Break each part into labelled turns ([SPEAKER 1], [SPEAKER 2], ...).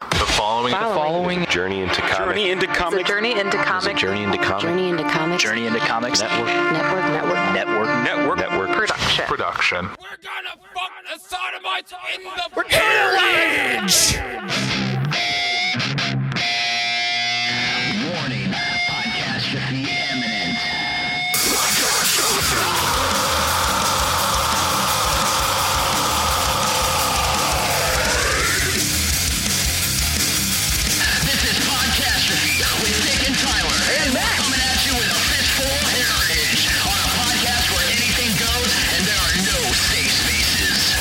[SPEAKER 1] Following,
[SPEAKER 2] Following.
[SPEAKER 1] the journey into comic
[SPEAKER 3] Journey into
[SPEAKER 2] It's a
[SPEAKER 3] comic
[SPEAKER 2] journey into
[SPEAKER 1] Is it
[SPEAKER 2] comic
[SPEAKER 1] journey into comic
[SPEAKER 4] Journey into comics.
[SPEAKER 5] Journey into Comics
[SPEAKER 1] network
[SPEAKER 4] Network. Network.
[SPEAKER 5] Network.
[SPEAKER 3] network.
[SPEAKER 1] network
[SPEAKER 2] production.
[SPEAKER 1] production.
[SPEAKER 5] Warning. Podcastrophe imminent. This is Podcastrophe with Dick and Tyler. And Matt. Coming at you with a fistful of heritage on a podcast where anything goes and there are no safe spaces.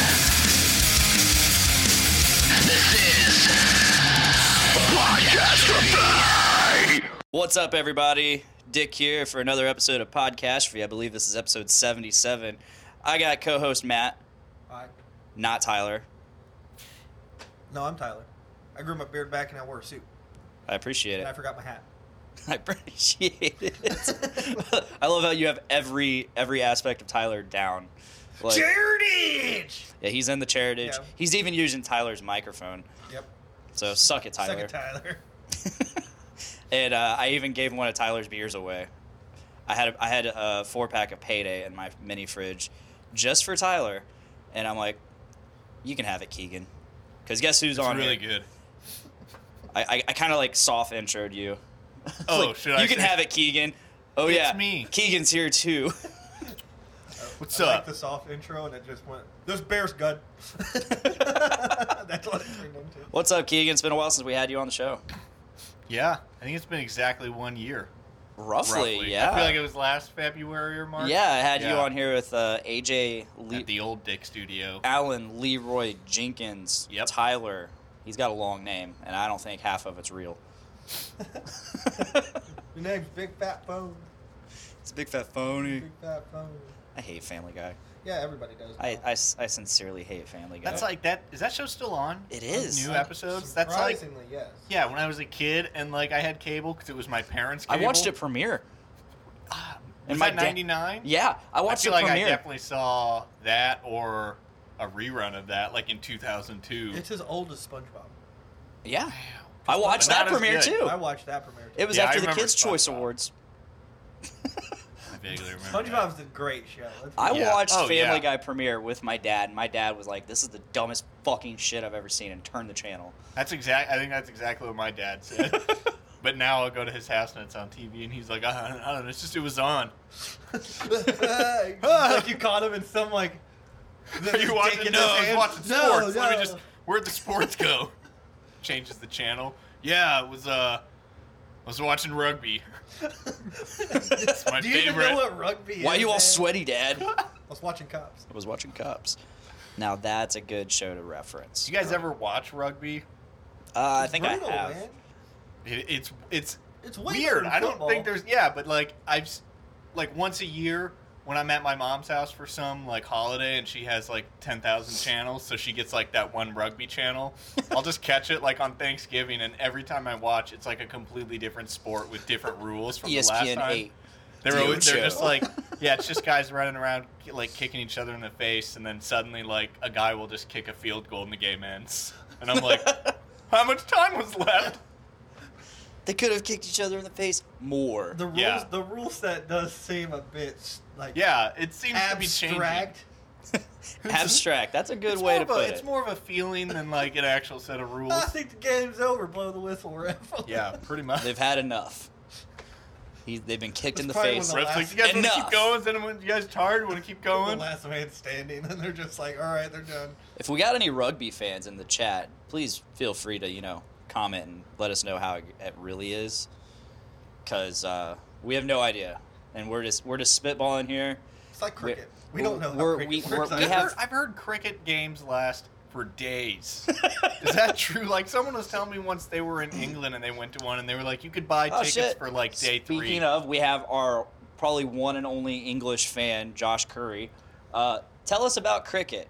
[SPEAKER 5] This is Podcastrophe.
[SPEAKER 6] What's up, everybody? Dick here for another episode of Podcast for you. I believe this is episode 77. I got co host Matt,
[SPEAKER 7] I,
[SPEAKER 6] not Tyler.
[SPEAKER 7] no, I'm Tyler. I grew my beard back and I wore a suit.
[SPEAKER 6] I appreciate
[SPEAKER 7] And I
[SPEAKER 6] it.
[SPEAKER 7] forgot my hat.
[SPEAKER 6] I appreciate it. I love how you have every every aspect of Tyler down. Like,
[SPEAKER 7] Heritage!
[SPEAKER 6] yeah, he's in the charitage.
[SPEAKER 7] Yeah.
[SPEAKER 6] He's even using Tyler's microphone.
[SPEAKER 7] Yep.
[SPEAKER 6] So suck it, Tyler.
[SPEAKER 7] Second Tyler.
[SPEAKER 6] And uh, I even gave one of Tyler's beers away. I had a, I had a four pack of Payday in my mini fridge, just for Tyler, and I'm like, you can have it, Keegan, because guess who's on
[SPEAKER 8] really
[SPEAKER 6] here?
[SPEAKER 8] good.
[SPEAKER 6] I I, I kind of like soft introed you.
[SPEAKER 8] Oh,
[SPEAKER 6] Like,
[SPEAKER 8] should I?
[SPEAKER 6] You can
[SPEAKER 8] say-
[SPEAKER 6] have it, Keegan. Oh
[SPEAKER 8] It's
[SPEAKER 6] yeah,
[SPEAKER 8] me.
[SPEAKER 6] Keegan's here too.
[SPEAKER 8] What's
[SPEAKER 7] I like
[SPEAKER 8] up?
[SPEAKER 7] the soft intro and it just went, there's Bear's gun. That's what it turned into.
[SPEAKER 6] What's up, Keegan? It's been a while since we had you on the show.
[SPEAKER 8] Yeah, I think it's been exactly one year.
[SPEAKER 6] Roughly,
[SPEAKER 8] roughly.
[SPEAKER 6] yeah.
[SPEAKER 8] I feel like it was last February or March.
[SPEAKER 6] yeah, I had you
[SPEAKER 8] Yeah.
[SPEAKER 6] on here with uh, AJ Le-
[SPEAKER 8] at the old Dick Studio.
[SPEAKER 6] Allen, Leroy, Jenkins,
[SPEAKER 8] Yep.
[SPEAKER 6] Tyler. He's got a long name, and I don't think half of it's real. it's
[SPEAKER 7] Your name's Big Fat Phone.
[SPEAKER 6] a big fat phony.
[SPEAKER 8] Mm.
[SPEAKER 7] Big Fat Phone.
[SPEAKER 6] I hate Family Guy.
[SPEAKER 7] Yeah, everybody does.
[SPEAKER 6] I,
[SPEAKER 7] now.
[SPEAKER 6] I s- I sincerely hate Family Guy.
[SPEAKER 8] That's like that. Is that show still on?
[SPEAKER 6] It
[SPEAKER 8] Those
[SPEAKER 6] is.
[SPEAKER 8] New episodes. That's like
[SPEAKER 7] Surprisingly, yes.
[SPEAKER 8] yeah. When I was a kid and like I had cable because it was my parents.
[SPEAKER 6] I
[SPEAKER 8] Cable.
[SPEAKER 6] watched it premiere.
[SPEAKER 8] Ah, Was
[SPEAKER 6] my
[SPEAKER 8] that
[SPEAKER 6] da-
[SPEAKER 8] '99?
[SPEAKER 6] Yeah, I
[SPEAKER 8] I
[SPEAKER 6] watched
[SPEAKER 8] feel
[SPEAKER 6] it
[SPEAKER 8] like I
[SPEAKER 6] premiere.
[SPEAKER 8] definitely saw that or a rerun of that, like in 2002.
[SPEAKER 7] It's as old as SpongeBob.
[SPEAKER 6] yeah, I watched
[SPEAKER 8] But
[SPEAKER 6] that
[SPEAKER 8] not as
[SPEAKER 6] premiere
[SPEAKER 8] good.
[SPEAKER 6] too.
[SPEAKER 7] I watched that premiere. too.
[SPEAKER 6] It was
[SPEAKER 8] Yeah, I
[SPEAKER 6] after the
[SPEAKER 8] remember
[SPEAKER 6] Kids' Choice
[SPEAKER 8] SpongeBob.
[SPEAKER 6] Awards.
[SPEAKER 8] I vaguely remember. that.
[SPEAKER 7] SpongeBob's a great show. Let's
[SPEAKER 6] I
[SPEAKER 8] Yeah.
[SPEAKER 6] watched
[SPEAKER 8] Oh,
[SPEAKER 6] Family
[SPEAKER 8] yeah.
[SPEAKER 6] Guy premiere with my dad, and my dad was like, "This is the dumbest fucking shit I've ever seen," and turned the channel.
[SPEAKER 8] That's exact. I think that's exactly what my dad said. but now I'll go to his house and it's on TV, and he's like, I don't, I don't know. It's just it was on.
[SPEAKER 7] like you caught him in some like.
[SPEAKER 8] Are you watching?
[SPEAKER 7] in
[SPEAKER 8] No,
[SPEAKER 7] his
[SPEAKER 8] I was
[SPEAKER 7] hand.
[SPEAKER 8] watching
[SPEAKER 7] No,
[SPEAKER 8] sports. Let
[SPEAKER 7] no.
[SPEAKER 8] me just. Where'd the sports go? Changes the channel. Yeah, it was. Uh, I was watching rugby. it's my
[SPEAKER 7] Do you
[SPEAKER 8] favorite.
[SPEAKER 7] even know what rugby
[SPEAKER 6] Why
[SPEAKER 7] is?
[SPEAKER 6] you all
[SPEAKER 7] man?
[SPEAKER 6] sweaty, Dad?
[SPEAKER 7] I was watching cops.
[SPEAKER 6] I was watching Cops. Now that's a good show to reference.
[SPEAKER 8] Do you guys ever watch rugby?
[SPEAKER 6] uh, I think
[SPEAKER 7] Brutal,
[SPEAKER 6] I have.
[SPEAKER 7] Man.
[SPEAKER 8] It, it's it's
[SPEAKER 7] It's way
[SPEAKER 8] weird.
[SPEAKER 7] from
[SPEAKER 8] I don't
[SPEAKER 7] football.
[SPEAKER 8] think there's yeah, but like I've s- like once a year when I'm at my mom's house for some like holiday and she has like 10,000 channels, so she gets like that one rugby channel. I'll just catch it like on Thanksgiving and every time I watch it's like a completely different sport with different rules from the last
[SPEAKER 6] ESPN
[SPEAKER 8] time.
[SPEAKER 6] eight.
[SPEAKER 8] They're,
[SPEAKER 6] Dude
[SPEAKER 8] always,
[SPEAKER 6] show.
[SPEAKER 8] they're just like, yeah, it's just guys running around, like kicking each other in the face, and then suddenly, like, a guy will just kick a field goal and the game ends. And I'm like, how much time was left?
[SPEAKER 6] They could have kicked each other in the face more.
[SPEAKER 7] the rules.
[SPEAKER 8] Yeah.
[SPEAKER 7] The rule set does seem a bit s- like
[SPEAKER 8] Yeah, it seems to be changing.
[SPEAKER 7] abstract.
[SPEAKER 6] Abstract. That's a good
[SPEAKER 8] It's
[SPEAKER 6] way
[SPEAKER 8] more
[SPEAKER 6] to
[SPEAKER 8] of a-
[SPEAKER 6] put
[SPEAKER 8] It's
[SPEAKER 6] it. Ah.
[SPEAKER 8] more of a feeling than like an actual set of rules.
[SPEAKER 7] I think the game's over. Blow the whistle, ref.
[SPEAKER 8] yeah, pretty much.
[SPEAKER 6] They've had enough. He, they've been kicked in the
[SPEAKER 7] That's probably one
[SPEAKER 6] face.
[SPEAKER 7] of
[SPEAKER 8] Ref's like, you guys want to
[SPEAKER 6] Enough.
[SPEAKER 8] keep going? Is anyone, you guys tired? Want to keep
[SPEAKER 7] The
[SPEAKER 8] going?
[SPEAKER 7] last man standing, and they're just like, all right, they're done.
[SPEAKER 6] If we got any rugby fans in the chat, please feel free to you know comment and let us know how it it really is, because uh, we have no idea, and we're just we're just spitballing here.
[SPEAKER 7] It's like
[SPEAKER 6] We're-
[SPEAKER 7] cricket. We don't know.
[SPEAKER 6] we're-
[SPEAKER 7] how
[SPEAKER 6] we-
[SPEAKER 7] cricket
[SPEAKER 6] we're-
[SPEAKER 7] works.
[SPEAKER 6] we
[SPEAKER 7] I
[SPEAKER 6] have-
[SPEAKER 7] heard-
[SPEAKER 8] I've heard cricket games last for days. Is that true? Like someone was telling me once they were in England and they went to one and they were like, you could buy
[SPEAKER 6] Oh
[SPEAKER 8] tickets
[SPEAKER 6] shit!
[SPEAKER 8] for like day
[SPEAKER 6] Speaking
[SPEAKER 8] three.
[SPEAKER 6] of, we have our probably one and only English fan, Josh Curry. Uh, tell us about cricket.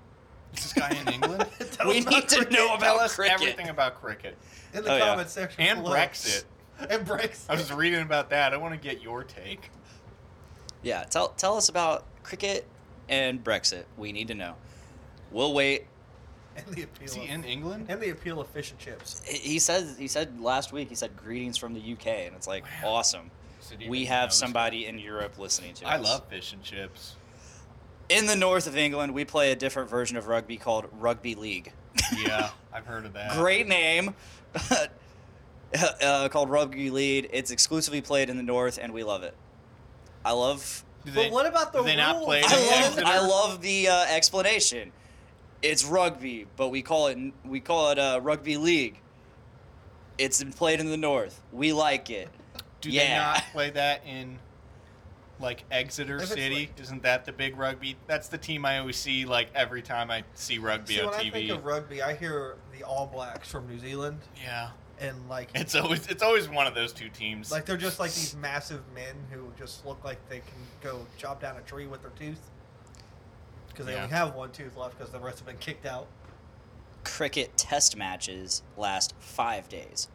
[SPEAKER 8] this guy in England.
[SPEAKER 7] Tell
[SPEAKER 6] we
[SPEAKER 7] us
[SPEAKER 6] need
[SPEAKER 7] about
[SPEAKER 6] to
[SPEAKER 7] cricket.
[SPEAKER 6] know about
[SPEAKER 8] Tell us
[SPEAKER 6] cricket.
[SPEAKER 8] everything about cricket
[SPEAKER 7] in the
[SPEAKER 6] Oh, yeah.
[SPEAKER 7] comment section
[SPEAKER 8] and
[SPEAKER 7] below.
[SPEAKER 8] Brexit.
[SPEAKER 7] And Brexit.
[SPEAKER 8] I was reading about that. I want to get your take.
[SPEAKER 6] Yeah, tell tell us about cricket and Brexit. We need to know. We'll wait.
[SPEAKER 7] and the appeal.
[SPEAKER 8] Is he
[SPEAKER 7] of-
[SPEAKER 8] in England?
[SPEAKER 7] And the appeal of fish and chips.
[SPEAKER 6] He- He says he said last week he said greetings from the UK and it's like
[SPEAKER 8] Wow.
[SPEAKER 6] awesome.
[SPEAKER 8] So do you
[SPEAKER 6] We
[SPEAKER 8] even
[SPEAKER 6] have
[SPEAKER 8] notice
[SPEAKER 6] somebody in Europe listening to
[SPEAKER 8] I
[SPEAKER 6] us.
[SPEAKER 8] love fish and chips.
[SPEAKER 6] In the north of England, we play a different version of rugby called rugby league.
[SPEAKER 8] Yeah, I've heard of that.
[SPEAKER 6] Great name. uh, called rugby league. It's exclusively played in the north and we love it. I love
[SPEAKER 8] Do
[SPEAKER 7] But what about the
[SPEAKER 8] do they not
[SPEAKER 7] rules?
[SPEAKER 8] play it
[SPEAKER 6] I
[SPEAKER 8] in
[SPEAKER 6] love,
[SPEAKER 8] Exeter?
[SPEAKER 6] I love the uh, explanation. It's rugby, but we call it we call it uh, rugby league. It's played in the north. We like it.
[SPEAKER 8] Do they
[SPEAKER 6] yeah.
[SPEAKER 8] not play that in like Exeter
[SPEAKER 7] If it's
[SPEAKER 8] City? Isn't that the big rugby? That's the team I always see like every time I see rugby
[SPEAKER 7] See,
[SPEAKER 8] on
[SPEAKER 7] when I
[SPEAKER 8] TV.
[SPEAKER 7] think of rugby, I hear the All Blacks from New Zealand,
[SPEAKER 8] yeah,
[SPEAKER 7] and like,
[SPEAKER 8] it's always it's always one of those two teams.
[SPEAKER 7] like they're just like these massive men who just look like they can go chop down a tree with their tooth because they
[SPEAKER 8] Yeah.
[SPEAKER 7] only have one tooth left because the rest have been kicked out.
[SPEAKER 6] Cricket test matches last five days.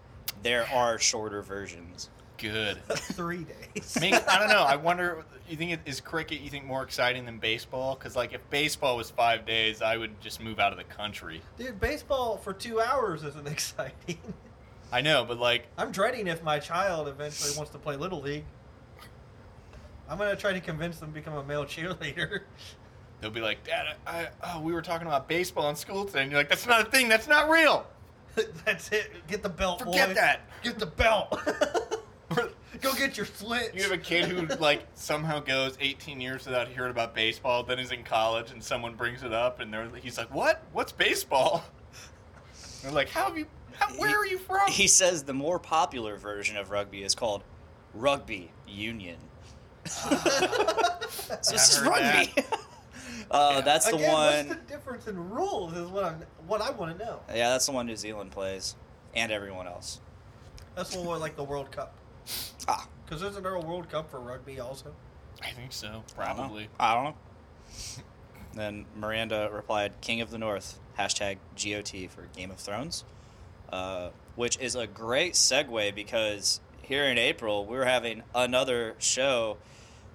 [SPEAKER 6] There are shorter versions.
[SPEAKER 8] Good.
[SPEAKER 7] Three days.
[SPEAKER 8] I mean, I don't know. I wonder. You think it is cricket? You think more exciting than baseball? Because like if baseball was five days, I would just move out of the country.
[SPEAKER 7] Dude, baseball for two hours isn't exciting.
[SPEAKER 8] I know, but like
[SPEAKER 7] I'm dreading if my child eventually wants to play Little League. I'm going to try to convince them to become a male cheerleader.
[SPEAKER 8] they'll be like, Dad, I, I oh, we were talking about baseball in school today, and you're like, that's not a thing. That's not real.
[SPEAKER 7] That's it. Get the belt,
[SPEAKER 8] Forget
[SPEAKER 7] boy.
[SPEAKER 8] that.
[SPEAKER 7] Get the belt. Go get your flint.
[SPEAKER 8] You have a kid who like somehow goes 18 years without hearing about baseball, then is in college, and someone brings it up, and they're, he's like, "What? What's baseball?" They're like, "How have you? How, where are you from?"
[SPEAKER 6] He says the more popular version of rugby is called rugby union. so it's just
[SPEAKER 8] I've heard
[SPEAKER 6] rugby. uh,
[SPEAKER 8] Yeah.
[SPEAKER 6] That's the
[SPEAKER 7] Again,
[SPEAKER 6] one.
[SPEAKER 7] What's the difference in rules? Is what I'm. What I want to know.
[SPEAKER 6] Yeah, that's the one New Zealand plays, and everyone else.
[SPEAKER 7] That's what we're like the World Cup.
[SPEAKER 6] Ah,
[SPEAKER 7] Because isn't there a World Cup for rugby also?
[SPEAKER 8] I think so,
[SPEAKER 6] I don't know.
[SPEAKER 8] probably.
[SPEAKER 6] I don't know. then Miranda replied, "King of the North." Hashtag GOT for Game of Thrones, uh, which is a great segue because here in April we're having another show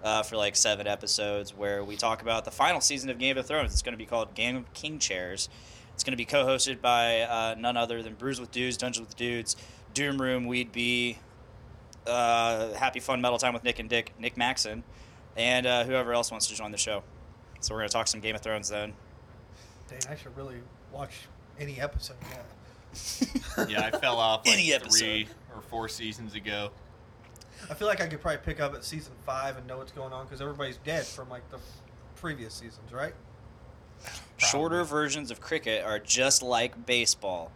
[SPEAKER 6] uh, for like seven episodes where we talk about the final season of Game of Thrones. It's going to be called Game of King Chairs. It's going to be co-hosted by uh, none other than Brews with Dudes, Dungeons with Dudes, Doom Room, We'd Be, uh, Happy Fun Metal Time with Nick and Dick, Nick Maxon, and uh, whoever else wants to join the show. So we're gonna talk some Game of Thrones then.
[SPEAKER 7] Dang, I should really watch any episode. Yeah.
[SPEAKER 8] Yeah, I fell off like,
[SPEAKER 6] Any episode.
[SPEAKER 8] three or four seasons ago.
[SPEAKER 7] I feel like I could probably pick up at season five and know what's going on because everybody's dead from like the previous seasons, right?
[SPEAKER 6] Shorter versions of cricket are just like baseball.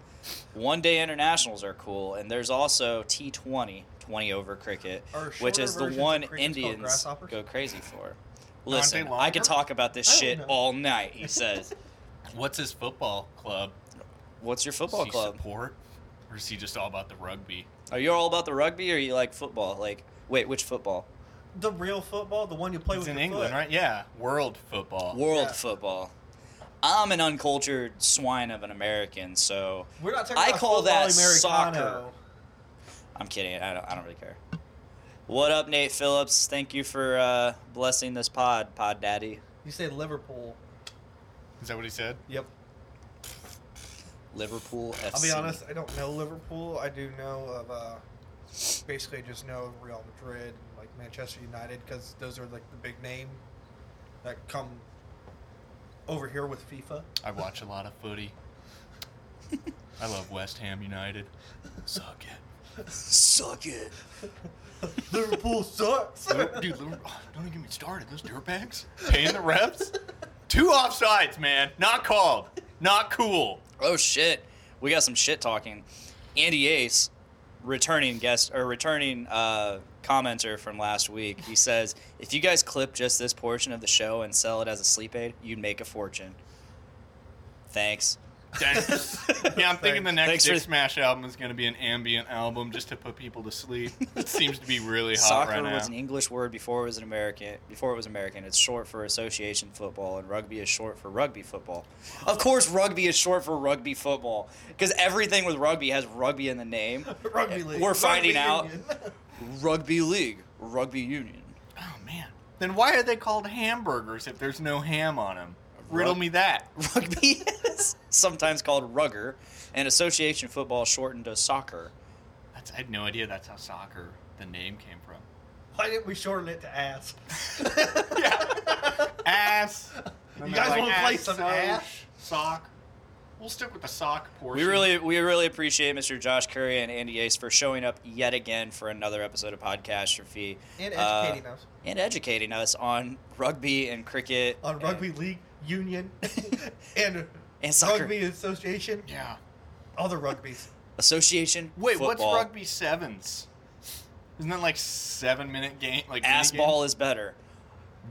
[SPEAKER 6] One day internationals are cool, and there's also T20, 20 over cricket,
[SPEAKER 7] Are
[SPEAKER 6] which
[SPEAKER 7] shorter
[SPEAKER 6] is the
[SPEAKER 7] versions of
[SPEAKER 6] one
[SPEAKER 7] cricket called
[SPEAKER 6] Indians
[SPEAKER 7] grasshoppers?
[SPEAKER 6] go crazy for. Listen, I
[SPEAKER 8] longer?
[SPEAKER 6] could talk about this
[SPEAKER 7] I don't
[SPEAKER 6] shit
[SPEAKER 7] know.
[SPEAKER 6] all night, he says.
[SPEAKER 8] What's his football club?
[SPEAKER 6] What's your football
[SPEAKER 8] Does he
[SPEAKER 6] club?
[SPEAKER 8] support, or is he just all about the rugby?
[SPEAKER 6] Are you all about the rugby or you like football? Like, wait, which football?
[SPEAKER 7] The real football, the one you play
[SPEAKER 8] He's
[SPEAKER 7] with
[SPEAKER 8] in
[SPEAKER 7] your
[SPEAKER 8] England,
[SPEAKER 7] foot.
[SPEAKER 8] right? Yeah, world football.
[SPEAKER 6] World
[SPEAKER 7] Yeah.
[SPEAKER 6] football. I'm an uncultured swine of an American, so
[SPEAKER 7] We're not talking
[SPEAKER 6] I
[SPEAKER 7] about
[SPEAKER 6] call that
[SPEAKER 7] football
[SPEAKER 6] soccer. I'm kidding. I don't, I don't really care. What up, Nate Phillips? Thank you for uh, blessing this pod, Pod Daddy.
[SPEAKER 7] You say Liverpool.
[SPEAKER 8] Is that what he said?
[SPEAKER 7] Yep.
[SPEAKER 6] Liverpool FC.
[SPEAKER 7] I'll be honest, I don't know Liverpool. I do know of uh, basically just know of Real Madrid and like Manchester United because those are like the big name that come over here with FIFA.
[SPEAKER 8] I watch a lot of footy. I love West Ham United. Suck it.
[SPEAKER 6] Suck it.
[SPEAKER 7] Liverpool sucks.
[SPEAKER 8] Liver- Dude, Liver- oh, don't even get me started. Those dirtbags paying the refs. Two offsides, man. Not called. Not cool.
[SPEAKER 6] Oh shit, we got some shit talking. Andy Ace, returning guest or returning uh, commenter from last week, he says if you guys clip just this portion of the show and sell it as a sleep aid, you'd make a fortune. Thanks.
[SPEAKER 8] Thanks. Yeah, I'm thinking the next
[SPEAKER 6] Thanks for-
[SPEAKER 8] Dick Smash album is going to be an ambient album just to put people to sleep. It seems to be really hot
[SPEAKER 6] Soccer
[SPEAKER 8] right now.
[SPEAKER 6] was an English word before it was an American. Before it was American, it's short for association football, and rugby is short for rugby football. Of course, rugby is short for rugby football because everything with rugby has rugby in the name.
[SPEAKER 7] Rugby league.
[SPEAKER 6] We're finding
[SPEAKER 7] Rugby
[SPEAKER 6] out
[SPEAKER 7] union.
[SPEAKER 6] rugby league, rugby union,
[SPEAKER 8] oh man. Then why are they called hamburgers if there's no ham on them? Riddle me that.
[SPEAKER 6] Rugby is sometimes called rugger, and association football shortened to soccer.
[SPEAKER 8] That's, I had no idea that's how soccer the name came from.
[SPEAKER 7] Why didn't we shorten it to ass?
[SPEAKER 8] Ass.
[SPEAKER 7] You guys wanna play
[SPEAKER 8] ass,
[SPEAKER 7] some
[SPEAKER 8] so,
[SPEAKER 7] ass?
[SPEAKER 8] Sock. We'll stick with the sock portion.
[SPEAKER 6] We really, we really appreciate Mr. Josh Curry and Andy Ace for showing up yet again for another episode of Podcastrophe
[SPEAKER 7] And
[SPEAKER 6] Uh,
[SPEAKER 7] educating us
[SPEAKER 6] and educating us on rugby and cricket
[SPEAKER 7] on
[SPEAKER 6] and-
[SPEAKER 7] rugby league union and,
[SPEAKER 6] And soccer.
[SPEAKER 7] rugby association,
[SPEAKER 8] Yeah.
[SPEAKER 7] other rugbies.
[SPEAKER 6] association.
[SPEAKER 8] Wait,
[SPEAKER 6] football.
[SPEAKER 8] what's rugby sevens? Isn't that like seven minute game? Like minute
[SPEAKER 6] Ass
[SPEAKER 8] game?
[SPEAKER 6] ball is better.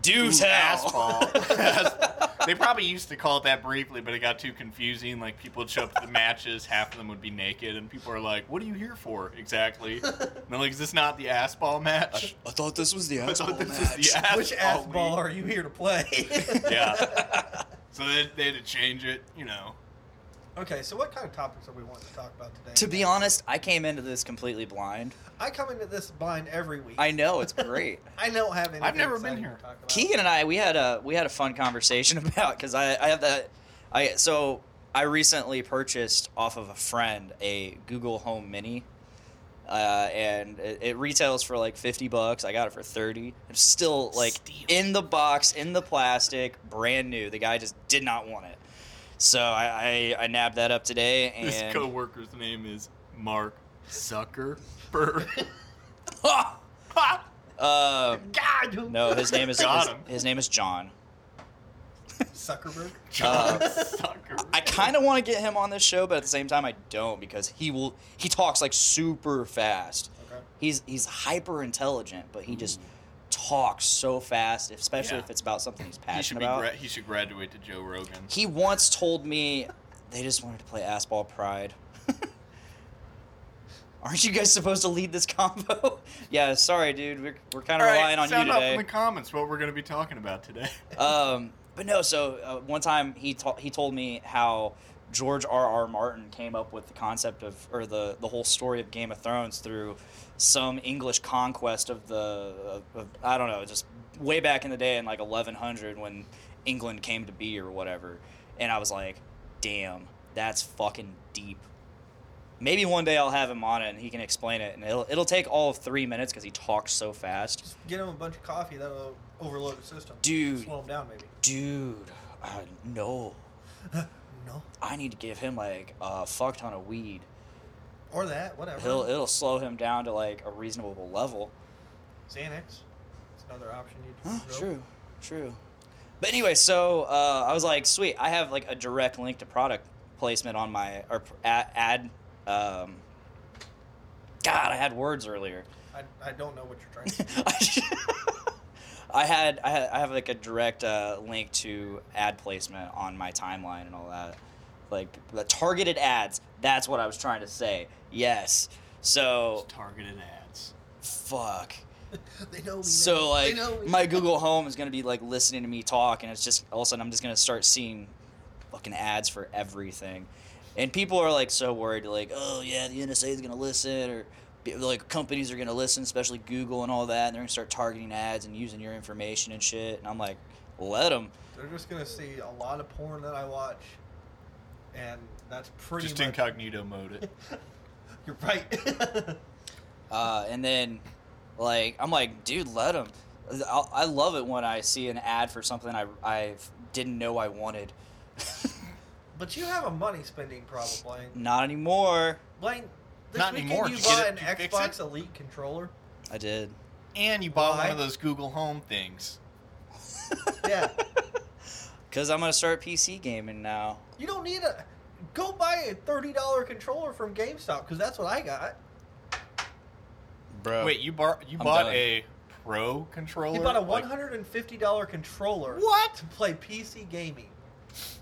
[SPEAKER 6] Do
[SPEAKER 8] Ooh,
[SPEAKER 6] tell.
[SPEAKER 8] ass ball. Ass- they probably used to call it that briefly, but it got too confusing. Like people would show up to the matches, half of them would be naked, and people are like, "What are you here for exactly?" And they're like, "Is this not the ass ball match?"
[SPEAKER 6] I thought this was the
[SPEAKER 8] I
[SPEAKER 6] ass
[SPEAKER 8] thought
[SPEAKER 6] ball
[SPEAKER 8] this
[SPEAKER 6] match.
[SPEAKER 8] was the ass
[SPEAKER 6] Oh,
[SPEAKER 7] Which ass
[SPEAKER 8] league.
[SPEAKER 7] ball are you here to play?
[SPEAKER 8] Yeah. So they, they had to change it, you know.
[SPEAKER 7] okay, so what kind of topics are we wanting to talk about today?
[SPEAKER 6] To be honest, I came into this completely blind.
[SPEAKER 7] I come into this blind every week.
[SPEAKER 6] I know it's great.
[SPEAKER 7] I don't have anything.
[SPEAKER 8] never been
[SPEAKER 7] exciting
[SPEAKER 8] here.
[SPEAKER 7] to talk about.
[SPEAKER 6] Keegan and I we had a we had a fun conversation about because I I have that I so I recently purchased off of a friend a Google Home Mini. Uh, and it, it retails for like 50 bucks. I got it for 30. It's still like
[SPEAKER 8] Steal.
[SPEAKER 6] in the box, in the plastic, brand new. The guy just did not want it. So I, I, I nabbed that up today and
[SPEAKER 8] This coworker's name is Mark Zuckerberg.
[SPEAKER 6] Uh,
[SPEAKER 7] God, who-
[SPEAKER 6] no, his name is
[SPEAKER 8] Got
[SPEAKER 6] his,
[SPEAKER 8] him.
[SPEAKER 6] his name is John.
[SPEAKER 7] Zuckerberg.
[SPEAKER 8] John Zuckerberg.
[SPEAKER 6] I kind of want to get him on this show, but at the same time, I don't because he will. He talks like super fast.
[SPEAKER 7] Okay.
[SPEAKER 6] He's he's hyper intelligent, but he just talks so fast, especially
[SPEAKER 8] Yeah.
[SPEAKER 6] if it's about something he's
[SPEAKER 8] he should,
[SPEAKER 6] passionate
[SPEAKER 8] be
[SPEAKER 6] about.
[SPEAKER 8] gra- he should graduate to Joe Rogan.
[SPEAKER 6] He once told me they just wanted to play Assball Pride. Aren't you guys supposed to lead this combo? yeah, sorry, dude. We're, we're kind of
[SPEAKER 8] All right,
[SPEAKER 6] relying on
[SPEAKER 8] sound
[SPEAKER 6] you
[SPEAKER 8] off
[SPEAKER 6] today.
[SPEAKER 8] in the comments what we're going to be talking about today.
[SPEAKER 6] um, but no, so uh, one time he ta- he told me how George R. R. Martin came up with the concept of or the the whole story of Game of Thrones through some English conquest of the of, of, I don't know, just way back in the day in like 1100 when England came to be or whatever. And I was like, damn, that's fucking deep. Maybe one day I'll have him on it and he can explain it, and it'll it'll take all of three minutes because he talks so fast.
[SPEAKER 7] Just get him a bunch of coffee. That'll overload the system.
[SPEAKER 6] Dude.
[SPEAKER 7] slow him down maybe.
[SPEAKER 6] Dude, uh, no.
[SPEAKER 7] No,
[SPEAKER 6] I need to give him like a fuck ton of weed.
[SPEAKER 7] or that, whatever.
[SPEAKER 6] He'll it'll slow him down to like a reasonable level.
[SPEAKER 7] Xanax. It's another option you would
[SPEAKER 6] True, true. But anyway, so uh, I was like, sweet, I have like a direct link to product placement on my or pr- ad. ad um, God, I had words earlier.
[SPEAKER 7] I, I don't know what you're trying to do.
[SPEAKER 6] I had I had I have like a direct uh, link to ad placement on my timeline and all that, like the targeted ads. That's what I was trying to say. Yes. So
[SPEAKER 8] Targeted ads.
[SPEAKER 6] fuck.
[SPEAKER 7] they know me.
[SPEAKER 6] So
[SPEAKER 7] man.
[SPEAKER 6] like
[SPEAKER 7] they know me.
[SPEAKER 6] my Google Home is gonna be like listening to me talk, and it's just all of a sudden I'm just gonna start seeing fucking ads for everything, and people are like so worried, like oh yeah, the NSA is gonna listen, or be- like companies are gonna listen, especially Google and all that, and they're gonna start targeting ads and using your information and shit, and I'm like, let them.
[SPEAKER 7] They're just gonna see a lot of porn that I watch, and that's pretty
[SPEAKER 8] Just
[SPEAKER 7] much.
[SPEAKER 8] incognito mode it.
[SPEAKER 7] You're right.
[SPEAKER 6] Uh, and then, like, I'm like, dude, let them. I I love it when I see an ad for something I, I didn't know I wanted.
[SPEAKER 7] but you have a money spending problem, Blaine.
[SPEAKER 6] Not anymore.
[SPEAKER 7] Blaine, this
[SPEAKER 8] Not
[SPEAKER 7] weekend
[SPEAKER 8] anymore.
[SPEAKER 7] you
[SPEAKER 8] Did you
[SPEAKER 7] bought
[SPEAKER 8] get
[SPEAKER 7] an
[SPEAKER 8] it- did you fix
[SPEAKER 7] Xbox
[SPEAKER 8] it?
[SPEAKER 7] Elite controller.
[SPEAKER 6] I did.
[SPEAKER 8] And you bought
[SPEAKER 7] Why?
[SPEAKER 8] one of those Google Home things.
[SPEAKER 7] Yeah,
[SPEAKER 6] Because I'm going to start PC gaming now.
[SPEAKER 7] you don't need a. Go buy a thirty dollar controller from GameStop because that's what I got.
[SPEAKER 6] Bro.
[SPEAKER 8] Wait, you, bar- you
[SPEAKER 6] Oh. I'm
[SPEAKER 8] bought
[SPEAKER 6] done.
[SPEAKER 8] a pro controller?
[SPEAKER 7] He bought a one
[SPEAKER 8] Like-
[SPEAKER 7] hundred and fifty dollar controller.
[SPEAKER 8] What?
[SPEAKER 7] to play PC gaming?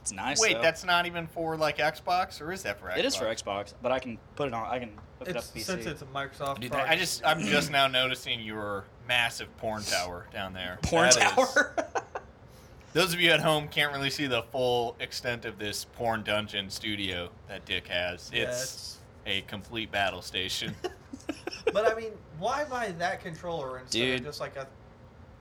[SPEAKER 6] It's nice.
[SPEAKER 8] Wait,
[SPEAKER 6] though.
[SPEAKER 8] that's not even for like Xbox, or is that for Xbox?
[SPEAKER 6] It is for Xbox, but I can put it on. I can hook it up
[SPEAKER 7] It's,
[SPEAKER 6] to PC.
[SPEAKER 7] since it's a Microsoft.
[SPEAKER 8] Dude,
[SPEAKER 7] product.
[SPEAKER 8] I just I'm just now noticing your massive porn tower down there.
[SPEAKER 6] Porn
[SPEAKER 8] That is-
[SPEAKER 6] tower.
[SPEAKER 8] those of you at home can't really see the full extent of this porn dungeon studio that Dick has.
[SPEAKER 7] Yeah,
[SPEAKER 8] It's a complete battle station.
[SPEAKER 7] But I mean, why buy that controller instead
[SPEAKER 6] Dude.
[SPEAKER 7] of just like a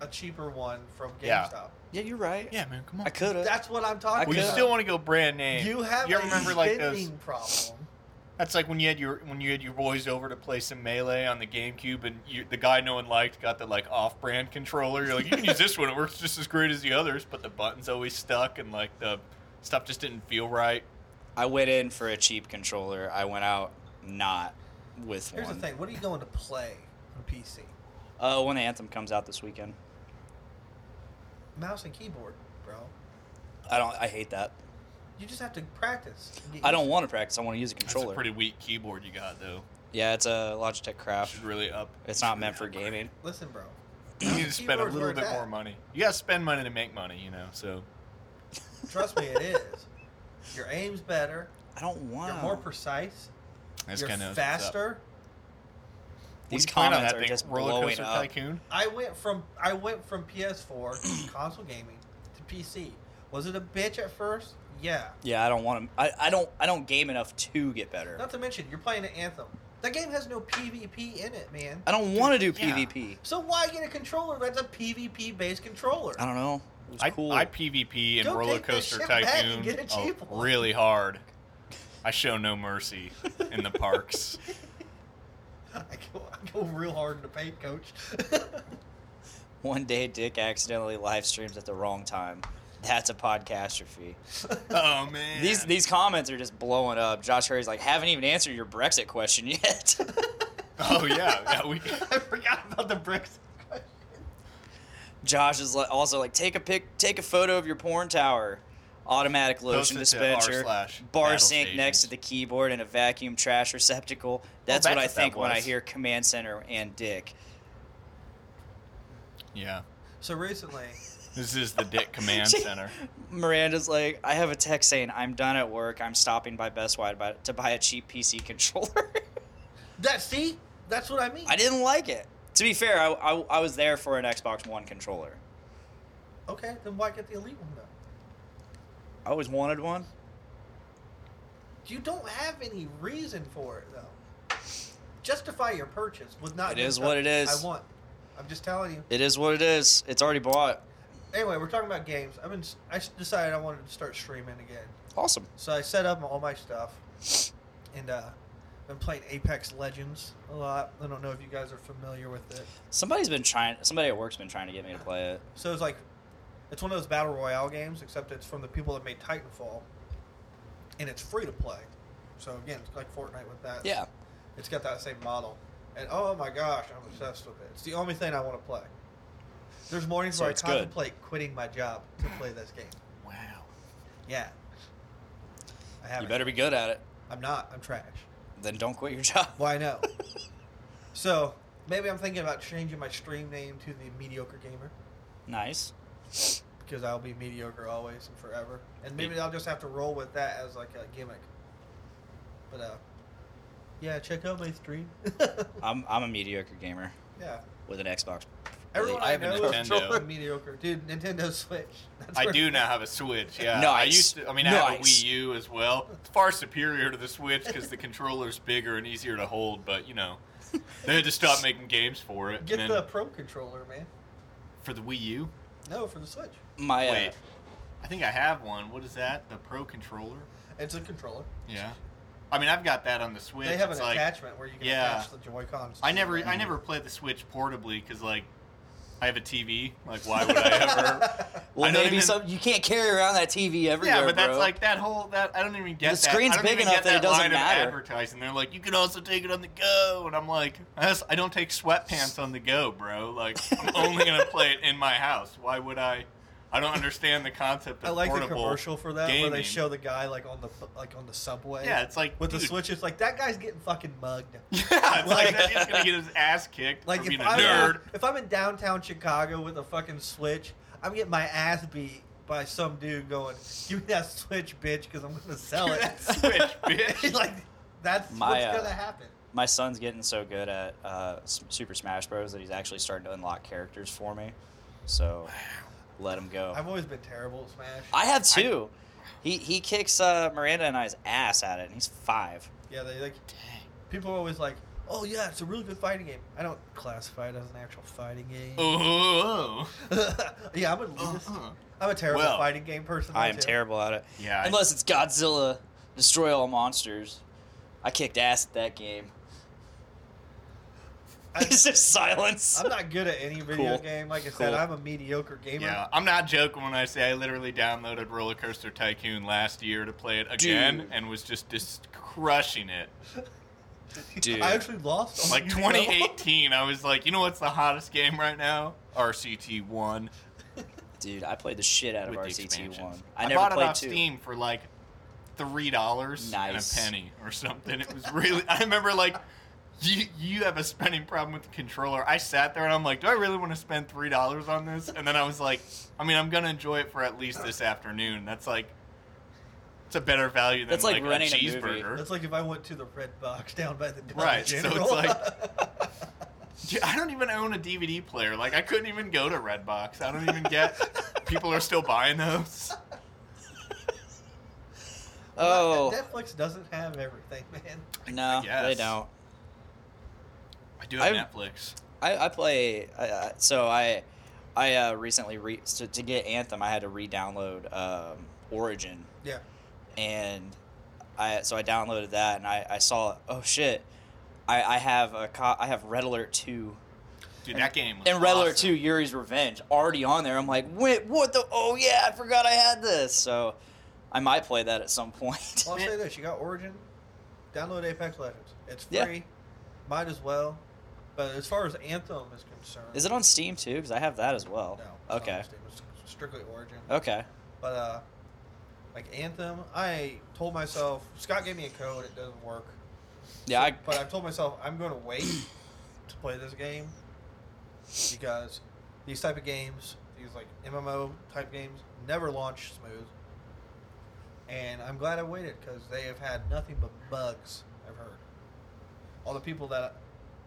[SPEAKER 7] a cheaper one from
[SPEAKER 8] Yeah.
[SPEAKER 7] GameStop.
[SPEAKER 6] Yeah, you're right.
[SPEAKER 8] Yeah, man, come on.
[SPEAKER 6] I could have.
[SPEAKER 7] That's what I'm talking
[SPEAKER 8] Well,
[SPEAKER 6] coulda.
[SPEAKER 8] you
[SPEAKER 7] about.
[SPEAKER 8] still want to go brand name.
[SPEAKER 7] you have
[SPEAKER 8] You
[SPEAKER 7] a
[SPEAKER 8] ever remember like those?
[SPEAKER 7] spending problem.
[SPEAKER 8] That's like when you had your when you had your boys over to play some melee on the GameCube, and you, the guy no one liked got the like off-brand controller. You're like, you can use this one; it works just as great as the others, but the buttons always stuck, and like the stuff just didn't feel right.
[SPEAKER 6] I went in for a cheap controller. I went out not with
[SPEAKER 7] Here's
[SPEAKER 6] one.
[SPEAKER 7] the thing: what are you going to play on PC?
[SPEAKER 6] Uh, when Anthem comes out this weekend,
[SPEAKER 7] Mouse and keyboard, bro.
[SPEAKER 6] I don't. I hate that.
[SPEAKER 7] You just have to practice. and get
[SPEAKER 6] I
[SPEAKER 7] used
[SPEAKER 6] don't
[SPEAKER 7] to
[SPEAKER 6] want to practice. I want to use a
[SPEAKER 8] That's
[SPEAKER 6] controller.
[SPEAKER 8] a pretty weak keyboard you got though.
[SPEAKER 6] yeah, it's a Logitech
[SPEAKER 8] You
[SPEAKER 6] Craft.
[SPEAKER 8] should really up.
[SPEAKER 6] Oh. It's not meant for gaming.
[SPEAKER 7] it. Listen, bro.
[SPEAKER 8] You need to spend a
[SPEAKER 7] Keyboard's where
[SPEAKER 8] little
[SPEAKER 7] it's
[SPEAKER 8] bit
[SPEAKER 7] at.
[SPEAKER 8] more money. You gotta spend money to make money, you know. So
[SPEAKER 7] Trust me, it is. Your aim's better.
[SPEAKER 6] I don't want.
[SPEAKER 7] You're more precise.
[SPEAKER 8] that's
[SPEAKER 7] you're
[SPEAKER 8] kind of
[SPEAKER 7] faster.
[SPEAKER 6] These
[SPEAKER 8] on
[SPEAKER 6] comments
[SPEAKER 8] that
[SPEAKER 6] are
[SPEAKER 8] thing,
[SPEAKER 6] just
[SPEAKER 8] roller
[SPEAKER 6] blowing
[SPEAKER 8] coaster
[SPEAKER 6] up.
[SPEAKER 8] tycoon.
[SPEAKER 7] I went from I went from PS4 to console gaming to PC. Was it a bitch at first? Yeah.
[SPEAKER 6] Yeah, I don't want to. I, I don't. I don't game enough to get better.
[SPEAKER 7] Not to mention you're playing an Anthem. That game has no PvP in it, man.
[SPEAKER 6] I don't want to do
[SPEAKER 8] Yeah.
[SPEAKER 6] PvP.
[SPEAKER 7] So why get a controller that's a PvP based controller?
[SPEAKER 6] I don't know. It was
[SPEAKER 8] I,
[SPEAKER 6] cool.
[SPEAKER 8] I PvP and
[SPEAKER 7] Go
[SPEAKER 8] Roller
[SPEAKER 7] take that
[SPEAKER 8] Coaster
[SPEAKER 7] shit back and
[SPEAKER 8] Tycoon
[SPEAKER 7] get a
[SPEAKER 8] oh,
[SPEAKER 7] cheap one.
[SPEAKER 8] really hard. I show no mercy in the parks.
[SPEAKER 7] I go, I go real hard in the paint, coach.
[SPEAKER 6] One day, Dick accidentally live streams at the wrong time. That's a podcastrophe.
[SPEAKER 8] oh man,
[SPEAKER 6] These these comments are just blowing up. Josh Hurry's like, haven't even answered your Brexit question yet.
[SPEAKER 8] Oh yeah, yeah we.
[SPEAKER 7] I forgot about the bricks.
[SPEAKER 6] Josh is like, also like, take a pic, take a photo of your porn tower, automatic lotion
[SPEAKER 8] it to r
[SPEAKER 6] dispenser,
[SPEAKER 8] slash
[SPEAKER 6] bar
[SPEAKER 8] battle
[SPEAKER 6] sink next
[SPEAKER 8] stations.
[SPEAKER 6] to the keyboard, and a vacuum trash receptacle. That's
[SPEAKER 8] that's
[SPEAKER 6] what I
[SPEAKER 8] what that
[SPEAKER 6] think when I
[SPEAKER 8] was.
[SPEAKER 6] hear command center and Dick.
[SPEAKER 8] Yeah,
[SPEAKER 7] So recently,
[SPEAKER 8] this is the Dick Command
[SPEAKER 6] She-
[SPEAKER 8] Center.
[SPEAKER 6] Miranda's like, I have a text saying I'm done at work. I'm stopping by Best Buy to buy, to buy a cheap PC controller.
[SPEAKER 7] that see, that's what I mean.
[SPEAKER 6] I didn't like it. To be fair, I, I, I was there for an Xbox One controller.
[SPEAKER 7] okay, then why get the elite one though?
[SPEAKER 6] I always wanted one.
[SPEAKER 7] You don't have any reason for it though. Justify your purchase with not.
[SPEAKER 6] It
[SPEAKER 7] just
[SPEAKER 6] is
[SPEAKER 7] a-
[SPEAKER 6] what it is.
[SPEAKER 7] I want. I'm just telling you.
[SPEAKER 6] It is what it is. It's already bought.
[SPEAKER 7] Anyway, we're talking about games. I've been. s- I s- decided I wanted to start streaming again,
[SPEAKER 6] Awesome.
[SPEAKER 7] so I set up all my stuff, and uh, been playing Apex Legends a lot. I don't know if you guys are familiar with it.
[SPEAKER 6] Somebody's been trying. Somebody at work's been trying to get me to play it.
[SPEAKER 7] So it's like, it's one of those battle royale games, except it's from the people that made Titanfall, and it's free to play. So again, it's like Fortnite with that.
[SPEAKER 6] Yeah.
[SPEAKER 7] It's got that same model, and oh my gosh, I'm obsessed with it. It's the only thing I want to play. There's mornings
[SPEAKER 6] So
[SPEAKER 7] where I
[SPEAKER 6] it's good.
[SPEAKER 7] contemplate quitting my job to play this game.
[SPEAKER 8] Wow.
[SPEAKER 7] Yeah. I haven't.
[SPEAKER 6] You better be good at it.
[SPEAKER 7] I'm not. I'm trash.
[SPEAKER 6] Then don't quit your job.
[SPEAKER 7] Well, I know. so maybe I'm thinking about changing my stream name to the Mediocre Gamer
[SPEAKER 6] Nice.
[SPEAKER 7] because I'll be mediocre always and forever. And maybe I'll just have to roll with that as like a gimmick. But uh, yeah, check out my stream.
[SPEAKER 6] I'm, I'm a mediocre gamer
[SPEAKER 7] yeah.
[SPEAKER 6] with an Xbox.
[SPEAKER 7] Everyone I,
[SPEAKER 8] I have a
[SPEAKER 7] know is
[SPEAKER 8] Nintendo.
[SPEAKER 7] totally mediocre, dude. Nintendo Switch. That's
[SPEAKER 8] I
[SPEAKER 7] where-
[SPEAKER 8] do now have a Switch. Yeah, I
[SPEAKER 6] Nice.
[SPEAKER 8] used to. I mean, I have a
[SPEAKER 6] Nice.
[SPEAKER 8] Wii U as well. It's far superior to the Switch because the controller's bigger and easier to hold. But you know, they had to stop making games for it.
[SPEAKER 7] Get
[SPEAKER 8] and
[SPEAKER 7] the
[SPEAKER 8] then
[SPEAKER 7] Pro controller, man.
[SPEAKER 8] for the Wii U.
[SPEAKER 7] No, for the Switch.
[SPEAKER 6] My uh,
[SPEAKER 8] Wait, I think I have one. What is that? The Pro controller.
[SPEAKER 7] It's a controller.
[SPEAKER 8] Yeah. I mean, I've got that on the Switch.
[SPEAKER 7] they have an
[SPEAKER 8] It's like-
[SPEAKER 7] attachment where you can
[SPEAKER 8] yeah.
[SPEAKER 7] attach the Joy Cons.
[SPEAKER 8] I never, I never play the Switch portably because like, I have a TV. Like, why would I ever?
[SPEAKER 6] well,
[SPEAKER 8] I don't
[SPEAKER 6] maybe
[SPEAKER 8] even-
[SPEAKER 6] some you can't carry around that TV everywhere,
[SPEAKER 8] yeah, but that's
[SPEAKER 6] bro.
[SPEAKER 8] like that whole that I don't even get
[SPEAKER 6] The
[SPEAKER 8] that. I
[SPEAKER 6] screen's
[SPEAKER 8] don't
[SPEAKER 6] big
[SPEAKER 8] even
[SPEAKER 6] enough
[SPEAKER 8] get
[SPEAKER 6] that it doesn't
[SPEAKER 8] line of
[SPEAKER 6] matter.
[SPEAKER 8] Advertising, they're like, you can also take it on the go, and I'm like, I just- I don't take sweatpants on the go, bro. Like, I'm only gonna play it in my house. Why would I? I don't understand the concept of
[SPEAKER 7] I like the
[SPEAKER 8] portable
[SPEAKER 7] commercial for that where they
[SPEAKER 8] gaming.
[SPEAKER 7] show the guy like on the like on the subway.
[SPEAKER 8] Yeah, it's like
[SPEAKER 7] with the
[SPEAKER 8] dude,
[SPEAKER 7] switch, it's like that guy's getting fucking mugged.
[SPEAKER 8] Yeah, it's like,
[SPEAKER 7] Like-
[SPEAKER 8] he's gonna get his ass kicked
[SPEAKER 7] Like
[SPEAKER 8] for being
[SPEAKER 7] if
[SPEAKER 8] a
[SPEAKER 7] I'm
[SPEAKER 8] nerd.
[SPEAKER 7] if I'm in downtown Chicago with a fucking switch, I'm getting my ass beat by some dude going, "Give me that switch, bitch, because I'm gonna sell it."
[SPEAKER 8] That switch, bitch.
[SPEAKER 7] like that's
[SPEAKER 6] My,
[SPEAKER 7] what's
[SPEAKER 6] uh,
[SPEAKER 7] gonna happen.
[SPEAKER 6] my son's getting so good at uh, S- Super Smash Bros that he's actually starting to unlock characters for me. So let him go.
[SPEAKER 7] I've always been terrible at Smash.
[SPEAKER 6] Oh. I have two. he he kicks uh, Miranda and I's ass at it, and he's five.
[SPEAKER 7] yeah, they like people are always like, oh yeah, it's a really good fighting game. I don't classify it as an actual fighting game.
[SPEAKER 8] Oh, Uh-huh.
[SPEAKER 7] yeah, I'm a I'm a terrible
[SPEAKER 8] Well,
[SPEAKER 7] fighting game person.
[SPEAKER 6] I am
[SPEAKER 7] too.
[SPEAKER 6] terrible at it.
[SPEAKER 8] Oh, Yeah, I-
[SPEAKER 6] Unless it's Godzilla, destroy all monsters. I kicked ass at that game.
[SPEAKER 7] I-
[SPEAKER 6] it's just silence.
[SPEAKER 7] I'm not good at any video
[SPEAKER 6] Cool.
[SPEAKER 7] game. Like I said,
[SPEAKER 6] Cool.
[SPEAKER 7] I'm a mediocre gamer.
[SPEAKER 8] yeah. I'm not joking when I say I literally downloaded Roller Coaster Tycoon last year to play it again
[SPEAKER 6] Dude.
[SPEAKER 8] and was just just crushing it.
[SPEAKER 6] Dude.
[SPEAKER 7] I actually lost. on
[SPEAKER 8] Like
[SPEAKER 7] you, though.
[SPEAKER 8] 2018, I was like, you know what's the hottest game right now? RCT One.
[SPEAKER 6] Dude, I played the shit out of
[SPEAKER 8] with the
[SPEAKER 6] RCT one.
[SPEAKER 8] expansions.
[SPEAKER 6] I never
[SPEAKER 8] bought
[SPEAKER 6] played
[SPEAKER 8] it off
[SPEAKER 6] two.
[SPEAKER 8] Steam for like three dollars
[SPEAKER 6] Nice.
[SPEAKER 8] and a penny or something. It was really. I remember like. You, you have a spending problem with the controller. I sat there and I'm like, do I really want to spend three dollars on this? And then I was like, I mean, I'm gonna enjoy it for at least this afternoon. That's like, it's a better value than
[SPEAKER 6] That's like
[SPEAKER 8] a
[SPEAKER 6] renting a movie.
[SPEAKER 8] cheeseburger.
[SPEAKER 7] That's like if I went to the red box down by the Dollar
[SPEAKER 8] Right, so it's
[SPEAKER 7] General.
[SPEAKER 8] like- Dude, I don't even own a DVD player. Like, I couldn't even go to Redbox. I don't even get. people are still buying those.
[SPEAKER 6] Oh
[SPEAKER 7] Netflix doesn't have everything, man.
[SPEAKER 6] no,
[SPEAKER 8] guess.
[SPEAKER 6] they don't.
[SPEAKER 8] I do have
[SPEAKER 6] I-
[SPEAKER 8] Netflix.
[SPEAKER 6] I, I play. I, I so I, I uh, recently re- to, to get Anthem. I had to re-download um, Origin,
[SPEAKER 7] Yeah.
[SPEAKER 6] and I so I downloaded that, and I, I saw. Oh shit! I, I have a co- I have Red Alert two
[SPEAKER 8] Dude, that game. Was
[SPEAKER 6] and Red Alert
[SPEAKER 8] awesome.
[SPEAKER 6] two Yuri's Revenge already on there. I'm like, wait, what the? Oh yeah, I forgot I had this. So I might play that at some point.
[SPEAKER 7] Well, I'll say this: you got Origin, download Apex Legends. It's free.
[SPEAKER 6] Yeah.
[SPEAKER 7] Might as well. But as far as Anthem is concerned,
[SPEAKER 6] Is it on Steam too? Because I have that as well.
[SPEAKER 7] No. it's not
[SPEAKER 6] okay.
[SPEAKER 7] on Steam. It's strictly Origin.
[SPEAKER 6] Okay.
[SPEAKER 7] But uh, like Anthem, I told myself Scott gave me a code. It doesn't work.
[SPEAKER 6] Yeah. I,
[SPEAKER 7] But I've told myself I'm going to wait to play this game because these type of games, these like MMO type games, never launch smooth. And I'm glad I waited because they have had nothing but bugs. I've heard. All the people that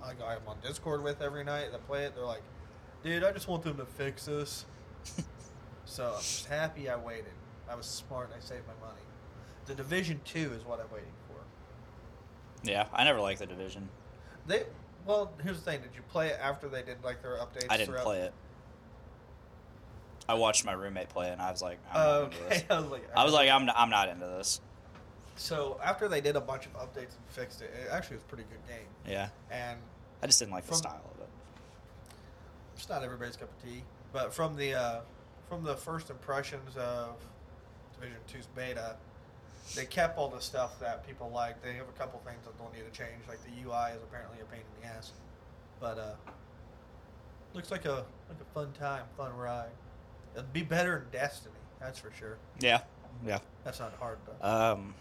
[SPEAKER 7] like, I'm on Discord with every night that play it, they're like, "Dude, I just want them to fix this." so I'm just happy I waited. I was smart. and I saved my money. The Division Two is what I'm waiting for.
[SPEAKER 6] yeah. I never liked the division.
[SPEAKER 7] They well, here's the thing: Did you play it after they did like their updates?
[SPEAKER 6] I didn't
[SPEAKER 7] throughout-
[SPEAKER 6] play it. I watched my roommate play, it and I was like, I'm
[SPEAKER 7] Oh,
[SPEAKER 6] not into this.
[SPEAKER 7] okay, I was like,
[SPEAKER 6] I was like, I'm not, I'm not into this.
[SPEAKER 7] so after they did a bunch of updates and fixed it, it actually was a pretty good game.
[SPEAKER 6] Yeah,
[SPEAKER 7] And
[SPEAKER 6] I just didn't like the
[SPEAKER 7] From-
[SPEAKER 6] style of it.
[SPEAKER 7] it's not everybody's cup of tea, but from the uh, from the first impressions of Division 2's beta, they kept all the stuff that people liked. They have a couple things that they'll need to change, like the UI is apparently a pain in the ass, but uh, looks like a like a fun time, fun ride. It'd be better than Destiny, that's for sure.
[SPEAKER 6] Yeah, yeah.
[SPEAKER 7] That's not hard though.
[SPEAKER 6] Um,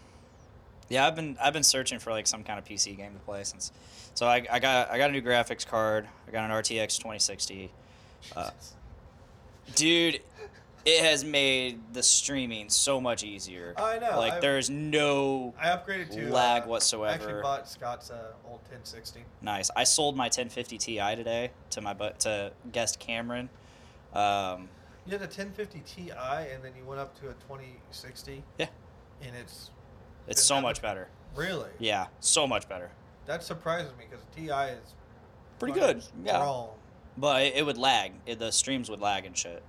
[SPEAKER 6] yeah, I've been I've been searching for like some kind of PC game to play since. So I, I got I got a new graphics card. I got an RTX 2060. Uh, dude, it has made the streaming so much easier.
[SPEAKER 7] I know,
[SPEAKER 6] Like
[SPEAKER 7] I-
[SPEAKER 6] there's no
[SPEAKER 7] I upgraded to
[SPEAKER 6] lag
[SPEAKER 7] uh, I
[SPEAKER 6] whatsoever.
[SPEAKER 7] actually bought Scott's uh, old 1060.
[SPEAKER 6] Nice. I sold my 1050 Ti today to my bu- to guest Cameron. Um,
[SPEAKER 7] You had a 1050 Ti, and then you went up to a 2060,
[SPEAKER 6] yeah,
[SPEAKER 7] and it's
[SPEAKER 6] it's
[SPEAKER 7] Is
[SPEAKER 6] so
[SPEAKER 7] that
[SPEAKER 6] much
[SPEAKER 7] the-
[SPEAKER 6] better.
[SPEAKER 7] really
[SPEAKER 6] Yeah, so much better.
[SPEAKER 7] that surprises me because Ti is
[SPEAKER 6] Pretty
[SPEAKER 7] fucking
[SPEAKER 6] good. Yeah,
[SPEAKER 7] strong.
[SPEAKER 6] but it, it would lag. It, the streams would lag and shit.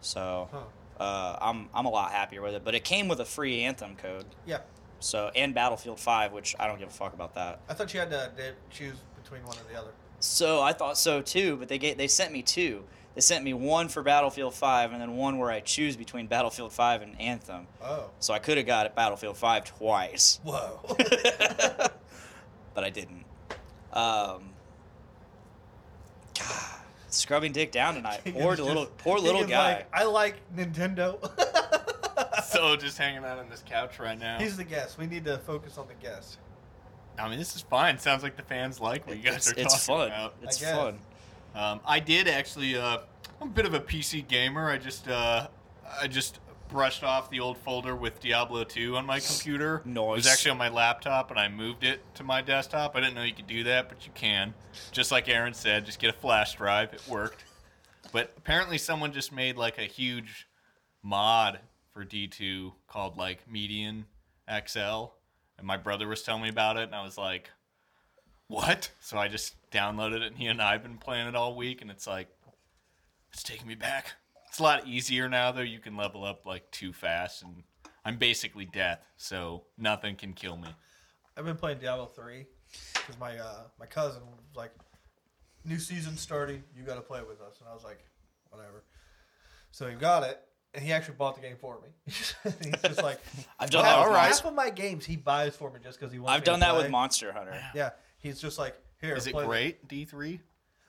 [SPEAKER 6] So
[SPEAKER 7] Huh.
[SPEAKER 6] uh, I'm I'm a lot happier with it. But it came with a free Anthem code.
[SPEAKER 7] Yeah,
[SPEAKER 6] So and Battlefield 5, which I don't give a fuck about that.
[SPEAKER 7] I thought you had to di- choose between one or the other.
[SPEAKER 6] So I thought so too, but they gave, they sent me two. They sent me one for Battlefield 5 and then one where I choose between Battlefield 5 and Anthem.
[SPEAKER 7] Oh,
[SPEAKER 6] So I could have got Battlefield 5 twice.
[SPEAKER 7] whoa!
[SPEAKER 6] but I didn't. Um, God, scrubbing dick down tonight.
[SPEAKER 7] He
[SPEAKER 6] Poor
[SPEAKER 7] is
[SPEAKER 6] little,
[SPEAKER 7] just-
[SPEAKER 6] poor
[SPEAKER 7] he
[SPEAKER 6] little
[SPEAKER 7] is
[SPEAKER 6] guy.
[SPEAKER 7] Like, I like Nintendo.
[SPEAKER 8] so just hanging out on this couch right now.
[SPEAKER 7] He's the guest. We need to focus on the guest.
[SPEAKER 8] I mean, this is fine. Sounds like the fans like what you guys
[SPEAKER 6] it's,
[SPEAKER 8] are talking
[SPEAKER 6] it's fun.
[SPEAKER 8] about.
[SPEAKER 6] It's
[SPEAKER 7] guess.
[SPEAKER 6] fun.
[SPEAKER 8] Um, I did actually. Uh, I'm a bit of a PC gamer. I just uh, I just brushed off the old folder with Diablo 2 on my computer. It was
[SPEAKER 6] Nice.
[SPEAKER 8] actually on my laptop, and I moved it to my desktop. I didn't know you could do that, but you can. Just like Aaron said, just get a flash drive. It worked. But apparently, someone just made like a huge mod for D2 called like Median XL, and my brother was telling me about it, and I was like, what? So I just downloaded it, and he and I have been playing it all week, and it's like, it's taking me back. It's a lot easier now, though. You can level up like too fast, and I'm basically death, so nothing can kill me.
[SPEAKER 7] I've been playing Diablo three because my uh, my cousin was like, "New season starting, you got to play with us," and I was like, "Whatever." So he got it, and he actually bought the game for me. He's just like,
[SPEAKER 6] I've done
[SPEAKER 7] half,
[SPEAKER 6] that. With
[SPEAKER 8] alright.
[SPEAKER 6] Monster,
[SPEAKER 7] half of my games he buys for me just because he wants.
[SPEAKER 6] I've
[SPEAKER 7] me
[SPEAKER 6] done
[SPEAKER 7] to
[SPEAKER 6] that with
[SPEAKER 7] play.
[SPEAKER 6] Monster Hunter.
[SPEAKER 7] Yeah, he's just like, "Here,
[SPEAKER 8] Is it
[SPEAKER 7] play this."
[SPEAKER 8] great? D three?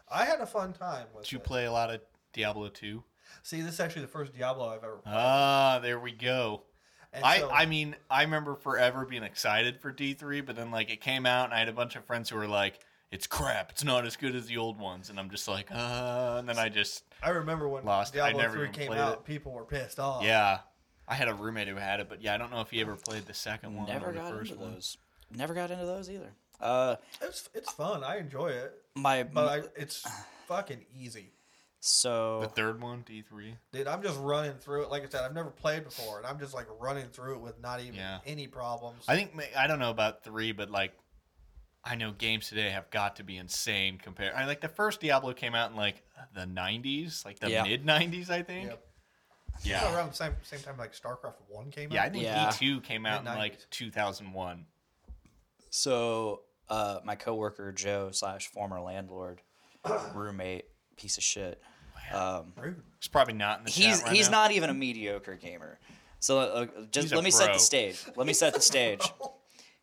[SPEAKER 7] I had a fun time with
[SPEAKER 8] Did you
[SPEAKER 7] it.
[SPEAKER 8] play a lot of Diablo two?
[SPEAKER 7] See, this is actually the first Diablo I've ever.
[SPEAKER 8] Ah, there we go.
[SPEAKER 7] And
[SPEAKER 8] I,
[SPEAKER 7] so-
[SPEAKER 8] I mean, I remember forever being excited for D3, but then like it came out and I had a bunch of friends who were like, it's crap. It's not as good as the old ones. And I'm just like, uh, and then I just,
[SPEAKER 7] I remember when
[SPEAKER 8] Lost. I
[SPEAKER 7] Diablo
[SPEAKER 8] never
[SPEAKER 7] three
[SPEAKER 8] even
[SPEAKER 7] came
[SPEAKER 8] played
[SPEAKER 7] out,
[SPEAKER 8] it.
[SPEAKER 7] people were pissed off.
[SPEAKER 8] yeah. I had a roommate who had it, but yeah, I don't know if he ever played the second one
[SPEAKER 6] Never
[SPEAKER 8] or the
[SPEAKER 6] got
[SPEAKER 8] first
[SPEAKER 6] into
[SPEAKER 8] one.
[SPEAKER 6] those. Never got into those either. Uh,
[SPEAKER 7] it's it's fun. I enjoy it,
[SPEAKER 6] my
[SPEAKER 7] but I, it's fucking easy.
[SPEAKER 6] so
[SPEAKER 8] The third one, D3.
[SPEAKER 7] Dude, I'm just running through it. Like I said, I've never played before, and I'm just like running through it with not even
[SPEAKER 8] Yeah.
[SPEAKER 7] any problems.
[SPEAKER 8] I think, ma- I don't know about three, but like, I know games today have got to be insane compared. I like the first Diablo came out in like the 90s, like the
[SPEAKER 6] Yeah.
[SPEAKER 8] mid 90s, I think.
[SPEAKER 7] Yeah.
[SPEAKER 8] Yeah.
[SPEAKER 7] Kinda around the same same time like StarCraft One came
[SPEAKER 8] Yeah, I
[SPEAKER 7] out.
[SPEAKER 8] think
[SPEAKER 6] Yeah.
[SPEAKER 8] E2 came out in like
[SPEAKER 7] Mid-nineties.
[SPEAKER 8] 2001.
[SPEAKER 6] So, uh, my coworker Joe slash former landlord, roommate, piece of shit. Um,
[SPEAKER 7] Rude.
[SPEAKER 8] He's probably not in the
[SPEAKER 6] he's
[SPEAKER 8] chat right
[SPEAKER 6] he's
[SPEAKER 8] now.
[SPEAKER 6] not even a mediocre gamer. So uh, just
[SPEAKER 8] He's a
[SPEAKER 6] let me set
[SPEAKER 8] pro.
[SPEAKER 6] the stage. Let me set the stage.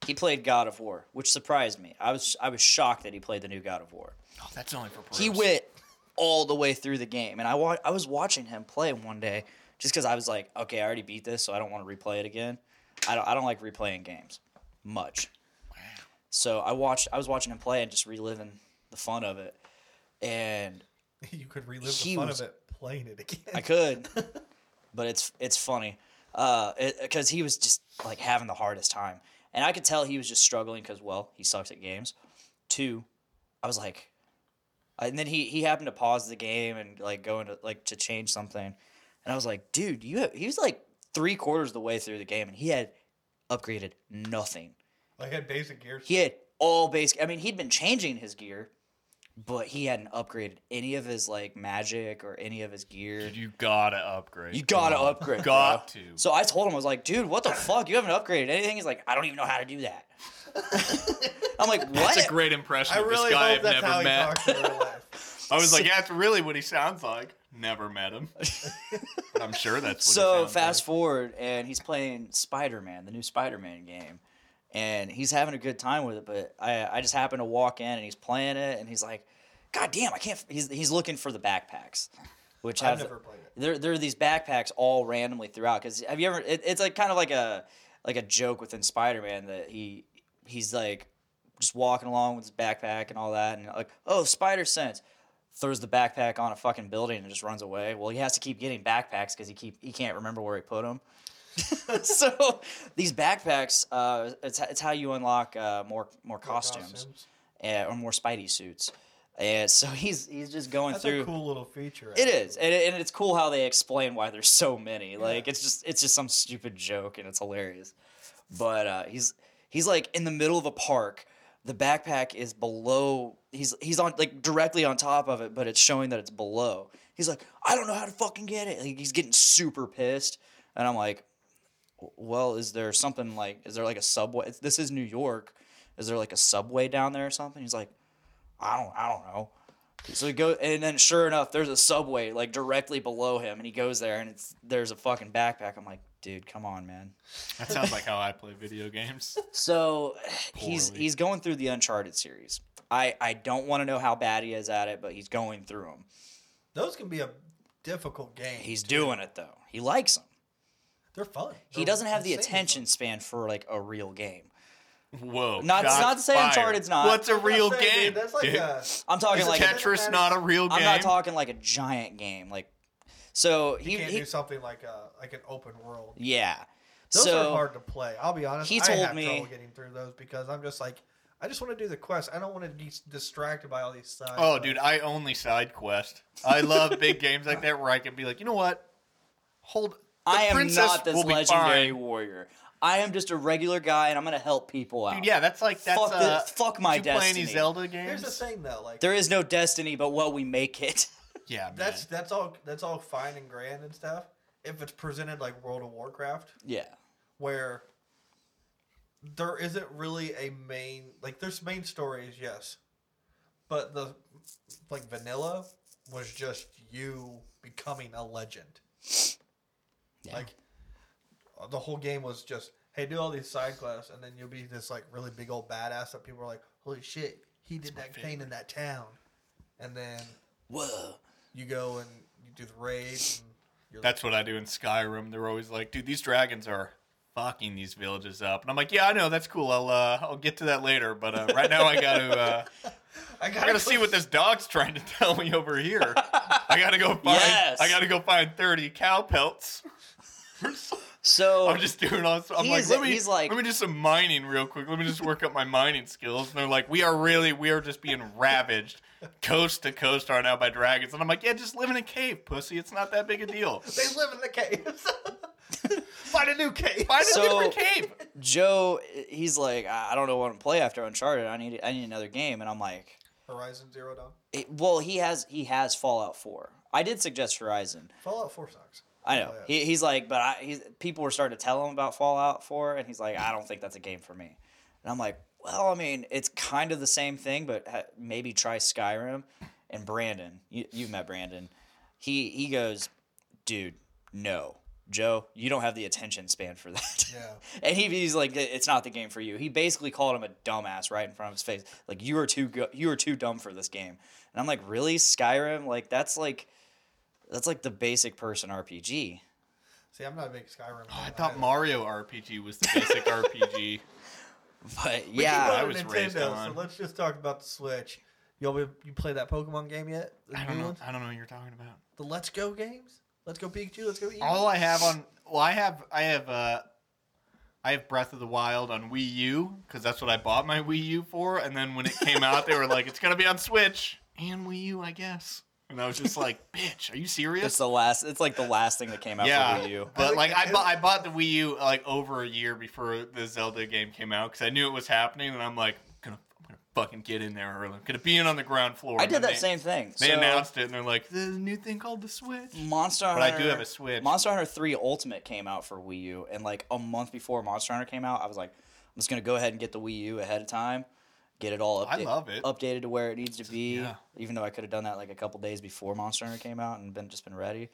[SPEAKER 6] He played God of War, which surprised me. I was I was shocked that he played the new God of War.
[SPEAKER 8] Oh, that's only for pros.
[SPEAKER 6] He went all the way through the game, and I wa- I was watching him play one day just because I was like, okay, I already beat this, so I don't want to replay it again. I don't I don't like replaying games much. So I watched I was watching him play and just reliving the fun of it, and
[SPEAKER 7] you could relive the
[SPEAKER 6] He
[SPEAKER 7] fun
[SPEAKER 6] was-
[SPEAKER 7] of it playing it again.
[SPEAKER 6] I could, but it's it's funny, uh, because he was just like having the hardest time, and I could tell he was just struggling because well, he sucks at games. Two, I was like, and then he he happened to pause the game and like go into like to change something, and I was like, dude, you have, he was like three quarters of the way through the game and he had upgraded nothing.
[SPEAKER 7] like I had basic gear.
[SPEAKER 6] He had all basic. I mean, he'd been changing his gear. But he hadn't upgraded any of his like magic or any of his gear.
[SPEAKER 8] Dude, you gotta upgrade.
[SPEAKER 6] You gotta
[SPEAKER 8] Come on.
[SPEAKER 6] upgrade.
[SPEAKER 8] Got
[SPEAKER 6] bro.
[SPEAKER 8] to.
[SPEAKER 6] So I told him, I was like, dude, what the fuck? You haven't upgraded anything? He's like, I don't even know how to do that. I'm like, what?
[SPEAKER 8] That's a great impression
[SPEAKER 7] I
[SPEAKER 8] of this
[SPEAKER 7] really
[SPEAKER 8] guy
[SPEAKER 7] hope
[SPEAKER 8] I've
[SPEAKER 7] that's how
[SPEAKER 8] never
[SPEAKER 7] he
[SPEAKER 8] met.
[SPEAKER 7] talks in real life.
[SPEAKER 8] I was like, yeah, that's really what he sounds like. Never met him. But I'm sure that's what
[SPEAKER 6] so
[SPEAKER 8] he sounds
[SPEAKER 6] fast
[SPEAKER 8] like.
[SPEAKER 6] forward, and he's playing Spider Man, the new Spider Man game. And he's having a good time with it, but I, I just happened to walk in and he's playing it, and he's like, God damn, I can't. f-" He's, he's looking for the backpacks, which
[SPEAKER 7] I've
[SPEAKER 6] have
[SPEAKER 7] never played it.
[SPEAKER 6] there, there are these backpacks all randomly throughout. Because have you ever? It, it's like kind of like a like a joke within Spider Man that he he's like just walking along with his backpack and all that, and like oh spider sense throws the backpack on a fucking building and just runs away. Well, he has to keep getting backpacks because he keep he can't remember where he put them. so these backpacks, uh, it's it's how you unlock uh, more more costumes, Uh, or more Spidey suits. And so he's he's just going
[SPEAKER 7] That's
[SPEAKER 6] through.
[SPEAKER 7] a cool little feature.
[SPEAKER 6] It is, and, it- and it's cool how they explain why there's so many. Like it's just it's just some stupid joke, and it's hilarious. But uh, he's he's like in the middle of a park. The backpack is below. He's he's on like directly on top of it, but it's showing that it's below. He's like, I don't know how to fucking get it. Like, he's getting super pissed, and I'm like, well, is there something like is there like a subway? This is New York. Is there like a subway down there or something? He's like, I don't I don't know. So he goes, and then sure enough, there's a subway like directly below him, and he goes there, and it's there's a fucking backpack. I'm like, dude, come on, man.
[SPEAKER 8] That sounds like how I play video games.
[SPEAKER 6] So he's
[SPEAKER 8] Poorly.
[SPEAKER 6] he's going through the Uncharted series. I I don't want to know how bad he is at it, but he's going through them.
[SPEAKER 7] Those can be a difficult game.
[SPEAKER 6] He's doing it though. He likes them.
[SPEAKER 7] They're fun.
[SPEAKER 6] He
[SPEAKER 7] They're
[SPEAKER 6] doesn't have the
[SPEAKER 7] insanely
[SPEAKER 6] attention span for like a real game.
[SPEAKER 8] Whoa.
[SPEAKER 6] Not-
[SPEAKER 8] shots
[SPEAKER 6] not to say
[SPEAKER 8] fired.
[SPEAKER 6] Uncharted's not.
[SPEAKER 8] What's a
[SPEAKER 7] fun.
[SPEAKER 8] real
[SPEAKER 7] That's what I'm saying,
[SPEAKER 8] game?
[SPEAKER 7] dude. That's like
[SPEAKER 8] dude?
[SPEAKER 7] a.
[SPEAKER 6] I'm talking
[SPEAKER 8] Is
[SPEAKER 6] like
[SPEAKER 8] Tetris not a real game?
[SPEAKER 6] I'm not talking like a giant game. Like so he,
[SPEAKER 7] You can't
[SPEAKER 6] he-
[SPEAKER 7] do something like a like an open world.
[SPEAKER 6] yeah.
[SPEAKER 7] Those
[SPEAKER 6] so
[SPEAKER 7] are hard to play. I'll be honest.
[SPEAKER 6] he
[SPEAKER 7] I
[SPEAKER 6] told
[SPEAKER 7] have
[SPEAKER 6] me-
[SPEAKER 7] trouble getting through those because I'm just like, I just want to do the quest. I don't want to be distracted by all these stuff.
[SPEAKER 8] Oh, dude, I only side quest. I love big games like that where I can be like, you know what? Hold. The
[SPEAKER 6] I am
[SPEAKER 8] princess
[SPEAKER 6] not this
[SPEAKER 8] will be
[SPEAKER 6] legendary
[SPEAKER 8] fine.
[SPEAKER 6] warrior. I am just a regular guy and I'm gonna help people out.
[SPEAKER 8] Dude, yeah, that's like that's
[SPEAKER 6] Fuck the-
[SPEAKER 8] uh,
[SPEAKER 6] fuck my
[SPEAKER 8] you play any
[SPEAKER 6] destiny.
[SPEAKER 8] Zelda games?
[SPEAKER 7] Here's the thing though, like
[SPEAKER 6] There is no destiny but what we make it.
[SPEAKER 8] Yeah, man.
[SPEAKER 7] that's that's all that's all fine and grand and stuff. If it's presented like World of Warcraft,
[SPEAKER 6] yeah.
[SPEAKER 7] where there isn't really a main like there's main stories, yes. But the like vanilla was just you becoming a legend.
[SPEAKER 6] Yeah.
[SPEAKER 7] Like the whole game was just, hey, do all these side quests, and then you'll be this like really big old badass that people are like, holy shit, he did that thing in that town, and then
[SPEAKER 6] Whoa.
[SPEAKER 7] you go and you do the raid. And you're
[SPEAKER 8] That's what I do in Skyrim. They're always like, dude, these dragons are fucking these villages up. And I'm like, yeah, I know, that's cool. I'll uh, I'll get to that later. But uh, right now I gotta uh,
[SPEAKER 7] like, I
[SPEAKER 8] I gotta see what this dog's trying to tell me over here. I gotta go find
[SPEAKER 6] Yes.
[SPEAKER 8] I gotta go find thirty cow pelts.
[SPEAKER 6] So
[SPEAKER 8] I'm just doing all. I'm
[SPEAKER 6] He
[SPEAKER 8] like,
[SPEAKER 6] is-
[SPEAKER 8] let me,
[SPEAKER 6] he's like-
[SPEAKER 8] let me do some mining real quick. Let me just work up my mining skills. And they're like, we are really, we are just being ravaged coast to coast right now by dragons. And I'm like, yeah, just live in a cave, pussy. It's not that big a deal.
[SPEAKER 7] They live in the caves. Find a new cave.
[SPEAKER 8] Find a
[SPEAKER 6] So-
[SPEAKER 8] different cave.
[SPEAKER 6] Joe he's like, I I don't know what to play after Uncharted. I need I need another game and I'm like
[SPEAKER 7] Horizon Zero Dawn.
[SPEAKER 6] it- well he has he has Fallout four. I did suggest Horizon.
[SPEAKER 7] Fallout Four sucks.
[SPEAKER 6] I know.
[SPEAKER 7] Oh, yeah.
[SPEAKER 6] He, he's like, but I, he's, people were starting to tell him about Fallout 4, and he's like, I don't think that's a game for me. And I'm like, well, I mean, it's kind of the same thing, but ha- maybe try Skyrim. And Brandon, you, you've met Brandon. He he goes, dude, no, Joe, you don't have the attention span for that.
[SPEAKER 7] Yeah.
[SPEAKER 6] and he, he's like, it's not the game for you. He basically called him a dumbass right in front of his face. Like you are too go- you are too dumb for this game. And I'm like, really, Skyrim? Like that's like that's like the basic person RPG.
[SPEAKER 7] See, I'm not a big Skyrim.
[SPEAKER 8] Oh, I
[SPEAKER 7] fan
[SPEAKER 8] thought
[SPEAKER 7] either.
[SPEAKER 8] Mario RPG was the basic RPG.
[SPEAKER 6] But
[SPEAKER 7] Go to
[SPEAKER 8] I
[SPEAKER 6] yeah,
[SPEAKER 8] was raised
[SPEAKER 7] So
[SPEAKER 8] on-
[SPEAKER 7] let's just talk about the Switch. Y'all, be- you play that Pokemon game yet? The
[SPEAKER 8] I
[SPEAKER 7] new
[SPEAKER 8] don't know.
[SPEAKER 7] ones?
[SPEAKER 8] I don't know what you're talking about.
[SPEAKER 7] The Let's Go games. Let's Go Pikachu. Let's Go. Eevee.
[SPEAKER 8] All I have on well, I have I have uh I have Breath of the Wild on Wii U because that's what I bought my Wii U for, and then when it came out, they were like, "It's gonna be on Switch and Wii U, I guess." And I was just like, "Bitch, are you
[SPEAKER 6] it's
[SPEAKER 8] serious?"
[SPEAKER 6] the last. It's like the last thing that came out
[SPEAKER 8] yeah,
[SPEAKER 6] for Wii U.
[SPEAKER 8] but
[SPEAKER 7] think
[SPEAKER 8] like
[SPEAKER 7] it
[SPEAKER 8] I
[SPEAKER 7] is-
[SPEAKER 8] bought I bought the Wii U like over a year before the Zelda game came out because I knew it was happening, and I'm like, I'm gonna, I'm gonna fucking get in there early. I'm gonna be in on the ground floor.
[SPEAKER 6] I
[SPEAKER 8] And
[SPEAKER 6] did
[SPEAKER 8] then
[SPEAKER 6] that
[SPEAKER 8] they,
[SPEAKER 6] same thing.
[SPEAKER 8] They
[SPEAKER 6] so
[SPEAKER 8] announced it, and they're like, "There's a new thing called the Switch."
[SPEAKER 6] Monster
[SPEAKER 8] But
[SPEAKER 6] Hunter.
[SPEAKER 8] I do have a Switch.
[SPEAKER 6] Monster Hunter Three Ultimate came out for Wii U, and like a month before Monster Hunter came out, I was like, I'm just gonna go ahead and get the Wii U ahead of time, get it all
[SPEAKER 8] I
[SPEAKER 6] updated,
[SPEAKER 8] love it.
[SPEAKER 6] updated to where it needs to be.
[SPEAKER 8] yeah.
[SPEAKER 6] Even though I could have done that like a couple days before Monster Hunter came out and been just been ready.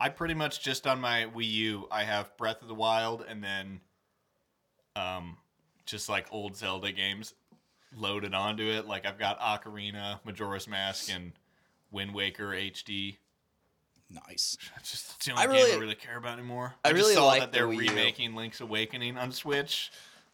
[SPEAKER 8] I pretty much just on my Wii U, I have Breath of the Wild and then um just like old Zelda games loaded onto it. Like I've got Ocarina, Majora's Mask and Wind Waker HD.
[SPEAKER 6] Nice.
[SPEAKER 8] That's just it's the only
[SPEAKER 6] I
[SPEAKER 8] game
[SPEAKER 6] really-
[SPEAKER 8] I really care about anymore.
[SPEAKER 6] I
[SPEAKER 8] just
[SPEAKER 6] really
[SPEAKER 8] saw
[SPEAKER 6] like
[SPEAKER 8] that
[SPEAKER 6] the
[SPEAKER 8] they're
[SPEAKER 6] Wii U.
[SPEAKER 8] remaking Link's Awakening on Switch.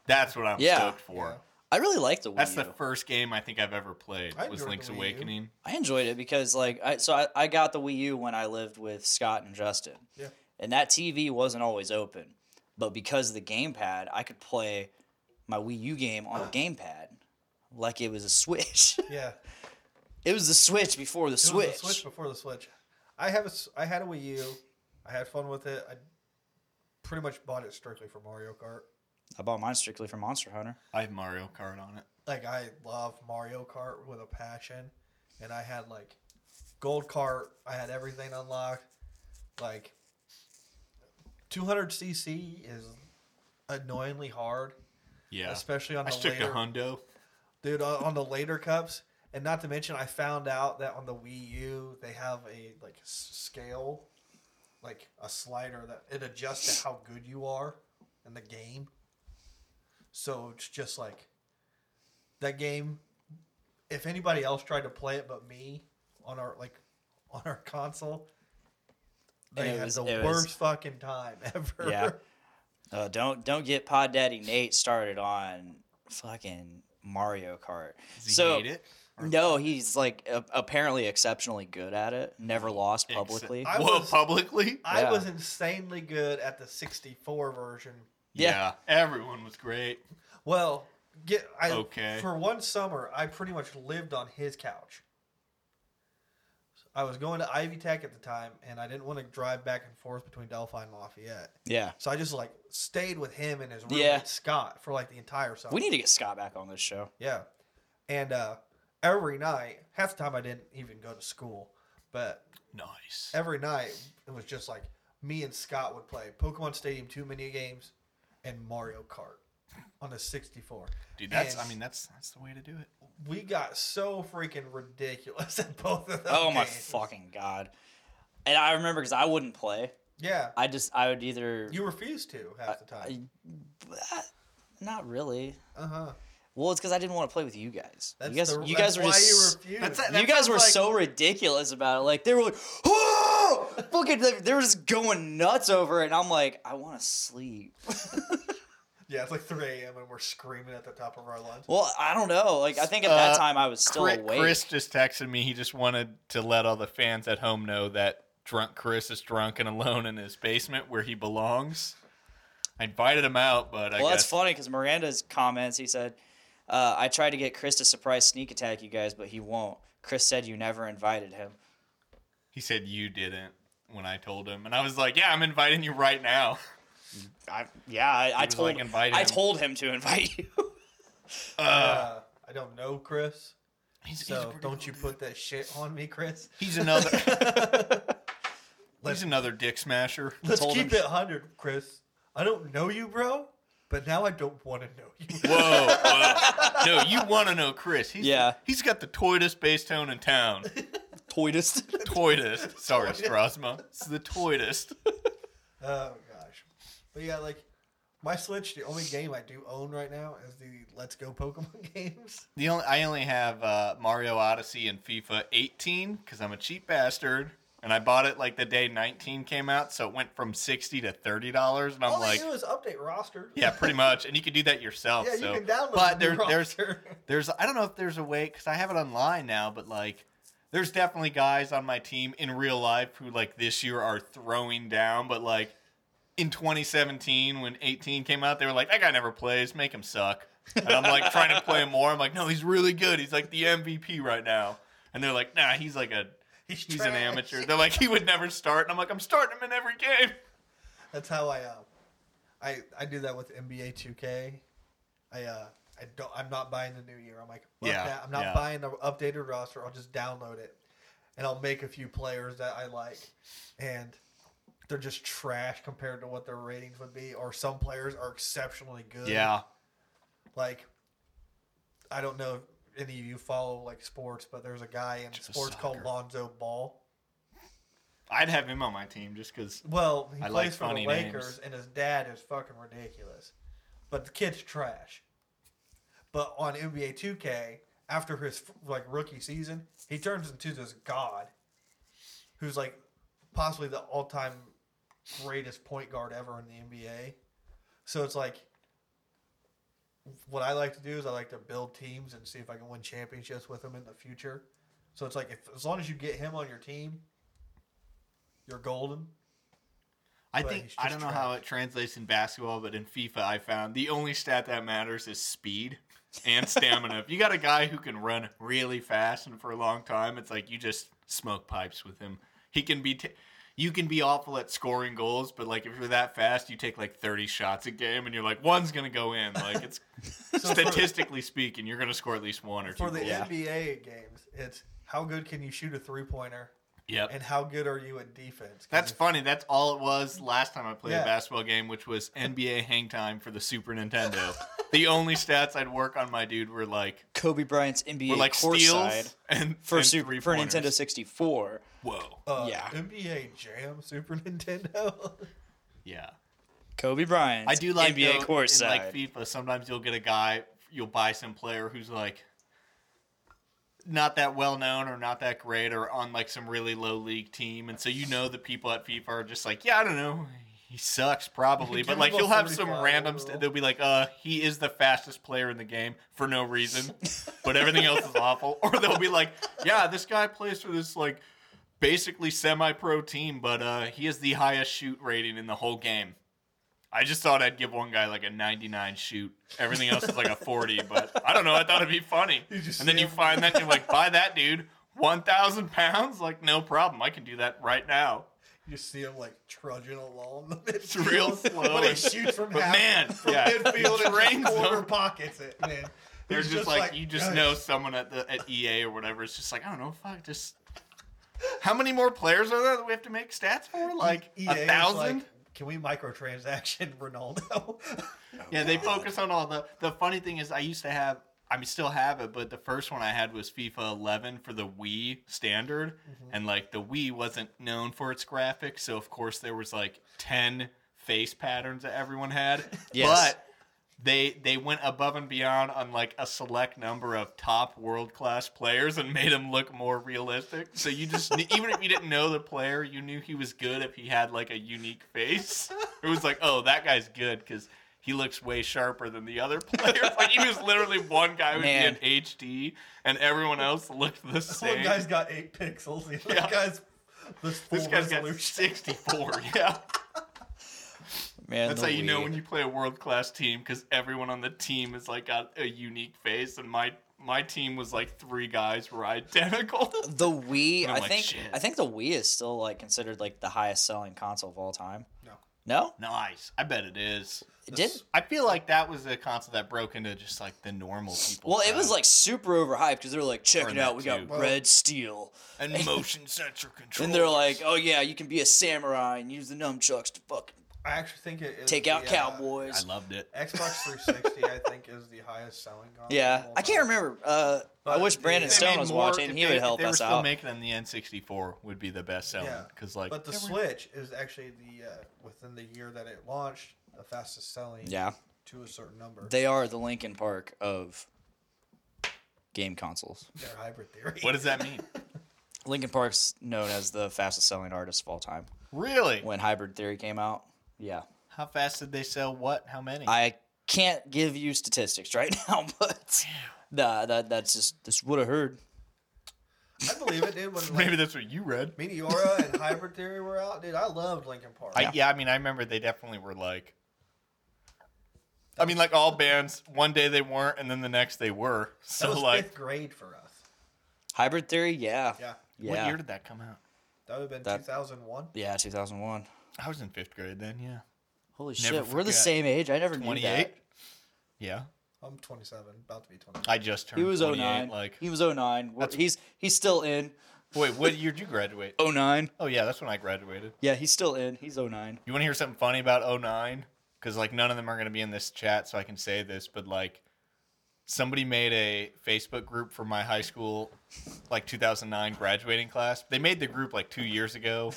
[SPEAKER 8] That's what I'm
[SPEAKER 6] Yeah.
[SPEAKER 8] stoked for.
[SPEAKER 6] I really liked the Wii
[SPEAKER 8] That's
[SPEAKER 6] U.
[SPEAKER 8] the first game I think I've ever played
[SPEAKER 7] I
[SPEAKER 8] was
[SPEAKER 7] enjoyed
[SPEAKER 8] Link's
[SPEAKER 7] the Wii U.
[SPEAKER 8] Awakening.
[SPEAKER 6] I enjoyed it because like I so I, I got the Wii U when I lived with Scott and Justin.
[SPEAKER 7] Yeah.
[SPEAKER 6] And that TV wasn't always open. But because of the gamepad, I could play my Wii U game on the gamepad like it was a Switch.
[SPEAKER 7] Yeah. It
[SPEAKER 6] it was the Switch before the
[SPEAKER 7] was the
[SPEAKER 6] Switch.
[SPEAKER 7] Switch before the Switch. I have a. s- I had a Wii U. I had fun with it. I pretty much bought it strictly for Mario Kart.
[SPEAKER 6] I bought mine strictly for Monster Hunter.
[SPEAKER 8] I have Mario Kart on it.
[SPEAKER 7] Like I love Mario Kart with a passion, and I had like gold cart. I had everything unlocked. Like 200 cc is annoyingly hard,
[SPEAKER 8] Yeah.
[SPEAKER 7] especially on
[SPEAKER 8] I
[SPEAKER 7] the
[SPEAKER 8] took
[SPEAKER 7] later.
[SPEAKER 8] a hundo.
[SPEAKER 7] dude uh, on, on the later cups and not to mention i found out that on the wii u they have a like s- scale like a slider that it adjusts to how good you are in the game so it's just like that game if anybody else tried to play it but me on our like on our console they
[SPEAKER 6] it
[SPEAKER 7] had
[SPEAKER 6] was-
[SPEAKER 7] the
[SPEAKER 6] it was-
[SPEAKER 7] worst fucking time ever
[SPEAKER 6] Yeah. Uh, don't don't get Pod Daddy Nate started on fucking Mario Kart.
[SPEAKER 8] Does he
[SPEAKER 6] so
[SPEAKER 8] hate it?
[SPEAKER 6] no, he's like a- apparently exceptionally good at it. Never lost
[SPEAKER 8] Except-
[SPEAKER 6] publicly.
[SPEAKER 7] I
[SPEAKER 8] Whoa,
[SPEAKER 7] was-
[SPEAKER 8] publicly?
[SPEAKER 7] i
[SPEAKER 6] Yeah.
[SPEAKER 7] was insanely good at the 64 version
[SPEAKER 8] Yeah.
[SPEAKER 6] Yeah.
[SPEAKER 8] everyone was great.
[SPEAKER 7] Well, get I
[SPEAKER 8] Okay.
[SPEAKER 7] for one summer I pretty much lived on his couch. I was going to Ivy Tech at the time, and I didn't want to drive back and forth between Delphi and Lafayette.
[SPEAKER 6] Yeah.
[SPEAKER 7] So I just like stayed with him and his roommate
[SPEAKER 6] Yeah.
[SPEAKER 7] Scott for like the entire summer.
[SPEAKER 6] We need to get Scott back on this show.
[SPEAKER 7] Yeah. And uh, every night, half the time I didn't even go to school, but
[SPEAKER 8] Nice.
[SPEAKER 7] every night it was just like me and Scott would play Pokemon Stadium 2 mini games and Mario Kart on the 64.
[SPEAKER 8] Dude, that's
[SPEAKER 7] And
[SPEAKER 8] I mean that's that's the way to do it.
[SPEAKER 7] we got so freaking ridiculous at both of those.
[SPEAKER 6] Oh my
[SPEAKER 7] games.
[SPEAKER 6] fucking god! And I remember because I wouldn't play.
[SPEAKER 7] Yeah.
[SPEAKER 6] I just I would either
[SPEAKER 7] You refused to half the
[SPEAKER 6] I-
[SPEAKER 7] time.
[SPEAKER 6] not really.
[SPEAKER 7] Uh huh.
[SPEAKER 6] Well, it's because I didn't want to play with you guys.
[SPEAKER 7] That's
[SPEAKER 6] you guys,
[SPEAKER 7] the,
[SPEAKER 6] you guys
[SPEAKER 7] that's
[SPEAKER 6] were
[SPEAKER 7] why
[SPEAKER 6] just
[SPEAKER 7] you refused.
[SPEAKER 8] That's-
[SPEAKER 6] you guys
[SPEAKER 8] sounds
[SPEAKER 6] were
[SPEAKER 8] like-
[SPEAKER 6] so ridiculous about it. Like they were like, oh, fucking, they they were just going nuts over it. And I'm like, I want to sleep.
[SPEAKER 7] yeah, it's like 3 a.m. and we're screaming at the top of our lungs.
[SPEAKER 6] well, I don't know. Like I think at that
[SPEAKER 8] Uh,
[SPEAKER 6] time I was still
[SPEAKER 8] Chris,
[SPEAKER 6] awake.
[SPEAKER 8] Chris just texted me. He just wanted to let all the fans at home know that drunk Chris is drunk and alone in his basement where he belongs. I invited him out, but I
[SPEAKER 6] well, that's
[SPEAKER 8] guess
[SPEAKER 6] funny because Miranda's comments. He said, uh, "I tried to get Chris to surprise sneak attack you guys, but he won't." Chris said you never invited him.
[SPEAKER 8] he said you didn't when I told him, and I was like, "Yeah, I'm inviting you right now."
[SPEAKER 6] I yeah, I, I
[SPEAKER 8] was
[SPEAKER 6] told
[SPEAKER 8] like, "Invite
[SPEAKER 6] I
[SPEAKER 8] him."
[SPEAKER 6] told him to invite you.
[SPEAKER 8] Uh,
[SPEAKER 7] Uh, I don't know, Chris.
[SPEAKER 8] he's, he's a
[SPEAKER 7] So
[SPEAKER 8] pretty
[SPEAKER 7] don't
[SPEAKER 8] cool
[SPEAKER 7] you
[SPEAKER 8] dude.
[SPEAKER 7] put that shit on me, Chris.
[SPEAKER 8] He's another. he's another dick smasher.
[SPEAKER 7] Let's
[SPEAKER 6] told
[SPEAKER 7] keep
[SPEAKER 6] him-
[SPEAKER 7] it 100, Chris. I don't know you, bro, but now I don't want to know you.
[SPEAKER 8] Whoa, whoa. No, you want to know Chris. He's
[SPEAKER 6] Yeah.
[SPEAKER 8] he's got the toitest bass tone in town.
[SPEAKER 6] Toitist.
[SPEAKER 8] Toitest. Sorry, Strasma. It's the toitest.
[SPEAKER 7] oh, gosh. But yeah, like, my Switch, the only game I do own right now is the Let's Go Pokemon games.
[SPEAKER 8] The only I only have uh, Mario Odyssey and FIFA 18 because I'm a cheap bastard, and I bought it like the day 19 came out, so it went from 60 to 30 dollars, and I'm
[SPEAKER 7] All
[SPEAKER 8] like,
[SPEAKER 7] they do is update roster.
[SPEAKER 8] yeah, pretty much. And you can do that yourself.
[SPEAKER 7] Yeah, you
[SPEAKER 8] so.
[SPEAKER 7] can download
[SPEAKER 8] But
[SPEAKER 7] the new
[SPEAKER 8] there, there's
[SPEAKER 7] roster.
[SPEAKER 8] there's I don't know if there's a way because I have it online now, but like there's definitely guys on my team in real life who like this year are throwing down, but like in 2017 when 18 came out, they were like that guy never plays, make him suck. And I'm like trying to play him more. I'm like, no, he's really good. He's like the MVP right now. And they're like, nah, he's like a
[SPEAKER 7] He's
[SPEAKER 8] he's an
[SPEAKER 7] trash.
[SPEAKER 8] amateur. They're like he would never start. And I'm like, I'm starting him in every game.
[SPEAKER 7] That's how I uh, I I do that with NBA 2K. I uh I don't I'm not buying the new year. I'm like fuck
[SPEAKER 8] Yeah,
[SPEAKER 7] that. I'm not
[SPEAKER 8] yeah.
[SPEAKER 7] buying the updated roster. I'll just download it and I'll make a few players that I like and they're just trash compared to what their ratings would be or some players are exceptionally good.
[SPEAKER 8] Yeah,
[SPEAKER 7] Like I don't know if any of you follow like sports, but there's a guy in
[SPEAKER 8] Just
[SPEAKER 7] sports called
[SPEAKER 8] soccer.
[SPEAKER 7] Lonzo Ball.
[SPEAKER 8] I'd have him on my team just because.
[SPEAKER 7] Well, he
[SPEAKER 8] I
[SPEAKER 7] plays
[SPEAKER 8] like
[SPEAKER 7] for the
[SPEAKER 8] funny
[SPEAKER 7] Lakers,
[SPEAKER 8] names.
[SPEAKER 7] and his dad is fucking ridiculous. But the kid's trash. But on NBA 2K, after his like rookie season, he turns into this god, who's like possibly the all-time greatest point guard ever in the NBA. So it's like, what I like to do is I like to build teams and see if I can win championships with them in the future. So it's like if as long as you get him on your team, you're golden.
[SPEAKER 8] I
[SPEAKER 7] but
[SPEAKER 8] think
[SPEAKER 7] he's
[SPEAKER 8] I
[SPEAKER 7] just
[SPEAKER 8] don't know how it translates in basketball, but in FIFA, I found the only stat that matters is speed and stamina. if you got a guy who can run really fast and for a long time, it's like you just smoke pipes with him. He can be, t- you can be awful at scoring goals, but like if you're that fast, you take like 30 shots a game, and you're like one's gonna go in. Like it's
[SPEAKER 7] for-
[SPEAKER 8] statistically speaking, you're gonna score at least one or two.
[SPEAKER 7] for the
[SPEAKER 8] goals.
[SPEAKER 7] NBA games, it's how good can you shoot a three pointer
[SPEAKER 8] Yep.
[SPEAKER 7] and how good are you at defense? 'Cause
[SPEAKER 8] That's
[SPEAKER 7] if-
[SPEAKER 8] funny. That's all it was last time I played
[SPEAKER 7] Yeah.
[SPEAKER 8] a basketball game, which was NBA hang time for the Super Nintendo. the only stats I'd work on my dude were like
[SPEAKER 6] Kobe Bryant's NBA
[SPEAKER 8] were like
[SPEAKER 6] courtside
[SPEAKER 8] steals and
[SPEAKER 6] for
[SPEAKER 8] and
[SPEAKER 6] Super for
[SPEAKER 8] three-pointers.
[SPEAKER 6] Nintendo 64.
[SPEAKER 8] Whoa,
[SPEAKER 7] uh,
[SPEAKER 6] yeah.
[SPEAKER 7] NBA Jam Super Nintendo.
[SPEAKER 8] yeah.
[SPEAKER 6] Kobe Bryant.
[SPEAKER 8] I do like
[SPEAKER 6] NBA
[SPEAKER 8] though,
[SPEAKER 6] courtside.
[SPEAKER 8] In like FIFA, sometimes you'll get a guy, you'll buy some player who's like not that well known or not that great or on like some really low league team, and so you know the people at FIFA are just like, yeah, I don't know. He sucks, probably,
[SPEAKER 7] Give
[SPEAKER 8] but
[SPEAKER 7] him
[SPEAKER 8] like
[SPEAKER 7] a
[SPEAKER 8] you'll have some
[SPEAKER 7] 45
[SPEAKER 8] random.
[SPEAKER 7] overall.
[SPEAKER 8] St- they'll be like, "Uh, he is the fastest player in the game for no reason, but everything else is awful." Or they'll be like, "Yeah, this guy plays for this like basically semi-pro team, but uh, he has the highest shoot rating in the whole game." I just thought I'd give one guy like a 99 shoot. Everything else is like a 40, but I don't know. I thought it'd be funny.
[SPEAKER 7] just
[SPEAKER 8] and then
[SPEAKER 7] see
[SPEAKER 8] you
[SPEAKER 7] him-
[SPEAKER 8] find that and you're like, buy that dude. One thousand pounds? Like no problem. I can do that right now.
[SPEAKER 7] You see him like trudging along the midfield.
[SPEAKER 8] It's real slow.
[SPEAKER 7] But he shoots from
[SPEAKER 8] But
[SPEAKER 7] half
[SPEAKER 8] man,
[SPEAKER 7] from
[SPEAKER 8] yeah,
[SPEAKER 7] midfield and
[SPEAKER 8] drains
[SPEAKER 7] rains corner
[SPEAKER 8] them.
[SPEAKER 7] pockets it, man.
[SPEAKER 8] They're
[SPEAKER 7] He's
[SPEAKER 8] just, like, you just
[SPEAKER 7] "Guys,
[SPEAKER 8] know someone at the at EA or whatever. It's just like I don't know, fuck, just how many more players are there that we have to make stats for? Like
[SPEAKER 7] EA
[SPEAKER 8] a
[SPEAKER 7] E is
[SPEAKER 8] thousand?
[SPEAKER 7] like, Can we microtransaction Ronaldo?
[SPEAKER 8] yeah, they focus on all the. The funny thing is, I used to have. I mean, still have it, but the first one I had was FIFA 11 for the Wii standard, and like the Wii wasn't known for its graphics, so of course there was like 10 face patterns that everyone had.
[SPEAKER 6] Yes.
[SPEAKER 8] But they they went above and beyond on like a select number of top world class players and made him look more realistic. So you just kn- even if you didn't know the player, you knew he was good if he had like a unique face. It was like, oh, that guy's good because he looks way sharper than the other players. Like he was literally one guy would
[SPEAKER 6] Man.
[SPEAKER 8] be in HD and everyone else looked the
[SPEAKER 7] this
[SPEAKER 8] same.
[SPEAKER 7] one guy's got eight pixels. The other
[SPEAKER 8] Yeah.
[SPEAKER 7] guy's this full
[SPEAKER 8] this guy's got
[SPEAKER 7] resolution.
[SPEAKER 8] 64. Yeah.
[SPEAKER 6] Man,
[SPEAKER 8] That's
[SPEAKER 6] the
[SPEAKER 8] how you know
[SPEAKER 6] Wii.
[SPEAKER 8] when you play a world class team because everyone on the team is like got a unique face, and my my team was like three guys were identical.
[SPEAKER 6] the Wii.
[SPEAKER 8] And
[SPEAKER 6] I
[SPEAKER 8] I'm like,
[SPEAKER 6] think
[SPEAKER 8] "Shit."
[SPEAKER 6] I think the Wii is still like considered like the highest selling console of all time.
[SPEAKER 7] No.
[SPEAKER 6] No,
[SPEAKER 8] nice, I bet it is.
[SPEAKER 6] it did.
[SPEAKER 8] I feel like that was a console that broke into just like the normal people.
[SPEAKER 6] Well, it was like super overhyped because they were like, check
[SPEAKER 8] Or
[SPEAKER 6] it
[SPEAKER 8] that
[SPEAKER 6] out, we got
[SPEAKER 8] too.
[SPEAKER 7] Well-
[SPEAKER 6] red steel,
[SPEAKER 8] and motion sensor control.
[SPEAKER 6] and they're like, oh yeah, you can be a samurai and use the nunchucks to fucking
[SPEAKER 7] I actually think it is
[SPEAKER 6] take out
[SPEAKER 7] the, uh,
[SPEAKER 8] I
[SPEAKER 6] cowboys.
[SPEAKER 8] loved it.
[SPEAKER 7] Xbox 360, I think, is the highest selling console.
[SPEAKER 6] yeah,
[SPEAKER 7] of all
[SPEAKER 6] I can't
[SPEAKER 7] time.
[SPEAKER 6] remember. Uh, I
[SPEAKER 7] But
[SPEAKER 6] wish
[SPEAKER 7] the-
[SPEAKER 6] Brandon
[SPEAKER 7] They
[SPEAKER 6] Stone
[SPEAKER 8] made
[SPEAKER 6] was
[SPEAKER 8] more-
[SPEAKER 6] watching;
[SPEAKER 8] if
[SPEAKER 6] he
[SPEAKER 8] they-
[SPEAKER 6] would
[SPEAKER 8] if
[SPEAKER 6] help
[SPEAKER 8] they were
[SPEAKER 6] us
[SPEAKER 8] still
[SPEAKER 6] out.
[SPEAKER 8] making them the N64 would be the best selling because like
[SPEAKER 7] but the
[SPEAKER 8] there were-
[SPEAKER 7] Switch is actually the uh, within the year that it launched, the fastest selling.
[SPEAKER 6] yeah,
[SPEAKER 7] to a certain number.
[SPEAKER 6] they are the Lincoln Park of game consoles.
[SPEAKER 7] Their hybrid theory.
[SPEAKER 8] what does that mean?
[SPEAKER 6] Lincoln Park's known as the fastest selling artist of all time.
[SPEAKER 8] really?
[SPEAKER 6] When Hybrid Theory came out, yeah,
[SPEAKER 8] How fast did they sell? What? How many?
[SPEAKER 6] I can't give you statistics right now, but nah, that that's just that's what I heard.
[SPEAKER 7] I believe it, dude. When
[SPEAKER 8] Maybe
[SPEAKER 7] like,
[SPEAKER 8] that's what you read.
[SPEAKER 7] Meteora and Hybrid Theory were out, dude. I loved Linkin Park.
[SPEAKER 8] I, yeah, I mean, I remember they definitely were like. I mean, like all bands, one day they weren't, and then the next they were.
[SPEAKER 7] that
[SPEAKER 8] So,
[SPEAKER 7] was
[SPEAKER 8] like,
[SPEAKER 7] fifth grade for us.
[SPEAKER 6] Hybrid Theory, yeah,
[SPEAKER 7] Yeah,
[SPEAKER 8] what
[SPEAKER 6] yeah,
[SPEAKER 8] year did that come out?
[SPEAKER 7] that would have been
[SPEAKER 6] That-
[SPEAKER 7] 2001.
[SPEAKER 6] yeah, two thousand one.
[SPEAKER 8] I was in fifth grade then. Yeah,
[SPEAKER 6] Holy
[SPEAKER 8] Never
[SPEAKER 6] shit, we're the
[SPEAKER 8] forget.
[SPEAKER 6] same age. I never knew that.
[SPEAKER 8] twenty-eight. Yeah,
[SPEAKER 7] I'm 27, about to be 20.
[SPEAKER 8] I just turned.
[SPEAKER 6] He was
[SPEAKER 8] 28,
[SPEAKER 6] 09.
[SPEAKER 8] Like,
[SPEAKER 6] he was 09. We're- He's he's still in
[SPEAKER 8] wait, what year did you graduate?
[SPEAKER 6] 09.
[SPEAKER 8] Oh yeah, that's when I graduated.
[SPEAKER 6] Yeah, he's still in. He's 09.
[SPEAKER 8] You want to hear something funny about 09? Because like none of them are going to be in this chat, so I can say this. But like, somebody made a Facebook group for my high school, like 2009 graduating class. They made the group like two years ago,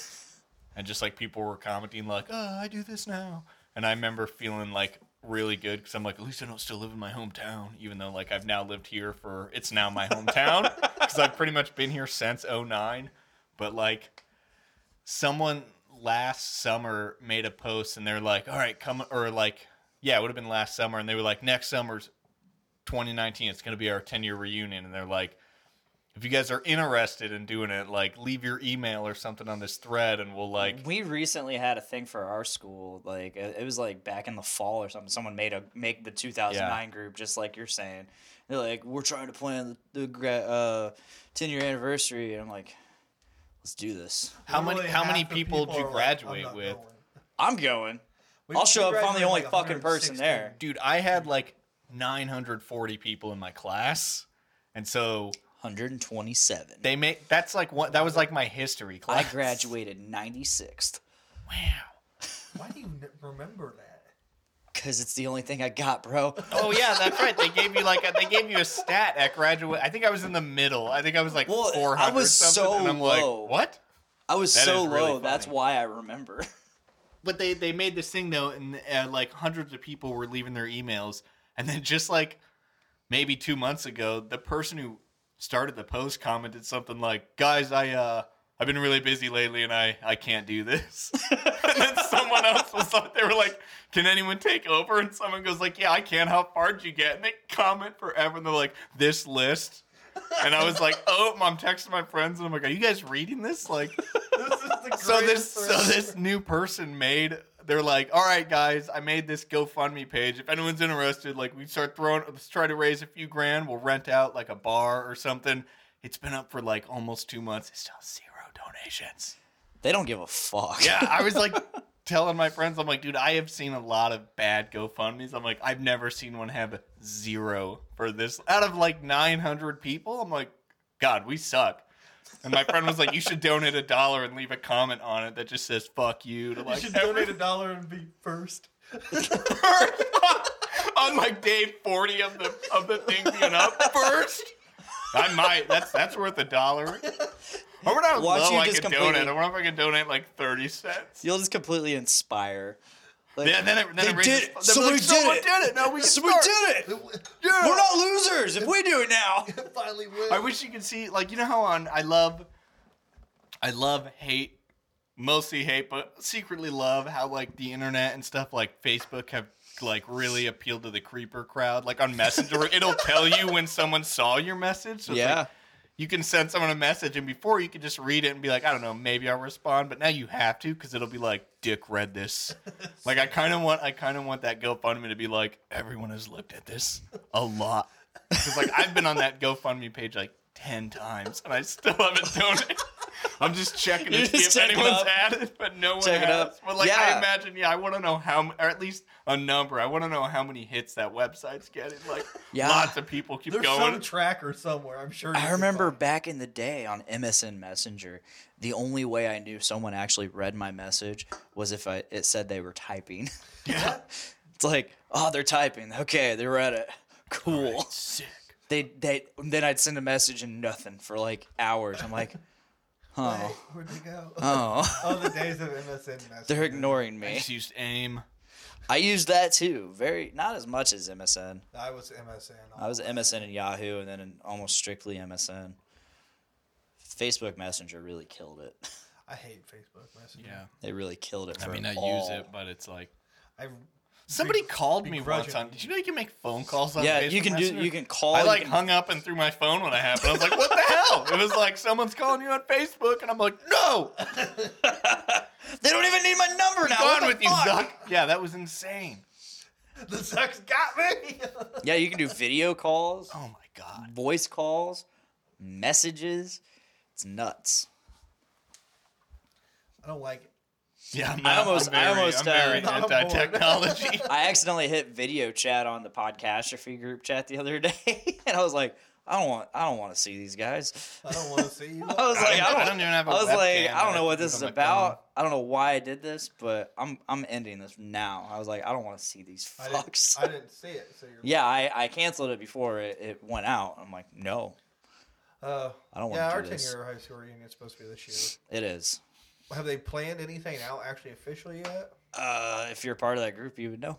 [SPEAKER 8] and just like people were commenting like, "Oh, I do this now," and I remember feeling like really good because I'm like, at least I don't still live in my hometown, even though like I've now lived here for it's now my hometown because I've pretty much been here since 09. But like someone last summer made a post and they're like, all right, come or like, yeah, it would have been last summer, and they were like, next summer's 2019, it's gonna be our 10 year reunion, and they're like, if you guys are interested in doing it, like, leave your email or something on this thread, and we'll like,
[SPEAKER 6] We recently had a thing for our school. Like it it was like back in the fall or something. Someone made a make the 2009 group just like you're saying. They're like, we're trying to plan the, the gra- uh, 10 year anniversary, and I'm like, let's do this.
[SPEAKER 8] how many
[SPEAKER 7] Literally
[SPEAKER 8] how many
[SPEAKER 7] half the
[SPEAKER 8] people did you
[SPEAKER 7] are like, I'm
[SPEAKER 8] graduate
[SPEAKER 7] not
[SPEAKER 8] with?
[SPEAKER 7] going.
[SPEAKER 6] I'm going.
[SPEAKER 7] We-
[SPEAKER 6] I'll
[SPEAKER 7] we
[SPEAKER 6] show up if I'm the
[SPEAKER 7] graduated
[SPEAKER 6] only
[SPEAKER 7] like
[SPEAKER 6] fucking person
[SPEAKER 7] 116.
[SPEAKER 6] there.
[SPEAKER 8] Dude, I had like 940 people in my class, and so
[SPEAKER 6] 127.
[SPEAKER 8] they make that's like one that was like my history
[SPEAKER 6] I
[SPEAKER 8] class.
[SPEAKER 6] graduated 96th
[SPEAKER 8] Wow.
[SPEAKER 7] Why do you n- remember that?
[SPEAKER 6] because it's the only thing I got, bro.
[SPEAKER 8] Oh yeah, that's right. They gave you like a, they gave you a stat at graduate. I think I was in the middle. I think I was like
[SPEAKER 6] Well,
[SPEAKER 8] four hundred.
[SPEAKER 6] I was
[SPEAKER 8] something,
[SPEAKER 6] so
[SPEAKER 8] and I'm
[SPEAKER 6] low.
[SPEAKER 8] like, what?
[SPEAKER 6] I was
[SPEAKER 8] That
[SPEAKER 6] so
[SPEAKER 8] is really
[SPEAKER 6] low. That's
[SPEAKER 8] funny.
[SPEAKER 6] why I remember.
[SPEAKER 8] But they they made this thing though, and uh, like hundreds of people were leaving their emails, and then just like maybe two months ago, the person who started the post commented something like, "Guys, I uh." I've been really busy lately, and I, I can't do this. and then someone else was like, they were like, "Can anyone take over?" And someone goes like, "Yeah, I can." How far did you get? And they comment forever, and they're like, "This list." And I was like, "Oh, I'm texting my friends, and I'm like, are you guys reading this?" Like,
[SPEAKER 7] This is the
[SPEAKER 8] so this
[SPEAKER 7] greatest
[SPEAKER 8] so
[SPEAKER 7] thread.
[SPEAKER 8] this new person made they're like all right guys i made this gofundme page if anyone's interested like we start throwing let's try to raise a few grand we'll rent out like a bar or something It's been up for like almost two months. It's still zero donations.
[SPEAKER 6] They don't give a fuck.
[SPEAKER 8] Yeah, I was like telling my friends, I'm like, dude, I have seen a lot of bad GoFundMe's. I'm like, I've never seen one have zero for this. Out of like 900 people, I'm like, God, we suck. And my friend was like, you should donate a dollar and leave a comment on it that just says "fuck you" to
[SPEAKER 7] You
[SPEAKER 8] like
[SPEAKER 7] should
[SPEAKER 8] every
[SPEAKER 7] donate a dollar and be first.
[SPEAKER 8] birth on like day 40 of the of the thing being up first. I might. That's that's worth a dollar. I wonder how
[SPEAKER 6] Watch
[SPEAKER 8] low
[SPEAKER 6] you
[SPEAKER 8] I
[SPEAKER 6] just
[SPEAKER 8] could
[SPEAKER 6] completely-
[SPEAKER 8] donate. I wonder if I could donate like 30 cents.
[SPEAKER 6] You'll just completely inspire. Like,
[SPEAKER 8] Yeah, then it, then
[SPEAKER 6] they
[SPEAKER 8] it
[SPEAKER 6] did
[SPEAKER 8] raises,
[SPEAKER 6] it.
[SPEAKER 8] then
[SPEAKER 6] So
[SPEAKER 8] we're
[SPEAKER 6] we
[SPEAKER 8] like,
[SPEAKER 6] did
[SPEAKER 8] someone
[SPEAKER 6] it.
[SPEAKER 8] did it. Now we can
[SPEAKER 6] So we
[SPEAKER 8] start.
[SPEAKER 6] did it.
[SPEAKER 7] Yeah.
[SPEAKER 6] We're not losers if we do it now.
[SPEAKER 7] Finally, win.
[SPEAKER 8] I wish you could see, like, you know how on I love, I love hate, mostly hate, but secretly love how like the internet and stuff like Facebook have like really appealed to the creeper crowd. Like on Messenger, it'll tell you when someone saw your message. So it's like,
[SPEAKER 6] Yeah.
[SPEAKER 8] you can send someone a message, and before you could just read it and be like, I don't know, maybe I'll respond. But now you have to because it'll be like, Dick read this. like I kind of want, I kind of want that GoFundMe to be like, everyone has looked at this a lot because like I've been on that GoFundMe page like ten times and I still haven't donated. I'm just checking
[SPEAKER 6] You're
[SPEAKER 8] to see
[SPEAKER 6] just
[SPEAKER 8] if
[SPEAKER 6] checking
[SPEAKER 8] anyone's
[SPEAKER 6] up.
[SPEAKER 8] added, but no one
[SPEAKER 6] Check it
[SPEAKER 8] has.
[SPEAKER 6] up.
[SPEAKER 8] But like
[SPEAKER 6] Yeah.
[SPEAKER 8] I imagine, yeah, I want to know how, m- or at least a number. I want to know how many hits that website's getting. Like
[SPEAKER 6] Yeah.
[SPEAKER 8] lots of people keep
[SPEAKER 7] There's
[SPEAKER 8] going.
[SPEAKER 7] some tracker somewhere. I'm sure. you
[SPEAKER 6] I
[SPEAKER 7] can
[SPEAKER 6] remember
[SPEAKER 7] find.
[SPEAKER 6] back in the day on MSN Messenger, the only way I knew someone actually read my message was if I, it said they were typing.
[SPEAKER 8] yeah.
[SPEAKER 6] It's like, oh, they're typing. Okay, they read it. Cool.
[SPEAKER 8] Sick.
[SPEAKER 6] They they then I'd send a message and nothing for like hours. I'm like,
[SPEAKER 7] Wait,
[SPEAKER 6] oh,
[SPEAKER 7] where'd they go?
[SPEAKER 6] oh,
[SPEAKER 7] Oh, the days of MSN message.
[SPEAKER 6] they're ignoring
[SPEAKER 8] I
[SPEAKER 6] me.
[SPEAKER 8] just used AIM.
[SPEAKER 6] I used that too. Very not as much as MSN.
[SPEAKER 7] I was MSN. all
[SPEAKER 6] I was
[SPEAKER 7] the
[SPEAKER 6] at MSN and Yahoo, and then in almost strictly MSN. Facebook Messenger really killed it.
[SPEAKER 7] I hate Facebook Messenger.
[SPEAKER 8] Yeah.
[SPEAKER 6] They really killed it.
[SPEAKER 8] I
[SPEAKER 6] For
[SPEAKER 8] mean, I
[SPEAKER 6] all.
[SPEAKER 8] use it, but it's like
[SPEAKER 7] I
[SPEAKER 8] somebody
[SPEAKER 7] Be-
[SPEAKER 8] called me once
[SPEAKER 7] begrudgingly.
[SPEAKER 8] on. Did you know you can make phone calls on?
[SPEAKER 6] Yeah,
[SPEAKER 8] Facebook
[SPEAKER 6] you can do.
[SPEAKER 8] Messenger?
[SPEAKER 6] You can call.
[SPEAKER 8] I
[SPEAKER 6] you
[SPEAKER 8] like
[SPEAKER 6] can-
[SPEAKER 8] hung up and threw my phone when I happened. I was like, "What the hell?" It was like someone's calling you on Facebook, and I'm like, "No, I'm
[SPEAKER 6] They don't even need my number now. What
[SPEAKER 8] gone
[SPEAKER 6] the
[SPEAKER 8] with you,
[SPEAKER 6] fuck?
[SPEAKER 8] Zuck." Yeah, that was insane.
[SPEAKER 7] the sex got me.
[SPEAKER 6] Yeah, you can do video calls,
[SPEAKER 8] Oh my god.
[SPEAKER 6] voice calls, messages. It's nuts.
[SPEAKER 7] I don't like it.
[SPEAKER 8] Yeah, I'm
[SPEAKER 6] I
[SPEAKER 8] not-
[SPEAKER 6] almost-
[SPEAKER 8] I'm
[SPEAKER 6] I
[SPEAKER 8] very,
[SPEAKER 6] almost,
[SPEAKER 8] I'm very
[SPEAKER 7] uh,
[SPEAKER 8] anti-technology.
[SPEAKER 6] I accidentally hit video chat on the podcastrophy group chat the other day, and I was like, I don't want. I don't want to see these guys.
[SPEAKER 7] I don't want to see you.
[SPEAKER 6] I was like, I don't.
[SPEAKER 8] even have
[SPEAKER 6] I
[SPEAKER 8] a
[SPEAKER 6] was like,
[SPEAKER 8] webcam,
[SPEAKER 6] I don't know what
[SPEAKER 8] think
[SPEAKER 6] this is
[SPEAKER 8] on my
[SPEAKER 6] about. I don't know why I did this, but I'm I'm ending this now. I was like, I don't want to see these
[SPEAKER 7] I didn't,
[SPEAKER 6] fucks.
[SPEAKER 7] I didn't see it. So you're.
[SPEAKER 6] yeah, I, I canceled it before it, it went out. I'm like, no,
[SPEAKER 7] Uh,
[SPEAKER 6] I don't
[SPEAKER 7] yeah,
[SPEAKER 6] want
[SPEAKER 7] our
[SPEAKER 6] to do
[SPEAKER 7] ten
[SPEAKER 6] this.
[SPEAKER 7] year high school reunion is supposed to be this year.
[SPEAKER 6] It is.
[SPEAKER 7] Have they planned anything out actually officially yet?
[SPEAKER 6] Uh, if you're part of that group, you would know.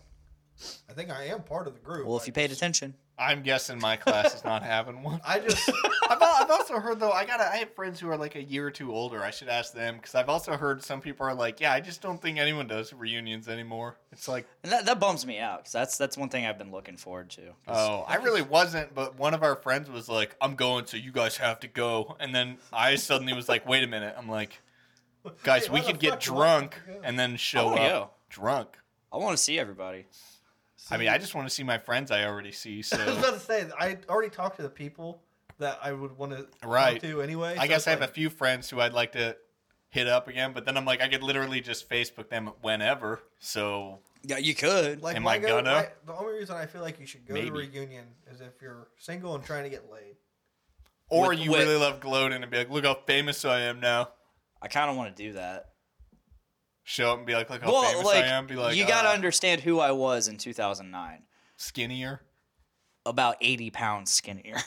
[SPEAKER 7] I think I am part of the group.
[SPEAKER 6] Well, if
[SPEAKER 7] I
[SPEAKER 6] you paid
[SPEAKER 7] just-
[SPEAKER 6] attention,
[SPEAKER 8] phone. I'm guessing my class is not having one.
[SPEAKER 7] I just
[SPEAKER 8] I've, al- I've also heard though I got I have friends who are like a year or two older. I should ask them because I've also heard some people are like, yeah, I just don't think anyone does reunions anymore. It's like,
[SPEAKER 6] and that, that bums me out because that's that's one thing I've been looking forward to. 'Cause
[SPEAKER 8] oh, I really wasn't. But one of our friends was like, I'm going, so you guys have to go. And then I suddenly was like, wait a minute. I'm like, guys,
[SPEAKER 7] Hey,
[SPEAKER 8] we
[SPEAKER 7] why the
[SPEAKER 8] could get
[SPEAKER 7] fuck do I have
[SPEAKER 8] drunk
[SPEAKER 7] to go? Oh,
[SPEAKER 8] and then show
[SPEAKER 6] wanna
[SPEAKER 8] up
[SPEAKER 6] go.
[SPEAKER 8] drunk.
[SPEAKER 6] I want to see everybody.
[SPEAKER 8] I mean, I just want to see my friends I already see.
[SPEAKER 7] I was
[SPEAKER 8] So
[SPEAKER 7] about to say I already talked to the people that I would want to
[SPEAKER 8] Right.
[SPEAKER 7] talk to anyway.
[SPEAKER 8] I
[SPEAKER 7] so
[SPEAKER 8] guess
[SPEAKER 7] it's
[SPEAKER 8] I have a
[SPEAKER 7] like,
[SPEAKER 8] few friends who I'd like to hit up again. But then I'm like, I could literally just Facebook them whenever. So
[SPEAKER 6] Yeah, you could.
[SPEAKER 7] Like,
[SPEAKER 8] Am
[SPEAKER 7] why
[SPEAKER 8] I
[SPEAKER 7] go-
[SPEAKER 8] gonna?
[SPEAKER 7] why- the only reason I feel like you should go to
[SPEAKER 8] Maybe.
[SPEAKER 7] reunion is if you're single and trying to get laid.
[SPEAKER 8] Or
[SPEAKER 6] With-
[SPEAKER 8] you
[SPEAKER 6] with-
[SPEAKER 8] really love gloating and be like, look how famous I am now.
[SPEAKER 6] I kind of want to do that.
[SPEAKER 8] Show up and be like, look how
[SPEAKER 6] Well,
[SPEAKER 8] famous
[SPEAKER 6] like,
[SPEAKER 8] I am. Be like,
[SPEAKER 6] you got to
[SPEAKER 8] "Ah,
[SPEAKER 6] understand who I was in 2009.
[SPEAKER 8] skinnier.
[SPEAKER 6] About 80 pounds skinnier.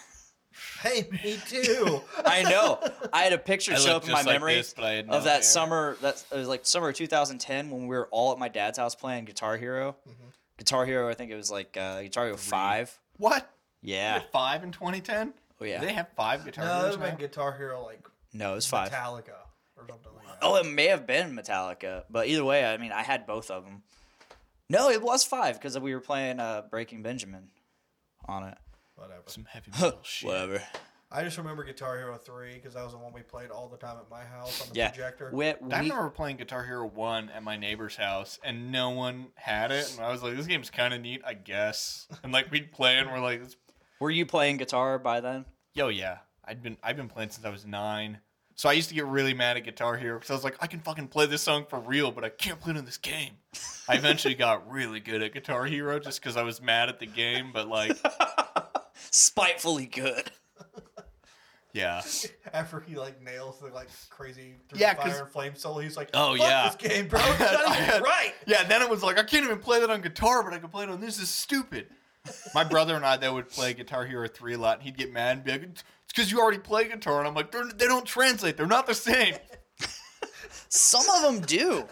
[SPEAKER 7] Hey, me too.
[SPEAKER 6] I know. I had a picture show up in my memory
[SPEAKER 8] of
[SPEAKER 6] of that summer. That it was like summer of 2010 when we were all at my dad's house playing Guitar Hero.
[SPEAKER 7] Mm-hmm.
[SPEAKER 6] Guitar Hero, I think it was like uh, Guitar Hero Five.
[SPEAKER 8] What?
[SPEAKER 6] Yeah.
[SPEAKER 8] Five in 2010?
[SPEAKER 6] Oh yeah.
[SPEAKER 8] Do they have five guitar
[SPEAKER 7] no, that
[SPEAKER 8] heroes
[SPEAKER 7] was my
[SPEAKER 8] now?
[SPEAKER 7] Guitar Hero like
[SPEAKER 6] no, it was five.
[SPEAKER 7] Metallica or something like that.
[SPEAKER 6] Oh, it may have been Metallica, but either way, I mean, I had both of them. No, it was five because we were playing uh, Breaking Benjamin on it.
[SPEAKER 7] Whatever.
[SPEAKER 8] Some heavy metal Oh, shit.
[SPEAKER 6] Whatever.
[SPEAKER 7] I just remember Guitar Hero three because that was the one we played all the time at my house on the
[SPEAKER 6] Yeah.
[SPEAKER 7] projector.
[SPEAKER 6] We,
[SPEAKER 8] I
[SPEAKER 6] we,
[SPEAKER 8] remember playing Guitar Hero 1 at my neighbor's house, and no one had it. And I was like, this game's kind of neat, I guess. And like, we'd play, and we're like,
[SPEAKER 6] were you playing guitar by then?
[SPEAKER 8] yo, yeah. I'd been I've been playing since I was nine. So I used to get really mad at Guitar Hero because I was like, I can fucking play this song for real, but I can't play it in this game. I eventually got really good at Guitar Hero just because I was mad at the game, but like,
[SPEAKER 6] Spitefully good.
[SPEAKER 8] yeah,
[SPEAKER 7] After he like nails the like crazy through
[SPEAKER 8] Yeah,
[SPEAKER 7] fire
[SPEAKER 8] 'cause-
[SPEAKER 7] and flame soul, he's like,
[SPEAKER 8] Oh,
[SPEAKER 7] Fuck
[SPEAKER 8] yeah.
[SPEAKER 7] this game, bro.
[SPEAKER 8] I
[SPEAKER 7] It's
[SPEAKER 8] had-
[SPEAKER 7] not
[SPEAKER 8] I
[SPEAKER 7] even
[SPEAKER 8] had-
[SPEAKER 7] right."
[SPEAKER 8] Yeah, then it was like I can't even play that on guitar, but I can play it on this. This is stupid. My brother and I though would play Guitar Hero three a lot, and he'd get mad and be like, "It's because you already play guitar," and I'm like, They're, "They don't translate. They're not the same."
[SPEAKER 6] Some of them do.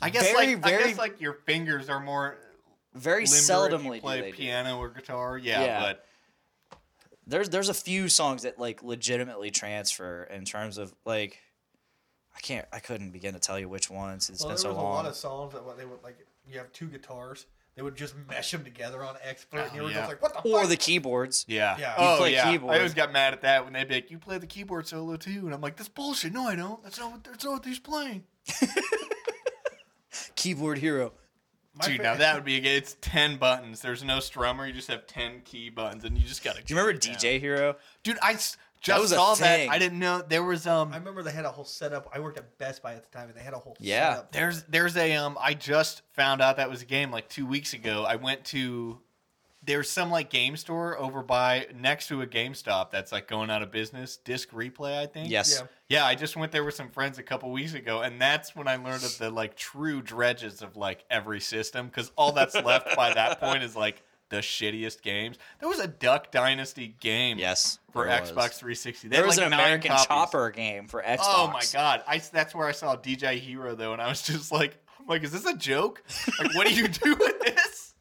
[SPEAKER 8] I guess
[SPEAKER 6] Very,
[SPEAKER 8] like I
[SPEAKER 6] very-
[SPEAKER 8] guess like your fingers are more
[SPEAKER 6] Very
[SPEAKER 8] limber if
[SPEAKER 6] seldomly
[SPEAKER 8] you play
[SPEAKER 6] do they do.
[SPEAKER 8] piano or guitar. Yeah,
[SPEAKER 6] Yeah.
[SPEAKER 8] but
[SPEAKER 6] There's there's a few songs that like legitimately transfer in terms of like I can't I couldn't begin to tell you which ones. It's
[SPEAKER 7] Well,
[SPEAKER 6] been
[SPEAKER 7] there
[SPEAKER 6] so
[SPEAKER 7] was
[SPEAKER 6] long.
[SPEAKER 7] a lot of songs that what they would like. You have two guitars. They would just mesh them together on expert, and
[SPEAKER 8] Oh,
[SPEAKER 7] you were
[SPEAKER 8] yeah.
[SPEAKER 7] just like, "What the
[SPEAKER 6] or
[SPEAKER 7] fuck?"
[SPEAKER 6] the keyboards.
[SPEAKER 8] yeah,
[SPEAKER 7] Yeah. You
[SPEAKER 8] oh
[SPEAKER 6] play
[SPEAKER 8] yeah.
[SPEAKER 6] keyboard.
[SPEAKER 8] I always got mad at that when they'd be like, "You play the keyboard solo too," and I'm like, "That's bullshit. No, I don't. That's not what that's not what he's playing."
[SPEAKER 6] Keyboard hero.
[SPEAKER 7] My
[SPEAKER 8] Dude,
[SPEAKER 7] fa-
[SPEAKER 8] now that would be a game. It's ten buttons. There's no strummer. You just have ten key buttons, and you just gotta.
[SPEAKER 6] Do you remember
[SPEAKER 8] keep it down.
[SPEAKER 6] DJ Hero?
[SPEAKER 8] Dude, I s-
[SPEAKER 6] That
[SPEAKER 8] just
[SPEAKER 6] was a
[SPEAKER 8] saw
[SPEAKER 6] thing.
[SPEAKER 8] that. I didn't know there was um.
[SPEAKER 7] I remember they had a whole setup. I worked at Best Buy at the time, and they had a whole
[SPEAKER 6] Yeah.
[SPEAKER 7] setup.
[SPEAKER 8] There's there's a um I just found out that was a game like 2 weeks ago. I went to there's some like game store over by next to a GameStop that's like going out of business, Disc Replay I think.
[SPEAKER 6] Yes.
[SPEAKER 7] Yeah.
[SPEAKER 8] Yeah, I just went there with some friends a couple weeks ago and that's when I learned of the like true dredges of like every system cuz all that's left by that point is like the shittiest games. There was a Duck Dynasty game
[SPEAKER 6] Yes.
[SPEAKER 8] for
[SPEAKER 6] there was.
[SPEAKER 8] Xbox 360. They
[SPEAKER 6] There
[SPEAKER 8] had,
[SPEAKER 6] was
[SPEAKER 8] like,
[SPEAKER 6] an
[SPEAKER 8] nine
[SPEAKER 6] American
[SPEAKER 8] copies.
[SPEAKER 6] Chopper game for Xbox.
[SPEAKER 8] Oh my god! I that's where I saw DJ Hero though, and I was just like, I'm like, is this a joke? Like, what do you do with this?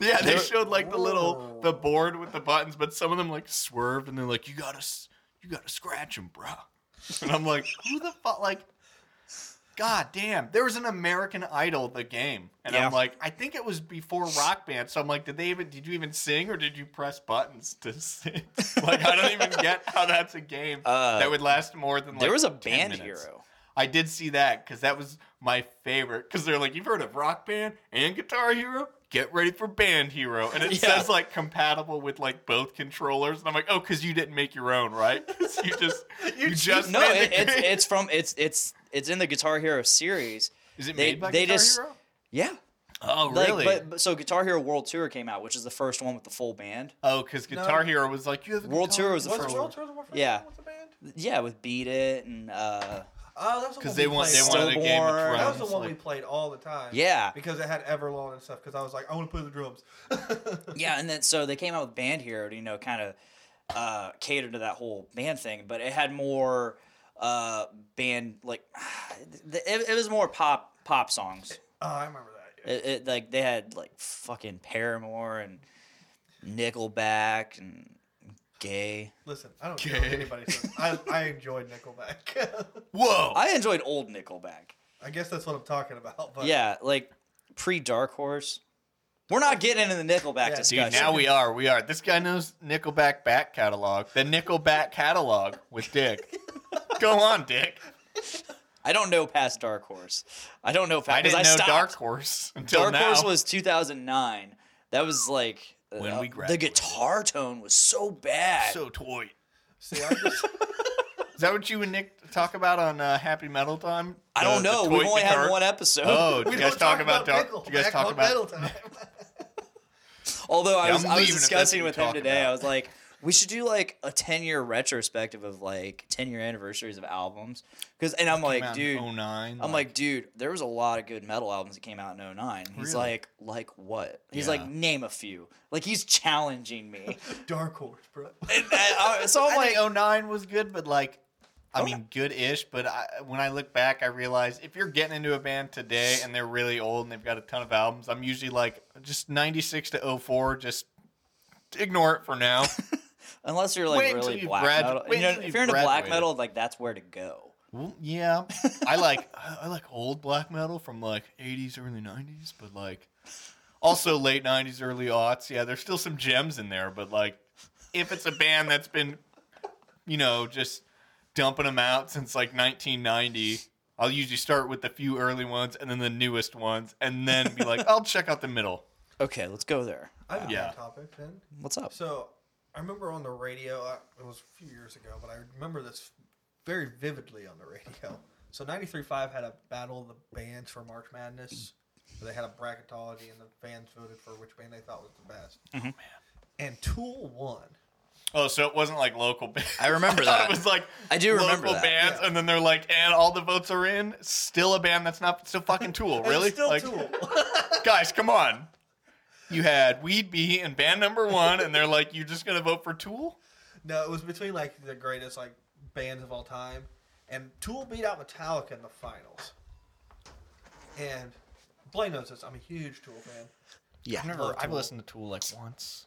[SPEAKER 8] Yeah, they
[SPEAKER 6] There-
[SPEAKER 8] showed like the little the board with the buttons, but some of them like swerved, and they're like, you gotta s- you gotta scratch them, bro. And I'm like, who the fuck? Like, god damn! There was an American Idol the game, and
[SPEAKER 6] Yeah.
[SPEAKER 8] I'm like, I think it was before Rock Band. So I'm like, did they even did you even sing or did you press buttons to sing? like, I don't even get how that's a game
[SPEAKER 6] Uh,
[SPEAKER 8] that would last more than. like,
[SPEAKER 6] There was a
[SPEAKER 8] 10
[SPEAKER 6] band
[SPEAKER 8] minutes.
[SPEAKER 6] hero.
[SPEAKER 8] I did see that because that was my favorite. Because they're like, you've heard of Rock Band and Guitar Hero? Get ready for Band Hero. And it
[SPEAKER 6] Yeah.
[SPEAKER 8] says like compatible with like both controllers. And I'm like, oh, because you didn't make your own, right? 'Cause you just, you, just
[SPEAKER 6] No,
[SPEAKER 8] made
[SPEAKER 6] it,
[SPEAKER 8] the
[SPEAKER 6] it's
[SPEAKER 8] game.
[SPEAKER 6] it's from it's it's it's in the Guitar Hero series.
[SPEAKER 8] Is it
[SPEAKER 6] they-
[SPEAKER 8] made by
[SPEAKER 6] they
[SPEAKER 8] Guitar
[SPEAKER 6] just-
[SPEAKER 8] Hero?
[SPEAKER 6] Yeah.
[SPEAKER 8] Oh,
[SPEAKER 6] Like,
[SPEAKER 8] really?
[SPEAKER 6] But, but so Guitar Hero World Tour came out, which is the first one with the full band.
[SPEAKER 8] oh, because
[SPEAKER 7] No.
[SPEAKER 8] Guitar Hero was like, you have a
[SPEAKER 6] World
[SPEAKER 8] guitar
[SPEAKER 6] Tour was the
[SPEAKER 7] Was
[SPEAKER 6] first
[SPEAKER 7] World
[SPEAKER 6] one.
[SPEAKER 7] Tour the first
[SPEAKER 6] Yeah.
[SPEAKER 7] one with the band?
[SPEAKER 6] Yeah, with Beat It and uh
[SPEAKER 7] Oh, that was the
[SPEAKER 8] Because
[SPEAKER 7] one
[SPEAKER 8] they
[SPEAKER 7] we
[SPEAKER 8] want they
[SPEAKER 7] played.
[SPEAKER 8] wanted a game of
[SPEAKER 6] Stillborn.
[SPEAKER 7] That was
[SPEAKER 8] drums.
[SPEAKER 7] the one we
[SPEAKER 8] like-
[SPEAKER 7] played all the time.
[SPEAKER 6] yeah.
[SPEAKER 7] Because it had Everlong and stuff. Because I was like, I want to play the drums. Uh,
[SPEAKER 6] Yeah, and then so they came out with Band Hero to, you know, kind of uh cater to that whole band thing, but it had more uh band like th- it, it was more pop pop
[SPEAKER 8] Eh,
[SPEAKER 6] songs.
[SPEAKER 7] Oh, I remember that. yeah.
[SPEAKER 6] It, it, like they had like fucking Paramore and Nickelback and Gay.
[SPEAKER 7] Listen, I don't care what
[SPEAKER 8] Okay.
[SPEAKER 7] anybody says. I, I enjoyed Nickelback.
[SPEAKER 8] Whoa!
[SPEAKER 6] I enjoyed old Nickelback.
[SPEAKER 7] I guess that's what I'm talking about. But
[SPEAKER 6] Yeah, like pre Dark Horse. We're not getting into the Nickelback
[SPEAKER 7] Yeah. Dude,
[SPEAKER 8] Dude,
[SPEAKER 6] discussion.
[SPEAKER 8] now we are. We are. This guy knows Nickelback back catalog. The Nickelback catalog with Dick. Go on, Dick.
[SPEAKER 6] I don't know past Dark Horse. I don't know
[SPEAKER 8] I
[SPEAKER 6] past. 'cause
[SPEAKER 8] didn't know
[SPEAKER 6] stopped.
[SPEAKER 8] Dark Horse until
[SPEAKER 6] Dark
[SPEAKER 8] now.
[SPEAKER 6] Horse was 2009. That was like
[SPEAKER 8] When
[SPEAKER 6] uh,
[SPEAKER 8] we
[SPEAKER 6] the
[SPEAKER 8] graduated.
[SPEAKER 6] guitar tone was so bad.
[SPEAKER 8] so toy.
[SPEAKER 7] see, I just
[SPEAKER 8] Is that what you and Nick talk about on uh, Happy Metal Time?
[SPEAKER 6] I don't
[SPEAKER 8] uh, The- the
[SPEAKER 6] know.
[SPEAKER 8] toy
[SPEAKER 6] We've only
[SPEAKER 8] guitar?
[SPEAKER 6] had one episode.
[SPEAKER 8] Oh, do
[SPEAKER 7] we
[SPEAKER 8] you guys
[SPEAKER 7] don't
[SPEAKER 8] talk about Dark?
[SPEAKER 7] Nickelback
[SPEAKER 8] Do you guys talk
[SPEAKER 7] on
[SPEAKER 8] about?
[SPEAKER 7] metal time.
[SPEAKER 6] Although I
[SPEAKER 8] Yeah,
[SPEAKER 6] was
[SPEAKER 8] I'm
[SPEAKER 6] I was
[SPEAKER 8] leaving if that's
[SPEAKER 6] discussing
[SPEAKER 8] what
[SPEAKER 6] with
[SPEAKER 8] you
[SPEAKER 6] him
[SPEAKER 8] talk
[SPEAKER 6] today,
[SPEAKER 8] about.
[SPEAKER 6] I was like, we should do like a 10 year retrospective of like 10 year anniversaries of albums. Because and I'm like, dude,
[SPEAKER 8] oh nine.
[SPEAKER 6] I'm like, dude, there was a lot of good metal albums that came out in 09. He's
[SPEAKER 8] Really?
[SPEAKER 6] like, like what? He's
[SPEAKER 8] Yeah.
[SPEAKER 6] like, name a few. Like he's challenging me.
[SPEAKER 7] Dark Horse, bro.
[SPEAKER 6] and, I- I- so I'm
[SPEAKER 8] I
[SPEAKER 6] like,
[SPEAKER 8] think 09 was good, but like, I
[SPEAKER 6] Oh,
[SPEAKER 8] mean, good ish. But I, when I look back, I realize if you're getting into a band today and they're really old and they've got a ton of albums, I'm usually like just 96 to 04, just ignore it for now.
[SPEAKER 6] unless you're like
[SPEAKER 8] Wait until
[SPEAKER 6] really
[SPEAKER 8] you
[SPEAKER 6] black
[SPEAKER 8] gradu-
[SPEAKER 6] metal,
[SPEAKER 8] wait
[SPEAKER 6] you know,
[SPEAKER 8] until
[SPEAKER 6] if
[SPEAKER 8] you've
[SPEAKER 6] you're into black
[SPEAKER 8] graduated.
[SPEAKER 6] metal, like that's where to go.
[SPEAKER 8] well, yeah. I like I I like old black metal from like 80s, early 90s, but like also late 90s, early aughts. Yeah, there's still some gems in there, but like if it's a band that's been, you know, just dumping them out since like 1990. I'll usually start with the few early ones and then the newest ones, and then be like, I'll check out the middle.
[SPEAKER 6] Okay, let's go there.
[SPEAKER 7] I have
[SPEAKER 8] Yeah.
[SPEAKER 7] a topic then.
[SPEAKER 6] What's up?
[SPEAKER 7] So I remember on the radio, uh, it was a few years ago, but I remember this very vividly on the radio. So 93.5 had a battle of the bands for March Madness. They had a bracketology, and the fans voted for which band they thought was the best.
[SPEAKER 8] Mm-hmm.
[SPEAKER 7] And Tool won.
[SPEAKER 8] Oh, so it wasn't like local bands.
[SPEAKER 6] I remember
[SPEAKER 8] thought
[SPEAKER 6] that.
[SPEAKER 8] It was like
[SPEAKER 6] I do remember
[SPEAKER 8] local
[SPEAKER 6] that.
[SPEAKER 8] bands,
[SPEAKER 7] Yeah.
[SPEAKER 8] and then they're like, and all the votes are in. Still a band that's not still fucking Tool,
[SPEAKER 7] And it's
[SPEAKER 8] really?
[SPEAKER 7] Still
[SPEAKER 8] like,
[SPEAKER 7] Tool.
[SPEAKER 8] guys, come on. You had Weed Bee and band number one, and they're like, you're just gonna vote for Tool?
[SPEAKER 7] No, it was between like the greatest like bands of all time, and Tool beat out Metallica in the finals. And Blaine knows this. I'm a huge Tool fan.
[SPEAKER 6] Yeah.
[SPEAKER 8] I've never.
[SPEAKER 7] love
[SPEAKER 8] I've
[SPEAKER 7] Tool.
[SPEAKER 8] listened to Tool like once.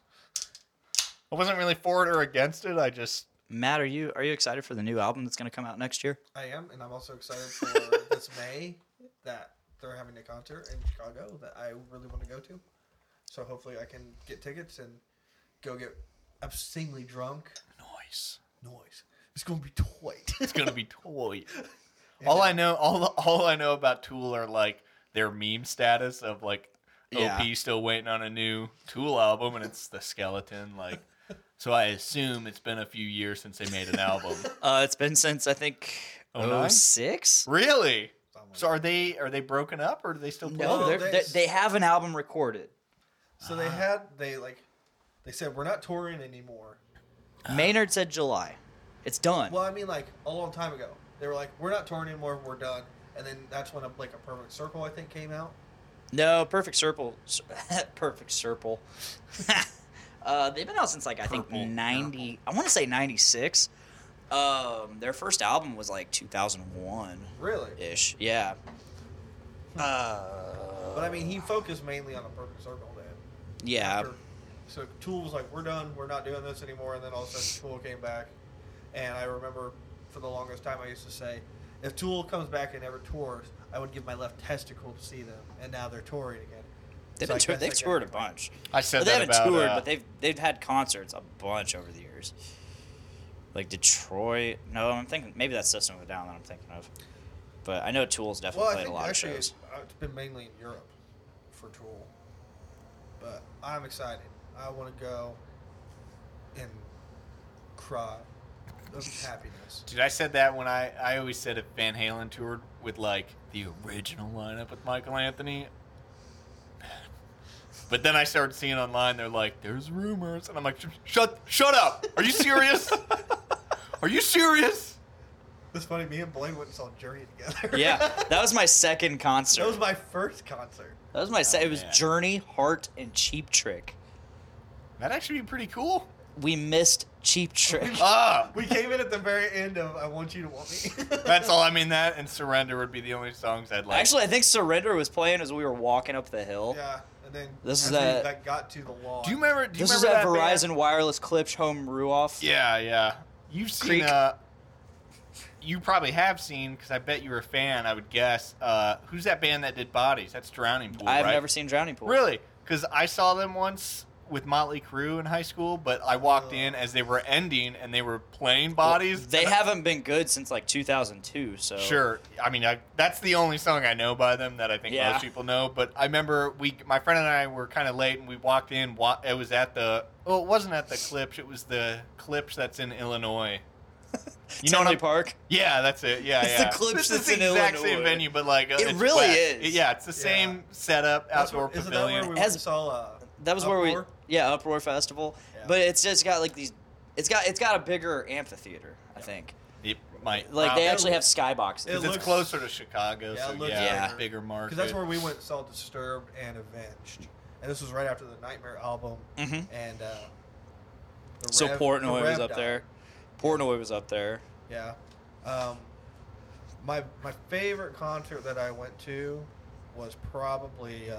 [SPEAKER 8] I wasn't really for it or against it. I just
[SPEAKER 6] Matt, are you are you excited for the new album that's going to come out next year?
[SPEAKER 7] I am, and I'm also excited for this May that they're having a concert in Chicago that I really want to go to. So hopefully I can get tickets and go get obscenely drunk.
[SPEAKER 8] noise.
[SPEAKER 7] Noise. It's gonna be tight.
[SPEAKER 8] It's gonna be toy. all I know, all all I know about Tool are like their meme status of like
[SPEAKER 6] Yeah.
[SPEAKER 8] OP still waiting on a new Tool album, and it's the skeleton. Like, so I assume it's been a few years since they made an album.
[SPEAKER 6] Uh, it's been since I think
[SPEAKER 8] Oh, nine?
[SPEAKER 6] 06?
[SPEAKER 8] really?
[SPEAKER 7] Something like
[SPEAKER 8] So are they are they broken up or do they still play?
[SPEAKER 6] No,
[SPEAKER 7] No,
[SPEAKER 6] they're,
[SPEAKER 7] they-
[SPEAKER 6] they they have an album recorded.
[SPEAKER 7] So they had they like they said we're not touring anymore.
[SPEAKER 8] Ah.
[SPEAKER 6] Maynard said July. It's done.
[SPEAKER 7] Well, I mean like a long time ago. They were like we're not touring anymore. We're done. And then that's when a, like a perfect circle I think came out.
[SPEAKER 6] No, Perfect Circle. Perfect Circle. uh, they've been out since like I think
[SPEAKER 8] Purple,
[SPEAKER 6] ninety. I want to say ninety six. Um, their first album was like two thousand one
[SPEAKER 7] Really.
[SPEAKER 6] ish. Yeah. Uh,
[SPEAKER 7] But I mean he focused mainly on a perfect circle then.
[SPEAKER 6] yeah.
[SPEAKER 7] after- So Tool was like, "We're done. We're not doing this anymore." And then all of a sudden, Tool came back, and I remember for the longest time I used to say, "If Tool comes back and ever tours, I would give my left testicle to see them." And now they're touring again.
[SPEAKER 6] They've,
[SPEAKER 7] So I
[SPEAKER 6] been tou-
[SPEAKER 7] guess
[SPEAKER 6] they've
[SPEAKER 7] I got
[SPEAKER 6] toured a
[SPEAKER 7] it.
[SPEAKER 6] bunch.
[SPEAKER 8] I said
[SPEAKER 6] Well, they
[SPEAKER 8] that
[SPEAKER 6] haven't
[SPEAKER 8] about,
[SPEAKER 6] toured,
[SPEAKER 8] uh,
[SPEAKER 6] but they've they've had concerts a bunch over the years. Like Detroit. No, I'm thinking maybe that's System of a Down that I'm thinking of. But I know Tool's definitely
[SPEAKER 7] Well, I
[SPEAKER 6] played a
[SPEAKER 7] think
[SPEAKER 6] lot
[SPEAKER 7] actually
[SPEAKER 6] of
[SPEAKER 7] it's,
[SPEAKER 6] shows.
[SPEAKER 7] uh, it's been mainly in Europe for Tool, but I'm excited. I want to go and cry of happiness.
[SPEAKER 8] Dude, I said that when I I always said if Van Halen toured with like the original lineup with Michael Anthony. But then I started seeing online they're like, "There's rumors," and I'm like, "Sh- "Shut, shut up! Are you serious? Are you serious?"
[SPEAKER 7] It's funny. Me and Blaine went and saw Journey together.
[SPEAKER 6] yeah, that was my second concert.
[SPEAKER 7] that was my first concert.
[SPEAKER 6] That was my set. It was
[SPEAKER 8] Oh, man.
[SPEAKER 6] Journey, Heart, and Cheap Trick.
[SPEAKER 8] That'd actually be pretty cool.
[SPEAKER 6] We missed Cheap Trick.
[SPEAKER 8] Ah,
[SPEAKER 7] We came in at the very end of "I Want You to Want Me."
[SPEAKER 8] that's all. I mean, that and Surrender would be the only songs I'd like.
[SPEAKER 6] Actually, I think Surrender was playing as we were walking up the hill.
[SPEAKER 7] Yeah, and then
[SPEAKER 6] This is
[SPEAKER 7] after
[SPEAKER 6] that-
[SPEAKER 7] that got to the lawn.
[SPEAKER 8] do you remember? Do you
[SPEAKER 6] This was
[SPEAKER 8] remember
[SPEAKER 6] at
[SPEAKER 8] that band?
[SPEAKER 6] Verizon Wireless Klipsch Home Ruoff.
[SPEAKER 8] Yeah, yeah. You've seen.
[SPEAKER 6] Creek.
[SPEAKER 8] Uh, you probably have seen because I bet you were a fan. I would guess. Uh, who's that band that did Bodies? That's Drowning Pool.
[SPEAKER 6] I have
[SPEAKER 8] right?
[SPEAKER 6] never seen Drowning Pool.
[SPEAKER 8] Really? Because I saw them once with Motley Crue in high school, but I walked in as they were ending and they were playing Bodies.
[SPEAKER 6] They
[SPEAKER 8] and I-
[SPEAKER 6] haven't been good since like 2002. So
[SPEAKER 8] Sure. I mean, I, that's the only song I know by them that I think
[SPEAKER 6] Yeah.
[SPEAKER 8] most people know. But I remember we, my friend and I were kind of late, and we walked in. Wa- it was at the. Oh, it wasn't at the Clips. It was the Clips that's in Illinois.
[SPEAKER 6] You know
[SPEAKER 8] what I'm-
[SPEAKER 6] Park.
[SPEAKER 8] Yeah, that's it. Yeah,
[SPEAKER 6] It's the
[SPEAKER 8] yeah.
[SPEAKER 6] Clips
[SPEAKER 8] This is
[SPEAKER 6] that's in
[SPEAKER 8] the exact
[SPEAKER 6] Illinois.
[SPEAKER 8] same venue, but like uh,
[SPEAKER 6] It
[SPEAKER 8] it's
[SPEAKER 6] really
[SPEAKER 8] whack.
[SPEAKER 6] is.
[SPEAKER 8] It- yeah, it's the
[SPEAKER 7] Yeah.
[SPEAKER 8] same setup,
[SPEAKER 7] That's
[SPEAKER 8] outdoor
[SPEAKER 7] where- isn't that
[SPEAKER 8] pavilion.
[SPEAKER 7] where we
[SPEAKER 6] Has-
[SPEAKER 7] saw? Uh,
[SPEAKER 6] That was where
[SPEAKER 7] Uproar?
[SPEAKER 6] we yeah Uproar Festival.
[SPEAKER 7] Yeah.
[SPEAKER 6] But it's just got like these. It's got it's got a bigger amphitheater. I think.
[SPEAKER 8] it might
[SPEAKER 6] Like they
[SPEAKER 8] probably-
[SPEAKER 6] actually have
[SPEAKER 7] it
[SPEAKER 8] Because
[SPEAKER 6] skyboxes.
[SPEAKER 8] it's
[SPEAKER 7] looks-
[SPEAKER 8] closer to Chicago,
[SPEAKER 7] Yeah,
[SPEAKER 8] so
[SPEAKER 7] it looks
[SPEAKER 8] yeah,
[SPEAKER 6] bigger.
[SPEAKER 8] bigger market.
[SPEAKER 7] Because that's where we went and saw Disturbed and Avenged, and this was right after the Nightmare album
[SPEAKER 6] Mhm.
[SPEAKER 7] and. Uh, the
[SPEAKER 6] So
[SPEAKER 7] Rev- the
[SPEAKER 6] Portnoy was
[SPEAKER 7] Rev
[SPEAKER 6] up
[SPEAKER 7] died.
[SPEAKER 6] there. Portnoy was up there.
[SPEAKER 7] Yeah. Um, my my favorite concert that I went to was probably, uh,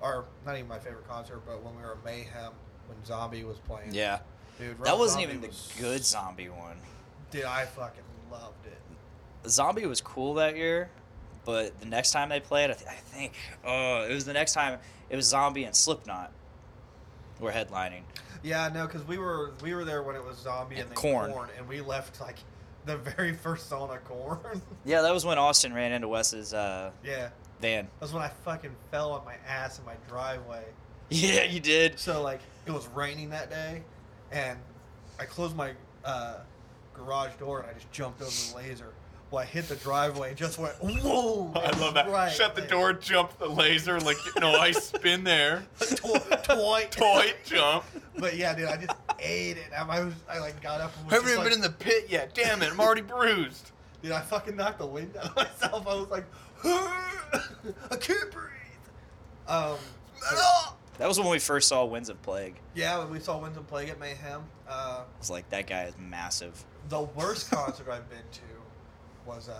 [SPEAKER 7] or not even my favorite concert, but when we were at Mayhem when Zombie was playing.
[SPEAKER 6] Yeah.
[SPEAKER 7] Dude,
[SPEAKER 6] That
[SPEAKER 7] Rob
[SPEAKER 6] wasn't
[SPEAKER 7] Zombie
[SPEAKER 6] even the
[SPEAKER 7] was-
[SPEAKER 6] good zombie one.
[SPEAKER 7] Dude, I fucking loved it.
[SPEAKER 6] Zombie was cool that year, but the next time they played, I, th- I think, oh, it was the next time it was Zombie and Slipknot were headlining.
[SPEAKER 7] Yeah, no, because we were we were there when it was zombie and,
[SPEAKER 6] And
[SPEAKER 7] then
[SPEAKER 6] Korn.
[SPEAKER 7] corn. and we left like the very first song of corn.
[SPEAKER 6] Yeah, that was when Austin ran into Wes's uh,
[SPEAKER 7] yeah,
[SPEAKER 6] van.
[SPEAKER 7] that's when I fucking fell on my ass in my driveway.
[SPEAKER 6] Yeah, you did.
[SPEAKER 7] So like it was raining that day, and I closed my uh, garage door and I just jumped over the laser. Well, I hit the driveway and just went whoa!
[SPEAKER 8] I
[SPEAKER 7] It was
[SPEAKER 8] love that.
[SPEAKER 7] right
[SPEAKER 8] Shut the
[SPEAKER 7] there.
[SPEAKER 8] door, jump the laser, like no ice spin there.
[SPEAKER 7] Tw- Toy,
[SPEAKER 8] Toy jump.
[SPEAKER 7] But yeah, dude, I just ate it. I, I was, I like got up. And was
[SPEAKER 8] Haven't
[SPEAKER 7] just,
[SPEAKER 8] even
[SPEAKER 7] like,
[SPEAKER 8] been in the pit yet. Damn it, I'm already bruised.
[SPEAKER 7] Dude, I fucking knocked the wind out of myself. I was like, I can't breathe. Um,
[SPEAKER 6] That was when we first saw Winds of Plague.
[SPEAKER 7] yeah, when we saw Winds of Plague at Mayhem, uh,
[SPEAKER 6] I was like, that guy is massive.
[SPEAKER 7] the worst concert I've been to was uh,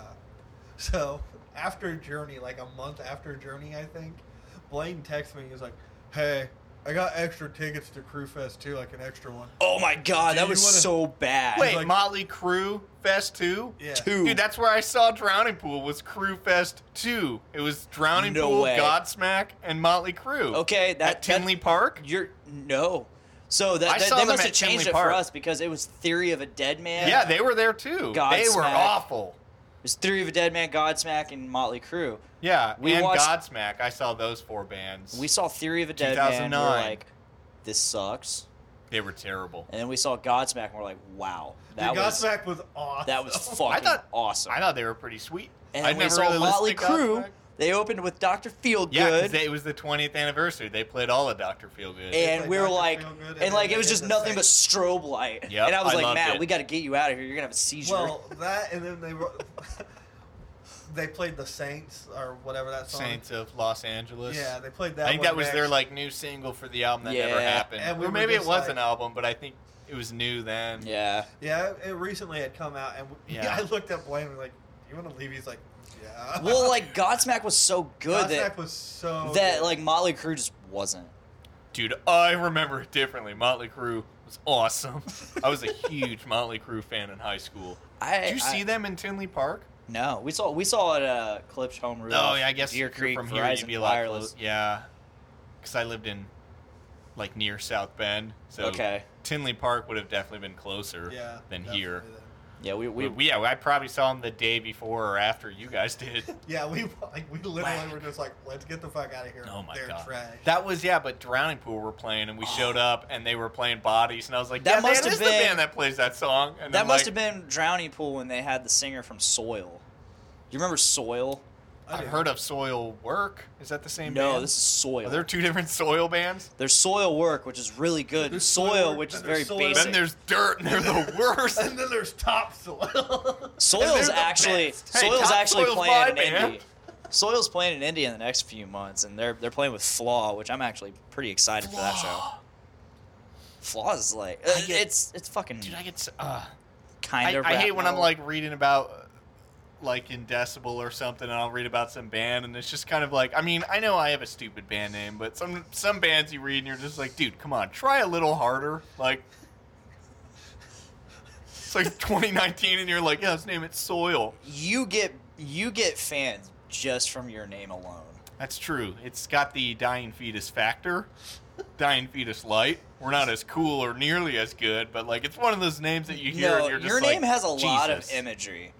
[SPEAKER 7] so after Journey, like a month after Journey, I think. Blaine texted me. He was like, "Hey, I got extra tickets to Crew Fest too, like an extra one."
[SPEAKER 6] Oh my god,
[SPEAKER 7] Do
[SPEAKER 6] that
[SPEAKER 7] you
[SPEAKER 6] was
[SPEAKER 7] wanna-
[SPEAKER 6] so bad.
[SPEAKER 8] Wait,
[SPEAKER 7] like-
[SPEAKER 8] Motley Crue Fest Two.
[SPEAKER 7] Yeah.
[SPEAKER 6] Two.
[SPEAKER 8] Dude, that's where I saw Drowning Pool was Crew Fest Two. It was Drowning
[SPEAKER 6] No
[SPEAKER 8] Pool,
[SPEAKER 6] way.
[SPEAKER 8] Godsmack, and Motley Crue.
[SPEAKER 6] Okay, that-
[SPEAKER 8] at Tinley
[SPEAKER 6] that-
[SPEAKER 8] Park.
[SPEAKER 6] You're no. So that,
[SPEAKER 8] I
[SPEAKER 6] that
[SPEAKER 8] saw
[SPEAKER 6] they
[SPEAKER 8] them
[SPEAKER 6] must
[SPEAKER 8] at
[SPEAKER 6] have changed
[SPEAKER 8] Tinley
[SPEAKER 6] it for
[SPEAKER 8] Park.
[SPEAKER 6] us because it was Theory of a Dead Man.
[SPEAKER 8] Yeah, they were there too. They were
[SPEAKER 6] Godsmack.
[SPEAKER 8] awful.
[SPEAKER 6] it was Theory of a Dead Man, Godsmack, and Motley Crue.
[SPEAKER 8] Yeah,
[SPEAKER 6] We
[SPEAKER 8] and
[SPEAKER 6] watched-
[SPEAKER 8] Godsmack. I saw those four bands.
[SPEAKER 6] We saw Theory of a Dead Man. and We're
[SPEAKER 8] 2009.
[SPEAKER 6] like, this sucks.
[SPEAKER 8] they were terrible.
[SPEAKER 6] And then we saw Godsmack, and we're like, wow, that
[SPEAKER 7] Dude,
[SPEAKER 6] was
[SPEAKER 7] Godsmack was awesome.
[SPEAKER 6] that was fucking
[SPEAKER 8] I thought
[SPEAKER 6] awesome.
[SPEAKER 8] I thought they were pretty sweet.
[SPEAKER 6] and
[SPEAKER 8] I
[SPEAKER 6] we
[SPEAKER 8] never
[SPEAKER 6] saw
[SPEAKER 8] really listened
[SPEAKER 6] Motley
[SPEAKER 8] to
[SPEAKER 6] Crue.
[SPEAKER 8] Godsmack.
[SPEAKER 6] They opened with Doctor Feelgood.
[SPEAKER 8] Yeah, because it was the 20th anniversary. They played all of Doctor
[SPEAKER 6] and
[SPEAKER 8] Feelgood.
[SPEAKER 7] played
[SPEAKER 6] we were
[SPEAKER 7] Dr.
[SPEAKER 6] like,
[SPEAKER 7] Feelgood, and
[SPEAKER 6] and
[SPEAKER 7] then
[SPEAKER 6] like
[SPEAKER 7] they
[SPEAKER 6] it was
[SPEAKER 7] did
[SPEAKER 6] just
[SPEAKER 7] the
[SPEAKER 6] nothing
[SPEAKER 7] thing.
[SPEAKER 6] but strobe light.
[SPEAKER 8] Yep,
[SPEAKER 6] and I was
[SPEAKER 8] I
[SPEAKER 6] like,
[SPEAKER 8] loved
[SPEAKER 6] Matt,
[SPEAKER 8] it.
[SPEAKER 6] we got to get you out of here. You're gonna have a seizure.
[SPEAKER 7] Well, that and then they were they played the Saints or whatever that song.
[SPEAKER 8] Saints of Los Angeles.
[SPEAKER 7] Yeah, they played that.
[SPEAKER 8] I think
[SPEAKER 7] one
[SPEAKER 8] that was their
[SPEAKER 7] next.
[SPEAKER 8] like new single for the album that
[SPEAKER 6] Yeah.
[SPEAKER 8] never happened.
[SPEAKER 7] And we
[SPEAKER 8] or
[SPEAKER 7] were
[SPEAKER 8] maybe it
[SPEAKER 7] just
[SPEAKER 8] was
[SPEAKER 7] like-
[SPEAKER 8] an album, but I think it was new then.
[SPEAKER 6] yeah.
[SPEAKER 7] Yeah, it recently had come out, and we,
[SPEAKER 8] Yeah.
[SPEAKER 7] I looked at Blaine and was like, "You want to leave?" He's like, "Yeah."
[SPEAKER 6] Well, like Godsmack was so good
[SPEAKER 7] Godsmack
[SPEAKER 6] that
[SPEAKER 7] was so
[SPEAKER 6] that
[SPEAKER 7] good.
[SPEAKER 6] like Motley Crue just wasn't.
[SPEAKER 8] Dude, I remember it differently. Motley Crue was awesome. I was a huge Motley Crue fan in high school.
[SPEAKER 6] I
[SPEAKER 8] Did you
[SPEAKER 6] I-
[SPEAKER 8] see them in Tinley Park?
[SPEAKER 6] No, we saw we saw it uh, Clips Home Roof.
[SPEAKER 8] Oh, yeah, I guess
[SPEAKER 6] Deer
[SPEAKER 8] if
[SPEAKER 6] Creek
[SPEAKER 8] you're from here,
[SPEAKER 6] Verizon
[SPEAKER 8] you'd be a lot
[SPEAKER 6] Wireless.
[SPEAKER 8] clo- Yeah, because I lived in like near South Bend, so
[SPEAKER 6] Okay.
[SPEAKER 8] Tinley Park would have definitely been closer
[SPEAKER 7] yeah,
[SPEAKER 8] than
[SPEAKER 7] definitely
[SPEAKER 8] here.
[SPEAKER 7] then.
[SPEAKER 6] Yeah, we we
[SPEAKER 8] But yeah, I probably saw them the day before or after you guys did.
[SPEAKER 7] Yeah, we like we literally
[SPEAKER 8] Whack.
[SPEAKER 7] were just like, "Let's get the fuck out of here."
[SPEAKER 8] Oh my
[SPEAKER 7] They're
[SPEAKER 8] god,
[SPEAKER 7] trash. Oh.
[SPEAKER 8] that was yeah. But Drowning Pool were playing, and we showed up, and they were playing Bodies, and I was like,
[SPEAKER 6] That
[SPEAKER 8] yeah,
[SPEAKER 6] must
[SPEAKER 8] that
[SPEAKER 6] have
[SPEAKER 8] is
[SPEAKER 6] been-
[SPEAKER 8] the band that plays that song. And
[SPEAKER 6] that
[SPEAKER 8] I'm
[SPEAKER 6] must
[SPEAKER 8] like,
[SPEAKER 6] have been Drowning Pool when they had the singer from Soil. You remember Soil?
[SPEAKER 7] I
[SPEAKER 8] I've
[SPEAKER 7] do.
[SPEAKER 8] heard of Soil Work. Is that the same?
[SPEAKER 6] No,
[SPEAKER 8] band?
[SPEAKER 6] this is Soil.
[SPEAKER 8] Are there two different Soil bands?
[SPEAKER 6] There's soil work, which is really good, and
[SPEAKER 7] There's
[SPEAKER 6] soil,
[SPEAKER 7] soil work,
[SPEAKER 6] which is
[SPEAKER 7] then there's
[SPEAKER 6] very
[SPEAKER 7] soil-
[SPEAKER 6] basic.
[SPEAKER 8] Then there's Dirt, and they're the worst.
[SPEAKER 7] And then there's topsoil.
[SPEAKER 8] and
[SPEAKER 6] soil's
[SPEAKER 8] they're the
[SPEAKER 6] actually
[SPEAKER 8] best. Hey,
[SPEAKER 6] soil's
[SPEAKER 8] Top
[SPEAKER 6] actually
[SPEAKER 8] Soil's my
[SPEAKER 6] playing in
[SPEAKER 8] band.
[SPEAKER 6] Indy. Soil's playing in Indy in the next few months, and they're they're playing with Flaw, which I'm actually pretty excited for that show. Flaw is like
[SPEAKER 8] I
[SPEAKER 6] uh,
[SPEAKER 8] get-
[SPEAKER 6] it's it's fucking
[SPEAKER 8] Dude, I get so, uh,
[SPEAKER 6] kind
[SPEAKER 8] I,
[SPEAKER 6] of.
[SPEAKER 8] I
[SPEAKER 6] rap
[SPEAKER 8] hate when I'm
[SPEAKER 6] metal.
[SPEAKER 8] like reading about uh, like in Decibel or something, and I'll read about some band, and it's just kind of like, I mean, I know I have a stupid band name, but some some bands you read, and you're just like, dude, come on, try a little harder. Like, it's like 2019, and you're like, yeah, let's name it Soil.
[SPEAKER 6] you get you get fans just from your name alone.
[SPEAKER 8] That's true. It's got the dying fetus factor, dying fetus light. We're not as cool or nearly as good, but like it's one of those names that you hear
[SPEAKER 6] no,
[SPEAKER 8] and you're just
[SPEAKER 6] your
[SPEAKER 8] like,
[SPEAKER 6] name has a lot of
[SPEAKER 8] Jesus.
[SPEAKER 6] imagery.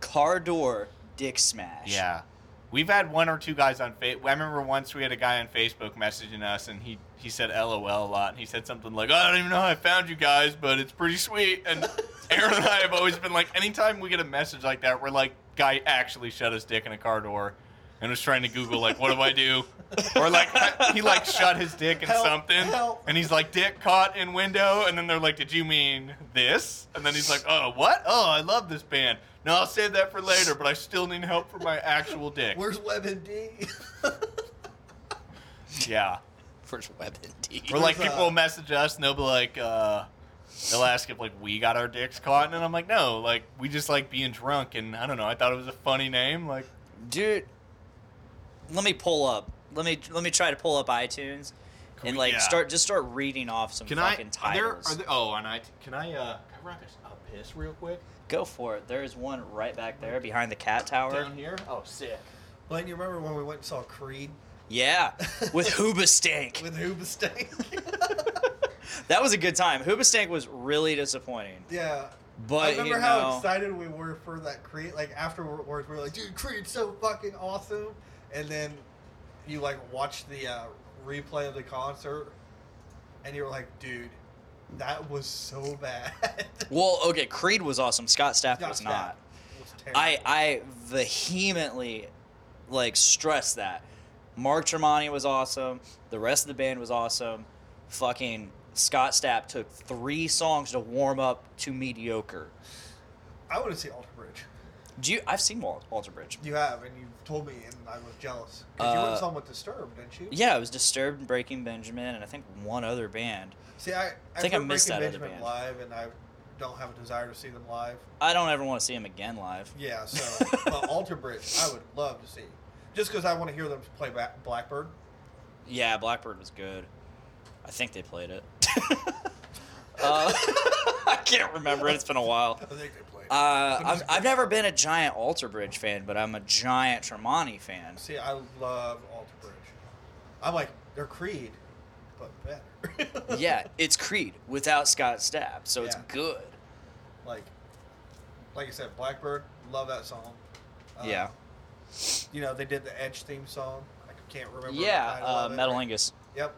[SPEAKER 6] Car door, dick smash.
[SPEAKER 8] Yeah. We've had one or two guys on Facebook. I remember once we had a guy on Facebook messaging us, and he, he said LOL a lot, and he said something like, "I don't even know how I found you guys, but it's pretty sweet." And Aaron and I have always been like, anytime we get a message like that, we're like, "Guy actually shut his dick in a car door, and was trying to Google like, what do I do?" Or like he like shut his dick in
[SPEAKER 7] Help,
[SPEAKER 8] something,
[SPEAKER 7] help.
[SPEAKER 8] and he's like, "Dick caught in window," and then they're like, "Did you mean this?" And then he's like, "Oh, what? Oh, I love this band." No, I'll save that for later, but I still need help for my actual dick.
[SPEAKER 7] Where's WebMD?
[SPEAKER 8] Yeah.
[SPEAKER 6] First weapon D.
[SPEAKER 8] Or like
[SPEAKER 7] There's,
[SPEAKER 8] people
[SPEAKER 7] uh,
[SPEAKER 8] will message us and they'll be like, uh, they'll ask if like we got our dicks caught, and I'm like, no, like we just like being drunk, and I don't know. I thought it was a funny name, like
[SPEAKER 6] dude let me pull up let me let me try to pull up itunes and like
[SPEAKER 8] Yeah.
[SPEAKER 6] start just start reading off some fucking titles
[SPEAKER 8] oh, and I can I uh can I rock a piss real quick
[SPEAKER 6] go for it there's one right back there behind the cat tower
[SPEAKER 8] here? Oh, sick.
[SPEAKER 7] Blaine, you remember when we went and saw Creed
[SPEAKER 6] yeah with hoobastank
[SPEAKER 7] with Hoobastank?
[SPEAKER 6] that was a good time hoobastank was really disappointing
[SPEAKER 7] yeah. I
[SPEAKER 6] but
[SPEAKER 7] remember
[SPEAKER 6] you
[SPEAKER 7] how
[SPEAKER 6] know,
[SPEAKER 7] excited we were for that Creed. Like afterwards, we were like, "Dude, Creed's so fucking awesome!" And then you like watch the uh, replay of the concert, and you were like, "Dude, That was so bad.
[SPEAKER 6] Well, okay, Creed was awesome. Scott Staff
[SPEAKER 7] Not
[SPEAKER 6] was
[SPEAKER 7] bad.
[SPEAKER 6] not.
[SPEAKER 7] It was terrible.
[SPEAKER 6] I I vehemently like stress that. Mark Tremonti was awesome. The rest of the band was awesome. Fucking Scott Stapp took three songs to warm up to mediocre.
[SPEAKER 7] I want to see Alter Bridge.
[SPEAKER 6] Do you? I've seen Wal- Walter Bridge.
[SPEAKER 7] You have, and you've told me, and I was jealous. Because you went
[SPEAKER 6] Uh,
[SPEAKER 7] and saw 'em with Disturbed, didn't you?
[SPEAKER 6] Yeah, it was Disturbed, Breaking Benjamin, and I think one other band.
[SPEAKER 7] See, I, I
[SPEAKER 6] think I missed that other
[SPEAKER 7] Benjamin
[SPEAKER 6] band.
[SPEAKER 7] live, and I don't have a desire to see them live.
[SPEAKER 6] I don't ever want to see him again live.
[SPEAKER 7] Yeah, so but Alter Bridge, I would love to see, just because I want to hear them play Ba- Blackbird.
[SPEAKER 6] Yeah, Blackbird was good. I think they played it. uh, I can't remember. it. It's been a while.
[SPEAKER 7] I think they played.
[SPEAKER 6] Uh, I've, I've never been a giant Alter Bridge fan, but I'm a giant Tremonti fan.
[SPEAKER 7] see, I love Alter Bridge. I'm like they're Creed, but better.
[SPEAKER 6] Yeah, it's Creed without Scott Stapp, so it's
[SPEAKER 7] Yeah.
[SPEAKER 6] good.
[SPEAKER 7] like, like I said, Blackbird, love that song. Uh,
[SPEAKER 6] yeah,
[SPEAKER 7] You know they did the Edge theme song. I can't remember. the
[SPEAKER 6] yeah,
[SPEAKER 7] title
[SPEAKER 6] uh,
[SPEAKER 7] of it.
[SPEAKER 6] Metalingus.
[SPEAKER 7] Yep.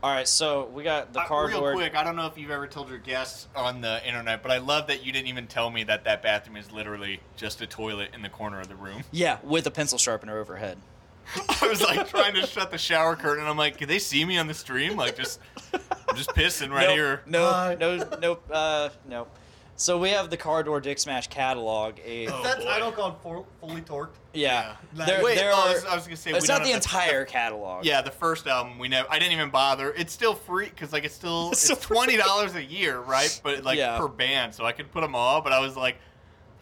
[SPEAKER 6] All right, so we got the
[SPEAKER 8] Uh,
[SPEAKER 6] cardboard.
[SPEAKER 8] Real quick, I don't know if you've ever told your guests on the internet, but I love that you didn't even tell me that that bathroom is literally just a toilet in the corner of the room.
[SPEAKER 6] Yeah, with a pencil sharpener overhead.
[SPEAKER 8] I was like trying to shut the shower curtain, and I'm like, can they see me on the stream? Like, just, I'm just pissing right
[SPEAKER 6] Nope,
[SPEAKER 8] here.
[SPEAKER 7] Hi.
[SPEAKER 6] No, no, no, uh, no. So we have the Car Door Dick Smash catalog. A,
[SPEAKER 8] Oh,
[SPEAKER 7] That's
[SPEAKER 8] boy.
[SPEAKER 7] I don't call it full- fully torqued.
[SPEAKER 6] yeah,
[SPEAKER 7] Yeah.
[SPEAKER 6] there,
[SPEAKER 8] Wait,
[SPEAKER 6] there
[SPEAKER 8] oh,
[SPEAKER 6] are.
[SPEAKER 8] I, was, I was gonna say we
[SPEAKER 6] it's not
[SPEAKER 8] don't
[SPEAKER 6] the
[SPEAKER 8] have to-
[SPEAKER 6] entire catalog.
[SPEAKER 8] Yeah, the first album we never. I didn't even bother. It's still free because like it's still
[SPEAKER 6] It's
[SPEAKER 8] it's,
[SPEAKER 6] still free.
[SPEAKER 8] twenty dollars a year, right? But like
[SPEAKER 6] Yeah.
[SPEAKER 8] per band, so I could put them all. But I was like,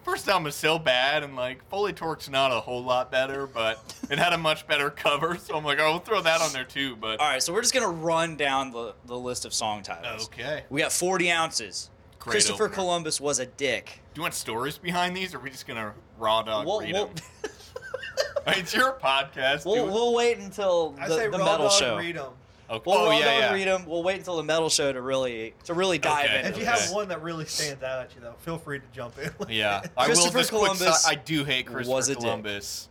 [SPEAKER 8] first album is so bad, and like Foley Torque's not a whole lot better, but it had a much better cover. So I'm like, oh, we'll throw that on there too. But
[SPEAKER 6] All right, so we're just gonna run down the, the list of song titles.
[SPEAKER 8] okay,
[SPEAKER 6] We got 40 ounces.
[SPEAKER 8] Great
[SPEAKER 6] Christopher
[SPEAKER 8] opener.
[SPEAKER 6] Columbus was a dick.
[SPEAKER 8] do you want stories behind these, or are we just gonna raw dog
[SPEAKER 6] We'll,
[SPEAKER 8] read
[SPEAKER 6] we'll,
[SPEAKER 8] them? it's your podcast.
[SPEAKER 6] we'll,
[SPEAKER 8] do it.
[SPEAKER 6] we'll wait until
[SPEAKER 7] I
[SPEAKER 6] the,
[SPEAKER 7] say
[SPEAKER 6] the
[SPEAKER 7] Raw
[SPEAKER 6] metal
[SPEAKER 7] Dog
[SPEAKER 6] show.
[SPEAKER 7] Read 'em.
[SPEAKER 8] Okay.
[SPEAKER 6] We'll
[SPEAKER 8] oh
[SPEAKER 6] raw
[SPEAKER 8] yeah,
[SPEAKER 6] dog
[SPEAKER 8] yeah.
[SPEAKER 6] read 'em. We'll wait until the metal show to really to really dive
[SPEAKER 8] Okay.
[SPEAKER 6] into
[SPEAKER 7] If you
[SPEAKER 6] this.
[SPEAKER 7] have one that really stands out at you, though, feel free to jump in.
[SPEAKER 8] Yeah, I will.
[SPEAKER 6] Christopher
[SPEAKER 8] Just quick si-
[SPEAKER 6] Columbus
[SPEAKER 8] I do hate Christopher
[SPEAKER 6] was a dick.
[SPEAKER 8] Columbus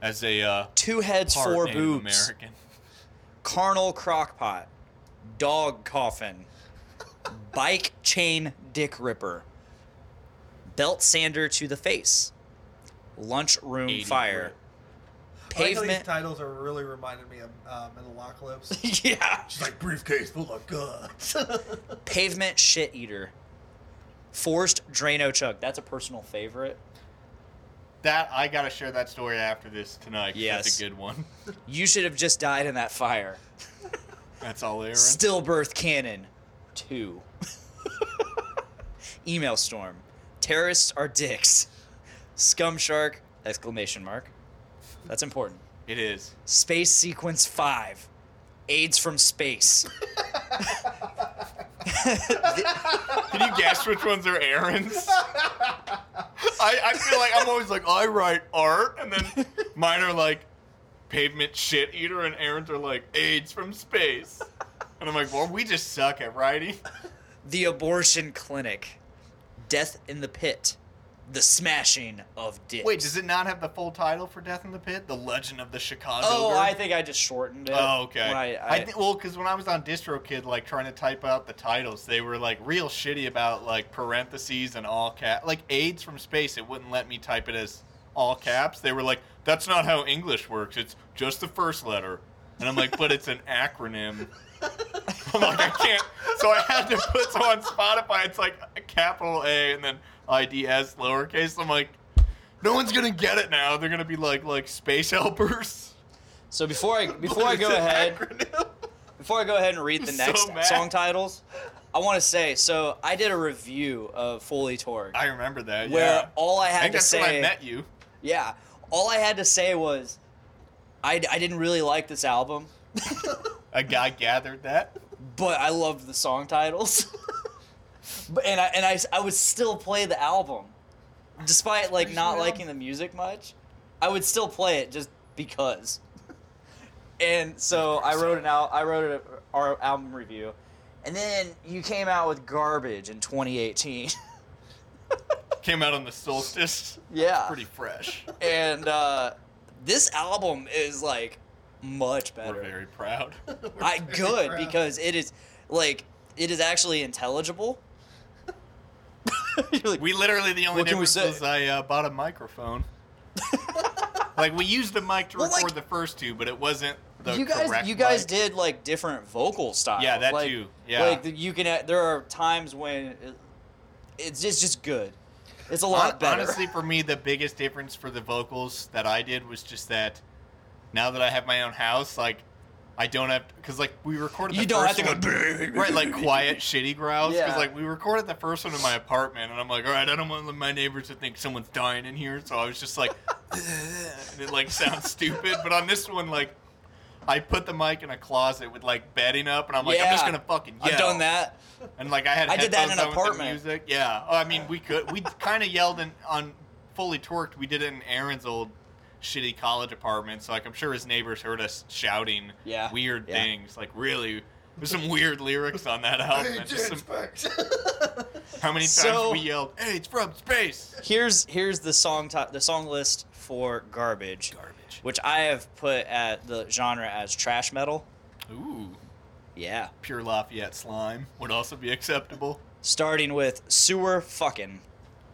[SPEAKER 8] as a uh,
[SPEAKER 6] Two heads,
[SPEAKER 8] part
[SPEAKER 6] four
[SPEAKER 8] Native
[SPEAKER 6] boobs,
[SPEAKER 8] American.
[SPEAKER 6] carnal crockpot, dog coffin, bike chain dick ripper, belt sander to the face, lunchroom
[SPEAKER 8] 80
[SPEAKER 6] fire,
[SPEAKER 7] I
[SPEAKER 8] grip.
[SPEAKER 7] like how these
[SPEAKER 6] pavement.
[SPEAKER 7] titles are really reminding me of um, Metalocalypse. Oh,
[SPEAKER 6] yeah.
[SPEAKER 7] She's like briefcase full of guns.
[SPEAKER 6] Pavement Shit Eater. Forced Drano Chug. That's a personal favorite.
[SPEAKER 8] That I gotta share that story after this tonight. 'cause
[SPEAKER 6] Yes.
[SPEAKER 8] that's a good one.
[SPEAKER 6] You should have just died in that fire.
[SPEAKER 8] That's all, Aaron.
[SPEAKER 6] Stillbirth Cannon. Two. Email Storm. Terrorists are dicks. Scum Shark. Exclamation mark. That's important.
[SPEAKER 8] it is.
[SPEAKER 6] Space Sequence 5. AIDS from Space.
[SPEAKER 8] Can you guess which ones are Aaron's? I, I feel like I'm always like I write art, and then mine are like pavement shit eater, and Aaron's are like AIDS from space. And I'm like, well, we just suck at writing.
[SPEAKER 6] The Abortion Clinic. Death in the Pit. The Smashing of Dicks.
[SPEAKER 8] Wait, does it not have the full title for Death in the Pit? The Legend of the Chicago.
[SPEAKER 6] Oh,
[SPEAKER 8] Girl?
[SPEAKER 6] I think I just shortened it.
[SPEAKER 8] Oh, okay.
[SPEAKER 6] When
[SPEAKER 8] I,
[SPEAKER 6] I, I,
[SPEAKER 8] thi- well, because when I was on DistroKid, like trying to type out the titles, they were like real shitty about like parentheses and all cap, like AIDS from space. It wouldn't let me type it as all caps. They were like, "That's not how English works. It's just the first letter." And I'm like, "But it's an acronym." I'm like, I can't. So I had to put so on Spotify. It's like a capital A and then IDS lowercase. I'm like, no one's gonna get it now. They're gonna be like like space helpers.
[SPEAKER 6] so before I before
[SPEAKER 8] But
[SPEAKER 6] I
[SPEAKER 8] it's
[SPEAKER 6] go
[SPEAKER 8] an
[SPEAKER 6] ahead,
[SPEAKER 8] acronym.
[SPEAKER 6] before I go ahead and read the
[SPEAKER 8] I'm
[SPEAKER 6] next
[SPEAKER 8] so mad.
[SPEAKER 6] song titles, I want to say so I did a review of Foley Torque
[SPEAKER 8] I remember that.
[SPEAKER 6] where
[SPEAKER 8] yeah.
[SPEAKER 6] all I
[SPEAKER 8] I
[SPEAKER 6] had
[SPEAKER 8] think
[SPEAKER 6] to
[SPEAKER 8] that's
[SPEAKER 6] say
[SPEAKER 8] when I met you.
[SPEAKER 6] yeah, all I had to say was I, I didn't really like this album,
[SPEAKER 8] A guy gathered that.
[SPEAKER 6] but I loved the song titles. but and I and I, I would still play the album despite like not
[SPEAKER 7] Appreciate it.
[SPEAKER 6] liking the music much. I would still play it just because. And so I wrote an out I wrote an our album review. And then you came out with Garbage in 2018.
[SPEAKER 8] Came out on the solstice.
[SPEAKER 6] yeah.
[SPEAKER 8] Pretty fresh.
[SPEAKER 6] And uh, this album is like much better.
[SPEAKER 8] We're very proud.
[SPEAKER 6] I
[SPEAKER 7] very
[SPEAKER 6] good
[SPEAKER 7] proud.
[SPEAKER 6] because it is like it is actually intelligible. You're like,
[SPEAKER 8] We literally the only
[SPEAKER 6] What can we
[SPEAKER 8] difference
[SPEAKER 6] say?
[SPEAKER 8] is I uh, bought a microphone. like we used the mic to
[SPEAKER 6] Well,
[SPEAKER 8] record
[SPEAKER 6] like-
[SPEAKER 8] the first two, but it wasn't the
[SPEAKER 6] you guys,
[SPEAKER 8] correct
[SPEAKER 6] you guys
[SPEAKER 8] mic.
[SPEAKER 6] did like different vocal styles.
[SPEAKER 8] Yeah, that
[SPEAKER 6] like,
[SPEAKER 8] too. Yeah.
[SPEAKER 6] like you can. ha- There are times when it- it's just, it's just good. It's a lot
[SPEAKER 8] Hon-
[SPEAKER 6] better.
[SPEAKER 8] Honestly, for me, the biggest difference for the vocals that I did was just that. Now that I have my own house, like I don't have because like we recorded. The
[SPEAKER 6] you don't have
[SPEAKER 8] first
[SPEAKER 6] to go
[SPEAKER 8] one- Right, like quiet, shitty growls. Because
[SPEAKER 6] Yeah.
[SPEAKER 8] like we recorded the first one in my apartment, and I'm like, all right, I don't want my neighbors to think someone's dying in here, so I was just like, and it like sounds stupid. But on this one, like, I put the mic in a closet with like bedding up, and I'm like, I'm just
[SPEAKER 6] Yeah.
[SPEAKER 8] gonna fucking. Yell.
[SPEAKER 6] I've done that.
[SPEAKER 8] And like I had.
[SPEAKER 6] I did that in an
[SPEAKER 8] headphones on with the
[SPEAKER 6] apartment.
[SPEAKER 8] Music, yeah. Oh, I mean, we could. We kind of yelled in, on fully torqued. We did it in Aaron's old shitty college apartment, so like I'm sure his neighbors heard us shouting
[SPEAKER 6] Yeah,
[SPEAKER 8] weird
[SPEAKER 6] yeah.
[SPEAKER 8] things, like really. There's some weird lyrics on that album.
[SPEAKER 7] Hey,
[SPEAKER 8] It's just some-
[SPEAKER 7] Janspex.
[SPEAKER 8] how many times
[SPEAKER 6] So-
[SPEAKER 8] we yelled, "Hey, it's from space!"
[SPEAKER 6] Here's here's the song ti the song list for garbage,
[SPEAKER 8] Garbage.
[SPEAKER 6] which I have put at the genre as trash metal.
[SPEAKER 8] Ooh,
[SPEAKER 6] Yeah,
[SPEAKER 8] pure Lafayette slime would also be acceptable.
[SPEAKER 6] starting with sewer fucking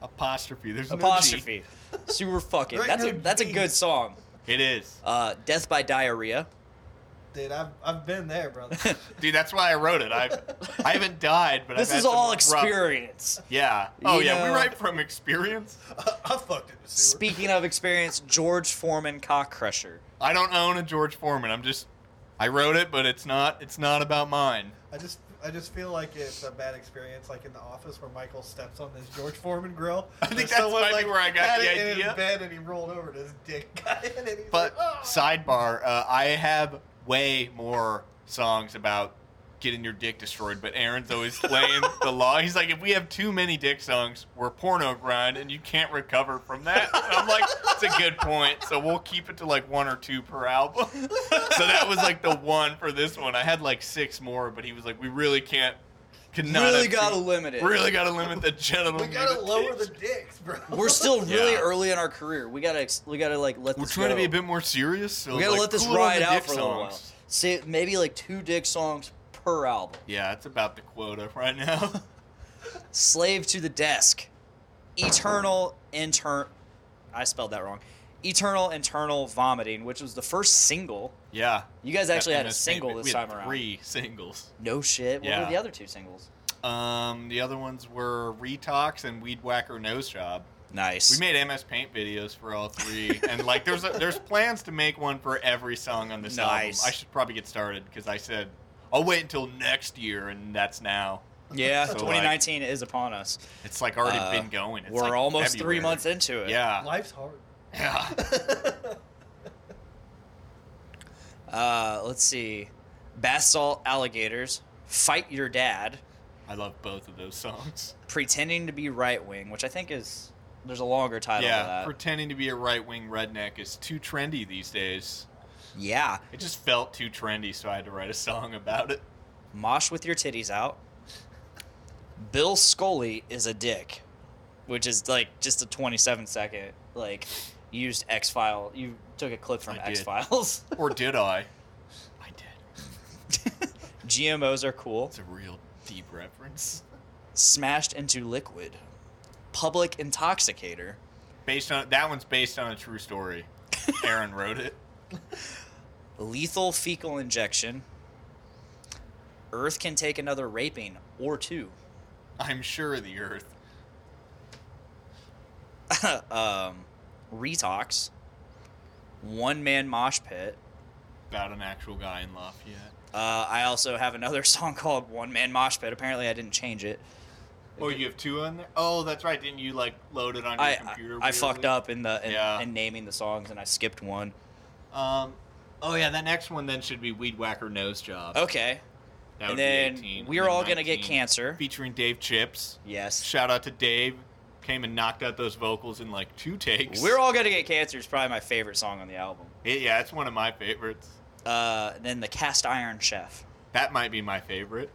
[SPEAKER 8] Apostrophe. There's no G.
[SPEAKER 6] apostrophe sewer fucking.
[SPEAKER 7] Right,
[SPEAKER 6] That's a
[SPEAKER 7] no
[SPEAKER 6] that's a
[SPEAKER 7] G.
[SPEAKER 6] good song.
[SPEAKER 8] It is,
[SPEAKER 6] Uh, Death by diarrhea.
[SPEAKER 7] Dude, I've, I've been there, brother.
[SPEAKER 8] dude. That's why I wrote it. I I haven't died, but
[SPEAKER 6] This
[SPEAKER 8] I've
[SPEAKER 6] is
[SPEAKER 8] had some
[SPEAKER 6] all
[SPEAKER 8] rough-
[SPEAKER 6] experience.
[SPEAKER 8] Yeah. Oh
[SPEAKER 6] You
[SPEAKER 8] yeah, we
[SPEAKER 6] know-
[SPEAKER 8] write from experience.
[SPEAKER 7] I, I fucked in the sewer.
[SPEAKER 6] Speaking of experience, George Foreman cock crusher.
[SPEAKER 8] I don't own a George Foreman. I'm just I wrote it, but it's not it's not about mine.
[SPEAKER 7] I just I just feel like it's a bad experience, like in the office where Michael steps on this George Foreman grill.
[SPEAKER 8] I
[SPEAKER 7] There's
[SPEAKER 8] think that's might be where I got
[SPEAKER 7] had
[SPEAKER 8] the
[SPEAKER 7] it In
[SPEAKER 8] idea.
[SPEAKER 7] his bed, and he rolled over to his dick guy, and he's like,
[SPEAKER 8] But
[SPEAKER 7] "Oh."
[SPEAKER 8] sidebar, uh, I have way more songs about getting your dick destroyed, but Aaron's always playing the law. He's like, if we have too many dick songs, we're porno grind, and you can't recover from that. And I'm like, it's a good point. So we'll keep it to like one or two per album. so that was like the one for this one. I had like six more, but he was like, we really can't. Could not
[SPEAKER 6] Really
[SPEAKER 8] have
[SPEAKER 6] gotta
[SPEAKER 8] too-
[SPEAKER 6] limit it.
[SPEAKER 8] Really gotta limit the gentleman.
[SPEAKER 7] we gotta lower the dicks, bro.
[SPEAKER 6] We're still really
[SPEAKER 8] Yeah.
[SPEAKER 6] early in our career. We gotta ex- we gotta like let
[SPEAKER 8] We're
[SPEAKER 6] this
[SPEAKER 8] trying to
[SPEAKER 6] go.
[SPEAKER 8] be a bit more serious. So
[SPEAKER 6] we gotta
[SPEAKER 8] like,
[SPEAKER 6] let this
[SPEAKER 8] cool on
[SPEAKER 6] ride
[SPEAKER 8] the
[SPEAKER 6] out
[SPEAKER 8] dick
[SPEAKER 6] for a little while.
[SPEAKER 8] songs.
[SPEAKER 6] Say maybe like two dick songs per album.
[SPEAKER 8] Yeah, it's about the quota right now.
[SPEAKER 6] Slave to the desk, eternal intern. I spelled that wrong. Eternal internal vomiting, which was the first single.
[SPEAKER 8] yeah.
[SPEAKER 6] You guys actually had a
[SPEAKER 8] MS
[SPEAKER 6] single
[SPEAKER 8] Paint.
[SPEAKER 6] this
[SPEAKER 8] we had
[SPEAKER 6] time around.
[SPEAKER 8] Three singles.
[SPEAKER 6] No shit. What
[SPEAKER 8] Yeah.
[SPEAKER 6] were the other two singles?
[SPEAKER 8] Um, the other ones were Retox and Weed Whacker Nose Job.
[SPEAKER 6] Nice.
[SPEAKER 8] We made MS Paint videos for all three, and like there's a, there's plans to make one for every song on this
[SPEAKER 6] Nice.
[SPEAKER 8] album. I should probably get started because I said I'll wait until next year, and that's now.
[SPEAKER 6] yeah,
[SPEAKER 8] So, like,
[SPEAKER 6] 2019 is upon us.
[SPEAKER 8] It's like already
[SPEAKER 6] Uh,
[SPEAKER 8] been going. It's
[SPEAKER 6] We're
[SPEAKER 8] like
[SPEAKER 6] almost three
[SPEAKER 8] February.
[SPEAKER 6] months into it.
[SPEAKER 8] Yeah,
[SPEAKER 7] Life's hard.
[SPEAKER 8] yeah.
[SPEAKER 6] Uh, let's see. Bath salt alligators. Fight your dad.
[SPEAKER 8] I love both of those songs.
[SPEAKER 6] Pretending to be right wing, which I think is there's a longer title to
[SPEAKER 8] yeah,
[SPEAKER 6] that.
[SPEAKER 8] pretending to be a right wing redneck is too trendy these days.
[SPEAKER 6] yeah.
[SPEAKER 8] It just felt too trendy, so I had to write a song about it.
[SPEAKER 6] Mosh with your titties out. Bill Scully is a dick, which is like just a 27 second like used X file. You took a clip from
[SPEAKER 8] I did.
[SPEAKER 6] X Files.
[SPEAKER 8] Or did I? I did.
[SPEAKER 6] GMOs are cool.
[SPEAKER 8] It's a real deep reference.
[SPEAKER 6] Smashed into liquid. Public intoxicator.
[SPEAKER 8] Based on that one's based on a true story. Aaron wrote it.
[SPEAKER 6] lethal fecal injection. Earth can take another raping or two.
[SPEAKER 8] I'm sure the Earth.
[SPEAKER 6] um, retox. One man mosh pit.
[SPEAKER 8] About an actual guy in Lafayette.
[SPEAKER 6] Uh, I also have another song called One Man Mosh Pit. Apparently, I didn't change it.
[SPEAKER 8] Oh, you have two on there. Oh, that's right. Didn't you like load it on your
[SPEAKER 6] I,
[SPEAKER 8] computer?
[SPEAKER 6] I, I fucked
[SPEAKER 8] weirdly?
[SPEAKER 6] up in the in,
[SPEAKER 8] Yeah.
[SPEAKER 6] in naming the songs, and I skipped one.
[SPEAKER 8] Um. Oh yeah, that next one then should be Weed Whacker Nose Job.
[SPEAKER 6] Okay,
[SPEAKER 8] That would
[SPEAKER 6] Oh, and
[SPEAKER 8] be
[SPEAKER 6] then
[SPEAKER 8] 18,
[SPEAKER 6] we're
[SPEAKER 8] then
[SPEAKER 6] all gonna get
[SPEAKER 8] 19.
[SPEAKER 6] cancer.
[SPEAKER 8] Featuring Dave Chips.
[SPEAKER 6] Yes,
[SPEAKER 8] Shout out to Dave. Came and knocked out those vocals in like two takes.
[SPEAKER 6] we're all gonna get cancer is probably my favorite song on the album.
[SPEAKER 8] It- yeah, it's one of my favorites.
[SPEAKER 6] Uh, then the Cast Iron Chef.
[SPEAKER 8] That might be my favorite.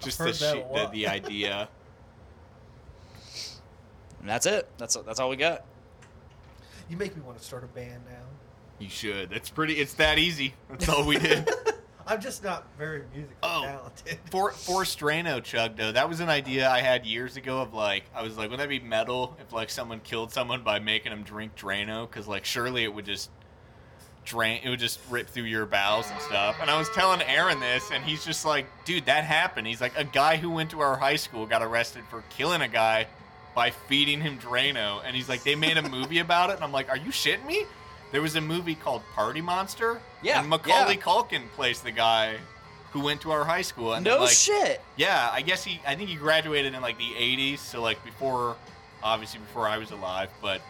[SPEAKER 8] Just the,
[SPEAKER 7] heard that a
[SPEAKER 8] shit, the
[SPEAKER 7] lot.
[SPEAKER 8] the idea.
[SPEAKER 6] And that's it. That's that's all we got.
[SPEAKER 7] You make me want to start a band now.
[SPEAKER 8] You should. That's pretty. It's that easy. That's all we did.
[SPEAKER 7] I'm just not very musically
[SPEAKER 8] Oh.
[SPEAKER 7] talented.
[SPEAKER 8] For for Strano Chug though, that was an idea I had years ago of like I was like, would that be metal if like someone killed someone by making them drink Drano? Because like surely it would just drain, it would just rip through your bowels and stuff. And I was telling Aaron this, and he's just like, dude, that happened. He's like, a guy who went to our high school got arrested for killing a guy by feeding him Drano, and he's like, they made a movie about it, and I'm like, are you shitting me? There was a movie called Party Monster.
[SPEAKER 6] Yeah,
[SPEAKER 8] And Macaulay
[SPEAKER 6] yeah.
[SPEAKER 8] Culkin plays the guy who went to our high school. And
[SPEAKER 6] no
[SPEAKER 8] like,
[SPEAKER 6] shit.
[SPEAKER 8] yeah, I guess he. I think he graduated in like the '80s, so like before, obviously before I was alive. But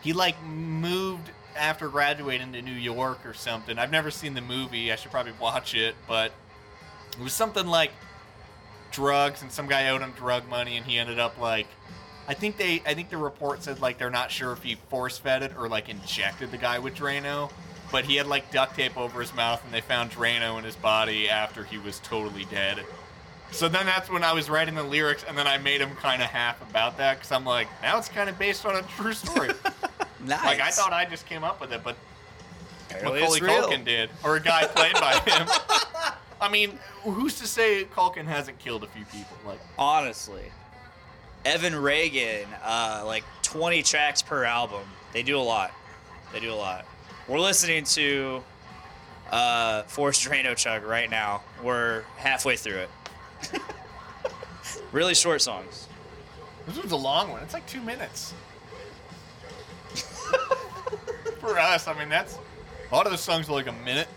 [SPEAKER 8] he like moved after graduating to New York or something. I've never seen the movie. I should probably watch it, but it was something like drugs, and some guy owed him drug money, and he ended up like. I think they. I think the report said like they're not sure if he force fed it or like injected the guy with Drano. But he had like duct tape over his mouth, and they found Drano in his body after he was totally dead. So then that's when I was writing the lyrics, and then I made them kind of half about that because I'm like, now it's kind of based on a true story.
[SPEAKER 6] Nice.
[SPEAKER 8] like I thought I just came up with it, but
[SPEAKER 6] Apparently
[SPEAKER 8] Macaulay
[SPEAKER 6] it's real.
[SPEAKER 8] Culkin did, or a guy played by him. I mean, who's to say Culkin hasn't killed a few people? Like,
[SPEAKER 6] honestly. Evan Reagan, uh, like 20 tracks per album. They do a lot. They do a lot. We're listening to uh, Forced Drano Chug right now. We're halfway through it. really short songs.
[SPEAKER 8] this one's a long one. It's like two minutes. For us, I mean, that's a lot of the songs are like a minute.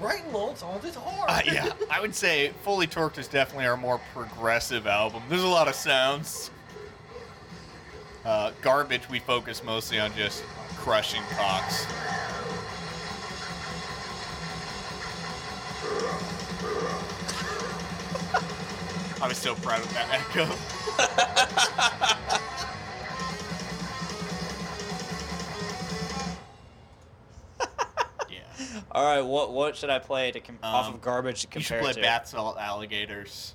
[SPEAKER 7] Writing long songs is hard.
[SPEAKER 8] Uh, yeah, I would say Fully Torqued is definitely our more progressive album. There's a lot of sounds. Uh, garbage, we focus mostly on just crushing cocks. I was so proud of that echo. yeah.
[SPEAKER 6] All right, what what should I play to com- off
[SPEAKER 8] Um,
[SPEAKER 6] of garbage to
[SPEAKER 8] You should
[SPEAKER 6] compare
[SPEAKER 8] play
[SPEAKER 6] it to?
[SPEAKER 8] bath salt alligators.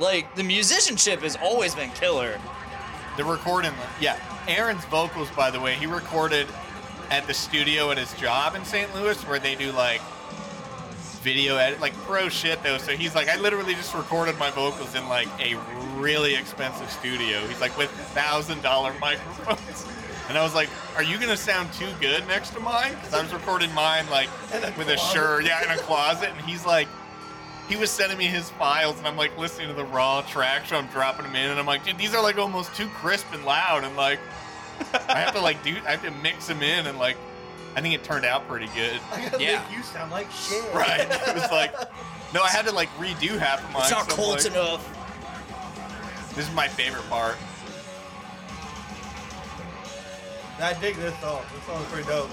[SPEAKER 6] Like the musicianship has always been killer.
[SPEAKER 8] The recording, yeah. Aaron's vocals, by the way, he recorded at the studio at his job in St. Louis, where they do like video edit, like pro shit though. So he's like, I literally just recorded my vocals in like a really expensive studio. He's like with thousand dollar microphones. And I was like, "Are you gonna sound too good next to mine?" Because I was recording mine like
[SPEAKER 7] In a
[SPEAKER 8] with a
[SPEAKER 7] closet.
[SPEAKER 8] shirt, yeah, in a closet. And he's like, he was sending me his files, and I'm like listening to the raw track, so I'm dropping them in, and I'm like, dude, these are like almost too crisp and loud, and like, I have to like do, I have to mix them in, and like, I think it turned out pretty good.
[SPEAKER 7] I gotta
[SPEAKER 6] Yeah.
[SPEAKER 7] make you sound like shit.
[SPEAKER 8] Right? It was like, no, I had to like redo half of mine.
[SPEAKER 6] It's not
[SPEAKER 8] so I'm
[SPEAKER 6] cold
[SPEAKER 8] like,
[SPEAKER 6] enough.
[SPEAKER 8] This is my favorite part.
[SPEAKER 7] I dig this song. This song's pretty dope.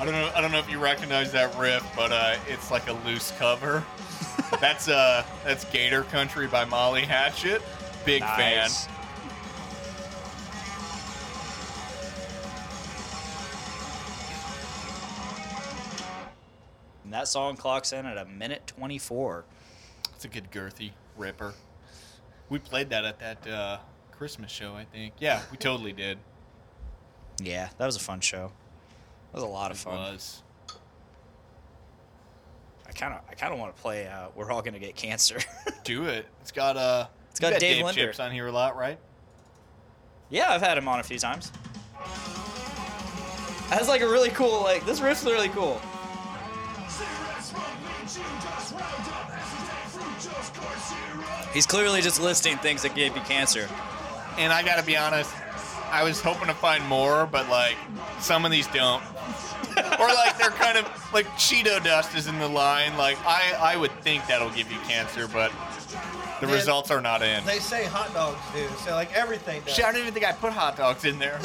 [SPEAKER 8] I don't know, I don't know if you recognize that riff, but uh, it's like a loose cover. that's uh, that's Gator Country by Molly Hatchet. Big
[SPEAKER 6] Nice.
[SPEAKER 8] fan.
[SPEAKER 6] And that song clocks in at a minute 24.
[SPEAKER 8] It's a good girthy ripper. We played that at that uh, Christmas show, I think. Yeah, we totally did.
[SPEAKER 6] Yeah, that was a fun show. That was a lot of
[SPEAKER 8] It
[SPEAKER 6] fun.
[SPEAKER 8] was.
[SPEAKER 6] I kind of, I kind of want to play. Uh, We're all gonna get cancer.
[SPEAKER 8] Do it. It's got uh.
[SPEAKER 6] It's got
[SPEAKER 8] you got
[SPEAKER 6] Dave
[SPEAKER 8] Dave
[SPEAKER 6] Linder.
[SPEAKER 8] Chips on here a lot, right?
[SPEAKER 6] yeah, I've had him on a few times. That's like a really cool. Like this riff's really cool. He's clearly just listing things that gave you cancer.
[SPEAKER 8] And I gotta be honest, I was hoping to find more, but like some of these don't. or like they're kind of like Cheeto dust is in the line. Like I I would think that'll give you cancer, but the
[SPEAKER 7] Man,
[SPEAKER 8] results are not in.
[SPEAKER 7] They say hot dogs do, so like everything does.
[SPEAKER 8] Shit, I don't even think I put hot dogs in there.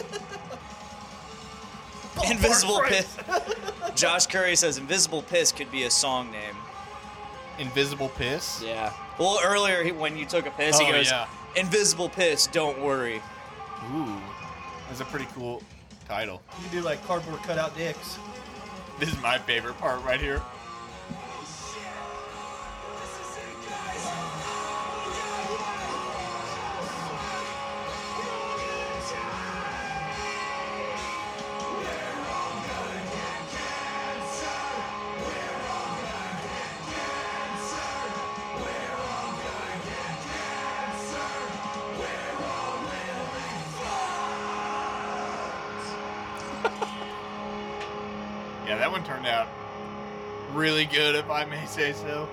[SPEAKER 6] Invisible
[SPEAKER 7] Christ.
[SPEAKER 6] piss. Josh Curry says invisible piss could be a song name.
[SPEAKER 8] Invisible piss.
[SPEAKER 6] Yeah. Well, earlier he, when you took a piss, he
[SPEAKER 8] Oh,
[SPEAKER 6] goes,
[SPEAKER 8] yeah.
[SPEAKER 6] "Invisible piss, don't worry."
[SPEAKER 8] Ooh, that's a pretty cool title.
[SPEAKER 7] You do like cardboard cutout dicks.
[SPEAKER 8] This is my favorite part right here. turned out really good, if I may say so.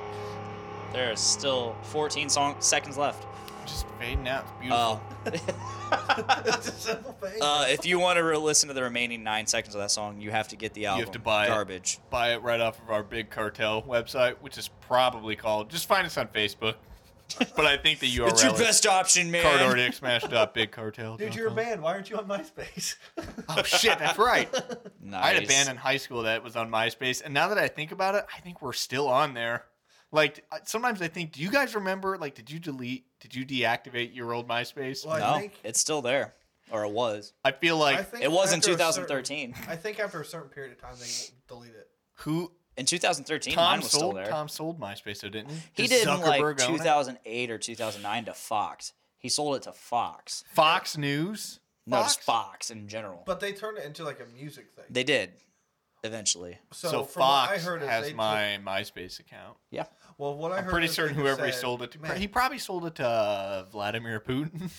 [SPEAKER 6] There's still 14 song- seconds left.
[SPEAKER 8] Just fading out. It's
[SPEAKER 6] Uh,
[SPEAKER 8] beautiful.
[SPEAKER 7] it's a simple thing.
[SPEAKER 6] uh, if you want to re- listen to the remaining nine seconds of that song, you have to get the
[SPEAKER 8] have
[SPEAKER 6] album.
[SPEAKER 8] to buy it.
[SPEAKER 6] garbage.
[SPEAKER 8] Buy it right off of our big cartel website, which is probably called. Just find us on Facebook. but I think the URL
[SPEAKER 6] It's your
[SPEAKER 8] is
[SPEAKER 6] best option, man.
[SPEAKER 8] cardordicsmash.bigcartel.
[SPEAKER 7] Dude,
[SPEAKER 6] uh-huh.
[SPEAKER 7] you're a band. Why aren't you on MySpace?
[SPEAKER 8] Oh shit, that's right.
[SPEAKER 6] Nice.
[SPEAKER 8] I had a band in high school that was on MySpace, and now that I think about it, I think we're still on there. Like I- sometimes I think, do you guys remember? Like, did you delete? Did you deactivate your old MySpace?
[SPEAKER 7] Well, I
[SPEAKER 6] No,
[SPEAKER 7] think-
[SPEAKER 6] it's still there, or it was.
[SPEAKER 8] I feel
[SPEAKER 7] I
[SPEAKER 8] like
[SPEAKER 7] think
[SPEAKER 6] It was in
[SPEAKER 7] after a certain-
[SPEAKER 6] 2013.
[SPEAKER 7] I think after a certain period of time, they delete it.
[SPEAKER 8] who
[SPEAKER 6] In 2013, mine
[SPEAKER 8] Tom
[SPEAKER 6] was still
[SPEAKER 8] sold.
[SPEAKER 6] there.
[SPEAKER 8] Tom sold MySpace, so didn't he?
[SPEAKER 6] he
[SPEAKER 8] Did
[SPEAKER 6] did in like
[SPEAKER 8] Zuckerberg own it?
[SPEAKER 6] 2008 or 2009 to Fox. He sold it to Fox.
[SPEAKER 8] Fox News.
[SPEAKER 6] No,
[SPEAKER 8] Fox?
[SPEAKER 6] just Fox in general.
[SPEAKER 7] But they turned it into like a music thing.
[SPEAKER 6] they did, eventually.
[SPEAKER 8] So,
[SPEAKER 7] so, from
[SPEAKER 8] Fox
[SPEAKER 7] what I heard is
[SPEAKER 8] has
[SPEAKER 7] they took-
[SPEAKER 8] my MySpace account.
[SPEAKER 6] Yeah.
[SPEAKER 7] well, what I
[SPEAKER 8] I'm
[SPEAKER 7] heard
[SPEAKER 8] pretty
[SPEAKER 7] is
[SPEAKER 8] certain
[SPEAKER 7] they
[SPEAKER 8] whoever he
[SPEAKER 7] said,
[SPEAKER 8] sold it to,
[SPEAKER 7] "Man,
[SPEAKER 8] he probably sold it to uh, Vladimir Putin,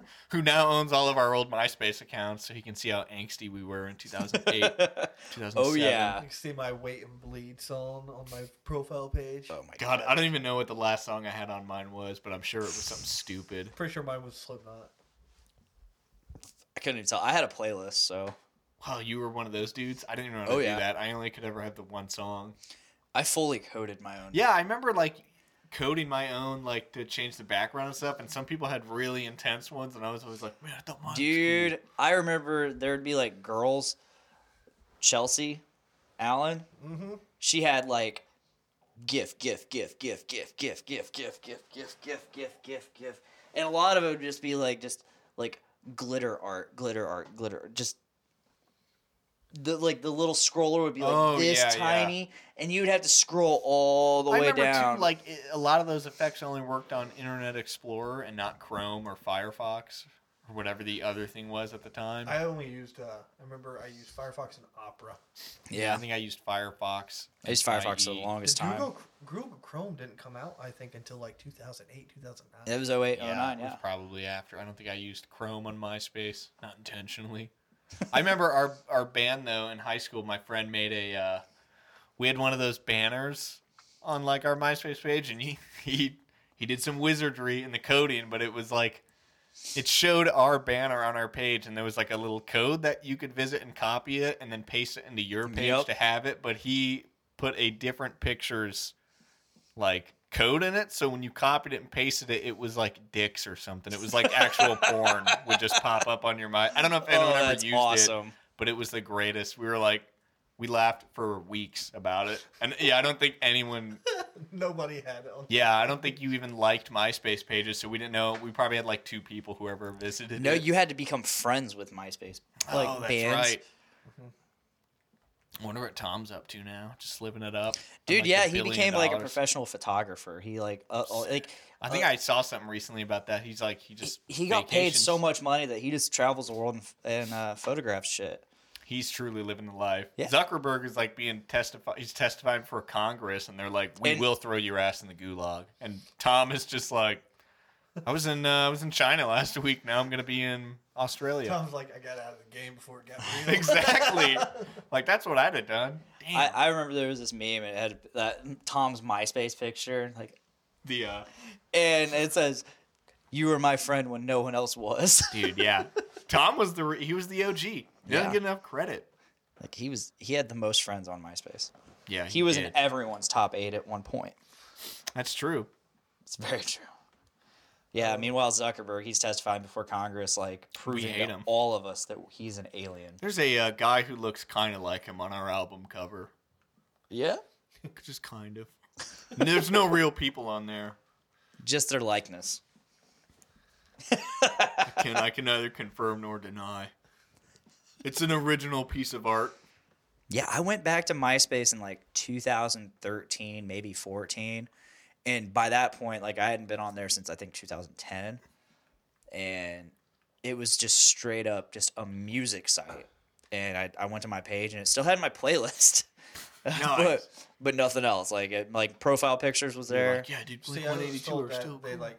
[SPEAKER 8] who now owns all of our old MySpace accounts, so he can see how angsty we were in 2008, 2007.
[SPEAKER 6] Oh yeah.
[SPEAKER 7] You can see my wait and bleed song on my profile page.
[SPEAKER 6] Oh my god.
[SPEAKER 8] God, I don't even know what the last song I had on mine was, but I'm sure it was something stupid.
[SPEAKER 7] Pretty sure mine was Slipknot.
[SPEAKER 6] I couldn't even tell. I had a playlist, so
[SPEAKER 8] Wow, you were one of those dudes. I didn't even know how to
[SPEAKER 6] Oh,
[SPEAKER 8] do
[SPEAKER 6] yeah.
[SPEAKER 8] that. I only could ever have the one song.
[SPEAKER 6] I fully coded my own.
[SPEAKER 8] Yeah, I remember like coding my own like to change the background and stuff, and some people had really intense ones, and I was always like, man, I thought mine was cool."
[SPEAKER 6] Dude, I remember there'd be like girls, Chelsea, Allen.
[SPEAKER 7] Mm-hmm.
[SPEAKER 6] She had like GIF, GIF, GIF, GIF, GIF, GIF, GIF, GIF, GIF, GIF, GIF, GIF, GIF, GIF. And a lot of it would just be like just like glitter art, glitter art, glitter, just the like the little scroller would be like
[SPEAKER 8] Oh,
[SPEAKER 6] this
[SPEAKER 8] yeah, yeah.
[SPEAKER 6] tiny, and you'd have to scroll all the
[SPEAKER 8] I
[SPEAKER 6] way
[SPEAKER 8] remember
[SPEAKER 6] down.
[SPEAKER 8] too, like i- a lot of those effects only worked on Internet Explorer and not Chrome or Firefox or whatever the other thing was at the time. I,
[SPEAKER 7] I only used. Uh, I remember I used Firefox and Opera.
[SPEAKER 6] yeah,
[SPEAKER 8] think I used Firefox.
[SPEAKER 6] I used Firefox for the
[SPEAKER 8] IE.
[SPEAKER 6] longest
[SPEAKER 7] And
[SPEAKER 6] time.
[SPEAKER 7] Google, Google Chrome didn't come out, I think, until like 2008, 2009.
[SPEAKER 6] It was 08,
[SPEAKER 8] Yeah,
[SPEAKER 6] 09,
[SPEAKER 8] it was
[SPEAKER 6] yeah.
[SPEAKER 8] probably after. I don't think I used Chrome on MySpace, not intentionally. I remember our our band though in high school. My friend made a. Uh, we had one of those banners on like our MySpace page, and he he he did some wizardry in the coding, but it was like. It showed our banner on our page, and there was like a little code that you could visit and copy it, and then paste it into your page
[SPEAKER 6] Yep.
[SPEAKER 8] to have it. But he put a different pictures like code in it. So when you copied it and pasted it, it was like dicks or something. It was like actual porn would just pop up on your mind. I don't know if anyone
[SPEAKER 6] oh,
[SPEAKER 8] ever
[SPEAKER 6] that's
[SPEAKER 8] used it,
[SPEAKER 6] awesome.
[SPEAKER 8] but it was the greatest. We were like, we laughed for weeks about it. And yeah, I don't think anyone,
[SPEAKER 7] Nobody had it. On.
[SPEAKER 8] yeah, I don't think you even liked MySpace pages. So we didn't know. We probably had like two people who ever visited.
[SPEAKER 6] No,
[SPEAKER 8] it.
[SPEAKER 6] you had to become friends with MySpace.
[SPEAKER 8] Oh,
[SPEAKER 6] Like
[SPEAKER 8] that's
[SPEAKER 6] bands. Mm-hmm.
[SPEAKER 8] right. Wonder what Tom's up to now. Just living it up, I'm
[SPEAKER 6] Dude,
[SPEAKER 8] like a
[SPEAKER 6] yeah, he
[SPEAKER 8] billion
[SPEAKER 6] became like a
[SPEAKER 8] dollars.
[SPEAKER 6] professional photographer. He like uh, uh, like
[SPEAKER 8] I think
[SPEAKER 6] uh,
[SPEAKER 8] I saw something recently about that. He's like, he just
[SPEAKER 6] he got paid
[SPEAKER 8] vacations.
[SPEAKER 6] so much money that he just travels the world and, f- and uh, photographs shit.
[SPEAKER 8] He's truly living the life.
[SPEAKER 6] Yeah.
[SPEAKER 8] Zuckerberg is like being testified. He's testifying for Congress, and they're like, "We
[SPEAKER 6] And-
[SPEAKER 8] will throw your ass in the gulag." And Tom is just like, "I was in uh, I was in China last week. Now I'm gonna be in Australia."
[SPEAKER 7] Tom's like, I got out of the game before it got real.
[SPEAKER 8] exactly. like that's what I'd have done. Damn.
[SPEAKER 6] I, I remember there was this meme and it had that Tom's MySpace picture like
[SPEAKER 8] the uh,
[SPEAKER 6] and it says you were my friend when no one else was.
[SPEAKER 8] dude, yeah. Tom was the re- he was the OG. He
[SPEAKER 6] Yeah.
[SPEAKER 8] didn't get enough credit.
[SPEAKER 6] like he was he had the most friends on MySpace.
[SPEAKER 8] Yeah,
[SPEAKER 6] He was in
[SPEAKER 8] did.
[SPEAKER 6] everyone's top 8 at one point.
[SPEAKER 8] That's true.
[SPEAKER 6] It's very true. Yeah. Meanwhile, Zuckerberg, he's testifying before Congress, like proving
[SPEAKER 8] hate
[SPEAKER 6] to
[SPEAKER 8] him.
[SPEAKER 6] all of us that he's an alien.
[SPEAKER 8] There's a uh, guy who looks kind of like him on our album cover.
[SPEAKER 6] Yeah.
[SPEAKER 8] Just kind of. There's no real people on there.
[SPEAKER 6] Just their likeness.
[SPEAKER 8] can I can neither confirm nor deny. It's an original piece of art.
[SPEAKER 6] Yeah, I went back to MySpace in like 2013, maybe 14, and by that point, like I hadn't been on there since I think 2010, and it was just straight up just a music site. And I, I went to my page and it still had my playlist, but but nothing else. Like it, like profile pictures was there.
[SPEAKER 8] Like, yeah, dude,
[SPEAKER 7] See,
[SPEAKER 8] Blink
[SPEAKER 7] I was
[SPEAKER 8] 182
[SPEAKER 7] told
[SPEAKER 8] are
[SPEAKER 7] that
[SPEAKER 8] still
[SPEAKER 7] they
[SPEAKER 8] cool.
[SPEAKER 7] like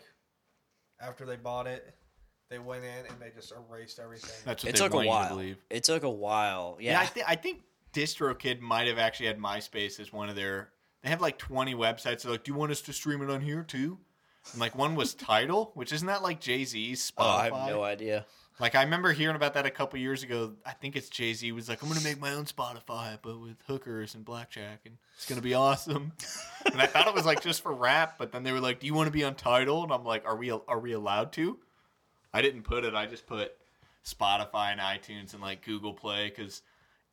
[SPEAKER 7] after they bought it, they went in and they just erased everything.
[SPEAKER 8] That's what
[SPEAKER 6] it
[SPEAKER 8] they
[SPEAKER 6] took a
[SPEAKER 8] want you to
[SPEAKER 6] while.
[SPEAKER 8] believe.
[SPEAKER 6] It took a while.
[SPEAKER 8] Yeah,
[SPEAKER 6] Yeah.
[SPEAKER 8] I, thi- I think DistroKid might have actually had MySpace as one of their. They have like 20 websites. They're like, do you want us to stream it on here too? And like one was Tidal, which isn't that like Jay Z's Spotify?
[SPEAKER 6] Oh, I have no idea.
[SPEAKER 8] Like I remember hearing about that a couple years ago. I think it's Jay Z was like, "I'm gonna make my own Spotify, but with hookers and blackjack, and it's gonna be awesome." and I thought it was like just for rap, but then they were like, "Do you want to be on Tidal?" And I'm like, "Are we are we allowed to?" I didn't put it. I just put Spotify and iTunes and like Google Play because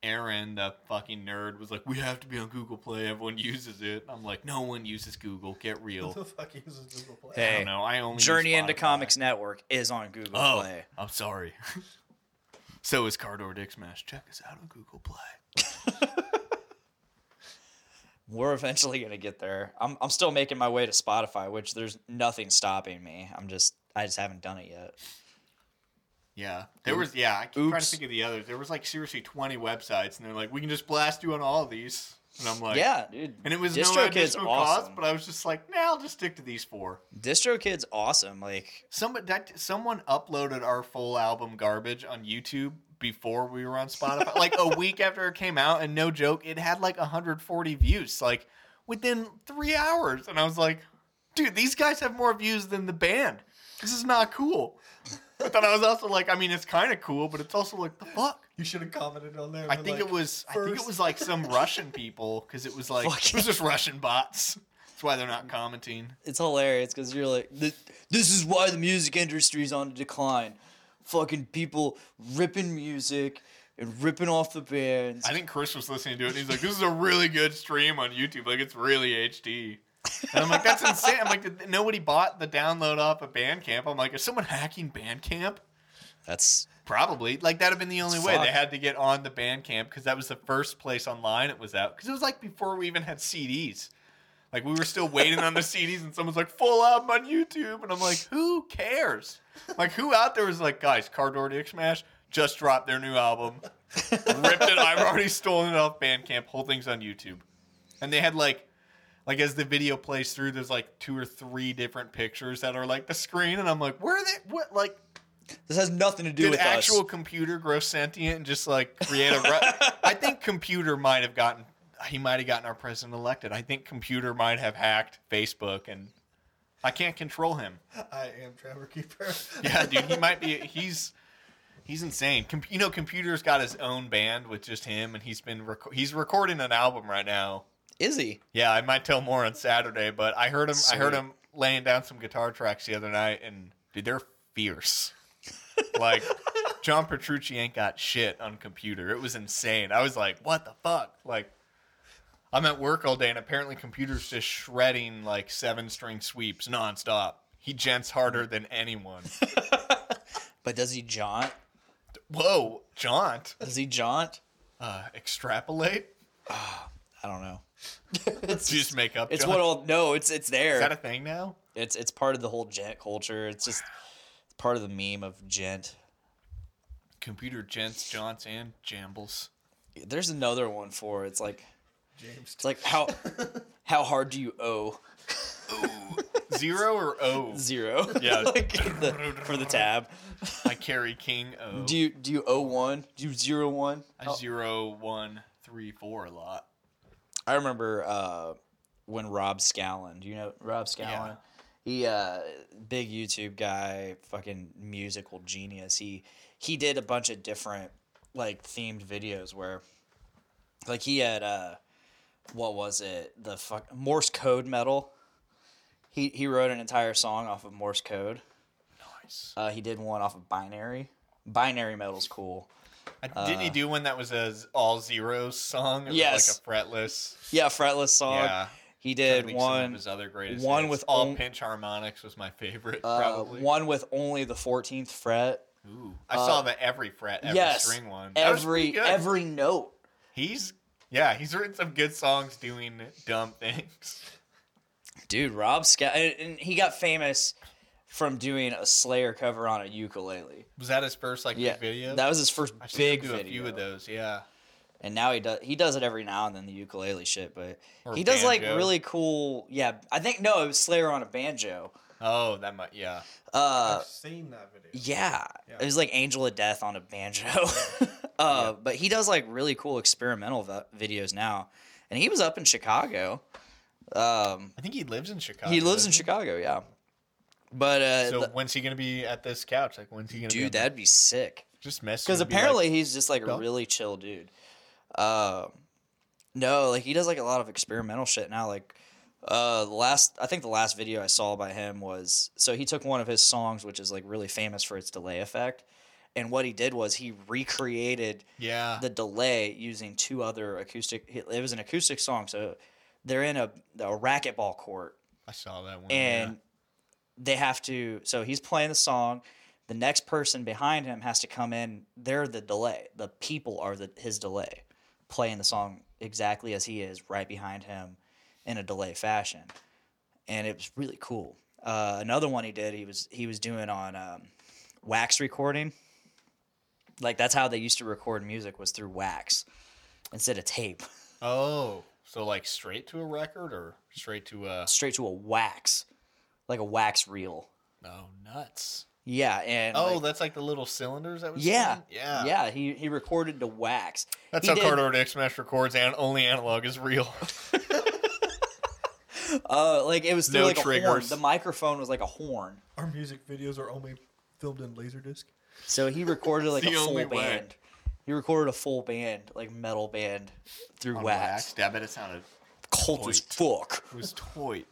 [SPEAKER 8] Aaron, the fucking nerd, was like, "We have to be on Google Play. Everyone uses it." I'm like, "No one uses Google. Get
[SPEAKER 7] Who the
[SPEAKER 8] real."
[SPEAKER 7] fuck uses Google Play?
[SPEAKER 8] I
[SPEAKER 6] Hey.
[SPEAKER 8] don't know. I only use
[SPEAKER 6] Journey into
[SPEAKER 8] Spotify.
[SPEAKER 6] Comics Network is on Google
[SPEAKER 8] Oh,
[SPEAKER 6] Play.
[SPEAKER 8] I'm sorry. so is Car Door Dick Smash. Check us out on Google Play.
[SPEAKER 6] We're eventually gonna get there. I'm I'm still making my way to Spotify, which there's nothing stopping me. I'm just I just haven't done it yet.
[SPEAKER 8] Yeah, there was. Yeah, I keep trying to
[SPEAKER 6] Oops.
[SPEAKER 8] think of the others. There was like seriously 20 websites, and they're like, we can just blast you on all of these. And I'm like,
[SPEAKER 6] yeah, dude.
[SPEAKER 8] And it was no
[SPEAKER 6] DistroKid's
[SPEAKER 8] additional cost,
[SPEAKER 6] awesome.
[SPEAKER 8] but I was just like, nah, I'll just stick to these four.
[SPEAKER 6] DistroKid's awesome. Like
[SPEAKER 8] Someone that someone uploaded our full album garbage on YouTube before we were on Spotify, like a week after it came out, and no joke, it had like 140 views, like within three hours, and I was like, dude, these guys have more views than the band. This is not cool. But then I was also like, I mean, it's kind of cool, but it's also like, the fuck.
[SPEAKER 7] You should have commented on there.
[SPEAKER 8] I
[SPEAKER 7] but,
[SPEAKER 8] think
[SPEAKER 7] like,
[SPEAKER 8] it was. I think it
[SPEAKER 7] first-
[SPEAKER 8] was like some Russian people because it was like it
[SPEAKER 6] Fuck.
[SPEAKER 8] was just Russian bots. That's why they're not commenting.
[SPEAKER 6] it's hilarious because you're like, "Th- this is why the music industry's on decline. Fucking people ripping music and ripping off the bands.
[SPEAKER 8] I think Chris was listening to it and he's like, This is a really good stream on YouTube. Like, it's really HD. And I'm like, That's insane. I'm like, "Did- Nobody bought the download off of Bandcamp. I'm like, Is someone hacking Bandcamp?
[SPEAKER 6] That's
[SPEAKER 8] Probably. Like, that'd have been the only way.
[SPEAKER 6] Fuck.
[SPEAKER 8] They had to get on the Bandcamp because that was the first place online it was out. Because it was like before we even had CDs. Like, we were still waiting on the CDs and someone's like, Full album on YouTube. And I'm like, Who cares? Like, who out there was like, Guys, Car Door Dick Smash just dropped their new album ripped it. I've already stolen it off Bandcamp. Whole thing's on YouTube. And they had like, like as the video plays through, there's like two or three different pictures that are like the screen, and I'm like, where are they? What like
[SPEAKER 6] this has nothing to do
[SPEAKER 8] did
[SPEAKER 6] with
[SPEAKER 8] actual
[SPEAKER 6] us.
[SPEAKER 8] computer grow sentient and just like create a? Ru- I think computer might have gotten. He might have gotten our president elected. I think computer might have hacked Facebook, and I can't control him.
[SPEAKER 7] I am Trevor Keeper.
[SPEAKER 8] Yeah, dude, he might be. He's he's insane. Com- you know, computer's got his own band with just him, and he's been rec- he's recording an album right now.
[SPEAKER 6] Is he?
[SPEAKER 8] Yeah, I might tell more on Saturday, but I heard him. I heard
[SPEAKER 6] Sweet.
[SPEAKER 8] him laying down some guitar tracks the other night, and dude, they're fierce. like John Petrucci ain't got shit on computer. It was insane. I was like, what the fuck? Like. I'm at work all day, and apparently, computer's just shredding like seven string sweeps nonstop. He gents
[SPEAKER 6] Mm.
[SPEAKER 8] harder than anyone.
[SPEAKER 6] But does he jaunt?
[SPEAKER 8] Whoa, jaunt.
[SPEAKER 6] Does he jaunt?
[SPEAKER 8] Uh, extrapolate.
[SPEAKER 6] I don't know. it's
[SPEAKER 8] Did you just make up?
[SPEAKER 6] it's
[SPEAKER 8] jaunt?
[SPEAKER 6] what all no, it's it's there.
[SPEAKER 8] Is that a thing now?
[SPEAKER 6] it's it's part of the whole gent culture. It's just part of the meme of gent.
[SPEAKER 8] Computer gents, jaunts, and jambles.
[SPEAKER 6] There's another one for it. it's like
[SPEAKER 7] James.
[SPEAKER 6] it's like how how hard do you owe
[SPEAKER 8] Zero or O?
[SPEAKER 6] zero?
[SPEAKER 8] Yeah.
[SPEAKER 6] Like, the- for the tab.
[SPEAKER 8] I carry king O.
[SPEAKER 6] Do you do you owe one? Do you zero one?
[SPEAKER 8] I zero one three four a lot.
[SPEAKER 6] I remember uh, when Rob Scallon, do you know Rob Scallon? He uh big YouTube guy, fucking musical genius. He he did a bunch of different like themed videos where like he had uh what was it? The fuck Morse code metal. He he wrote an entire song off of Morse code.
[SPEAKER 8] Nice.
[SPEAKER 6] Uh, he did one off of binary. Binary metal's cool.
[SPEAKER 8] I- Didn't he do one that was a z- all zeros song? It was
[SPEAKER 6] Uh, Yes.
[SPEAKER 8] like a fretless.
[SPEAKER 6] Yeah, fretless song.
[SPEAKER 8] Yeah.
[SPEAKER 6] He
[SPEAKER 8] I
[SPEAKER 6] did
[SPEAKER 8] think some of
[SPEAKER 6] one
[SPEAKER 8] his other greatest
[SPEAKER 6] one
[SPEAKER 8] hits.
[SPEAKER 6] with
[SPEAKER 8] all
[SPEAKER 6] on-
[SPEAKER 8] pinch harmonics was my favorite.
[SPEAKER 6] Uh,
[SPEAKER 8] probably
[SPEAKER 6] one with only the 14th fret.
[SPEAKER 8] Ooh. I saw the every fret, every
[SPEAKER 6] yes,
[SPEAKER 8] string one. That was pretty
[SPEAKER 6] Every
[SPEAKER 8] good.
[SPEAKER 6] every note.
[SPEAKER 8] He's yeah, he's written some good songs doing dumb things.
[SPEAKER 6] Dude, Rob Scott and, and he got famous from doing a Slayer cover on a ukulele.
[SPEAKER 8] Was that his first like
[SPEAKER 6] Yeah.
[SPEAKER 8] big video?
[SPEAKER 6] That was his first
[SPEAKER 8] I should
[SPEAKER 6] big
[SPEAKER 8] do
[SPEAKER 6] video.
[SPEAKER 8] a few of those. Yeah,
[SPEAKER 6] And now he does he does it every now and then the ukulele shit, but
[SPEAKER 8] Or
[SPEAKER 6] he does like
[SPEAKER 8] banjo.
[SPEAKER 6] really cool yeah, I think no, it was Slayer on a banjo.
[SPEAKER 8] Oh, that might. Yeah,
[SPEAKER 6] Uh
[SPEAKER 7] I've seen that video.
[SPEAKER 6] Yeah. It was like Angel of Death on a banjo. Uh, But he does like really cool experimental vi- videos now, and he was up in Chicago. Um,
[SPEAKER 8] I think he lives in Chicago.
[SPEAKER 6] he lives in
[SPEAKER 8] doesn't
[SPEAKER 6] Chicago, yeah. But uh,
[SPEAKER 8] So
[SPEAKER 6] the-
[SPEAKER 8] when's he gonna be at this couch? Like when's he gonna be? on
[SPEAKER 6] dude,
[SPEAKER 8] the-
[SPEAKER 6] that'd be sick.
[SPEAKER 8] just mess.
[SPEAKER 6] Because apparently he's just like a
[SPEAKER 8] "Bill?"
[SPEAKER 6] really chill dude. Um, no, like he does like a lot of experimental shit now. Like uh, the last, I think the last video I saw by him was so he took one of his songs, which is like really famous for its delay effect, and what he did was he recreated
[SPEAKER 8] yeah,
[SPEAKER 6] the delay using two other acoustic. It was an acoustic song, so they're in a a racquetball court
[SPEAKER 8] I saw that one.
[SPEAKER 6] and they have to so he's playing the song the next person behind him has to come in they're the delay the people are the, his delay playing the song exactly as he is right behind him in a delay fashion and it was really cool uh, another one he did he was he was doing on um, wax recording like that's how they used to record music was through wax instead of tape
[SPEAKER 8] yeah. oh, so like straight to a record or straight to uh, a
[SPEAKER 6] straight to a wax like a wax reel
[SPEAKER 8] oh nuts.
[SPEAKER 6] yeah and
[SPEAKER 8] Oh,
[SPEAKER 6] like-
[SPEAKER 8] that's like the little cylinders that was.
[SPEAKER 6] Yeah.
[SPEAKER 8] spinning? yeah,
[SPEAKER 6] Yeah. He he recorded to wax.
[SPEAKER 8] That's
[SPEAKER 6] He
[SPEAKER 8] how
[SPEAKER 6] did-
[SPEAKER 8] Carter and X Smash records, and only analog is real.
[SPEAKER 6] Uh, like it was through
[SPEAKER 8] No
[SPEAKER 6] like a horn.
[SPEAKER 8] triggers.
[SPEAKER 6] The microphone was like a horn.
[SPEAKER 7] Our music videos are only filmed in Laserdisc.
[SPEAKER 6] So he recorded like a
[SPEAKER 8] the
[SPEAKER 6] full
[SPEAKER 8] only
[SPEAKER 6] band.
[SPEAKER 8] way.
[SPEAKER 6] He recorded a full band, like metal band, through wax.
[SPEAKER 8] I bet it sounded.
[SPEAKER 6] Cold as fuck.
[SPEAKER 8] It was toy.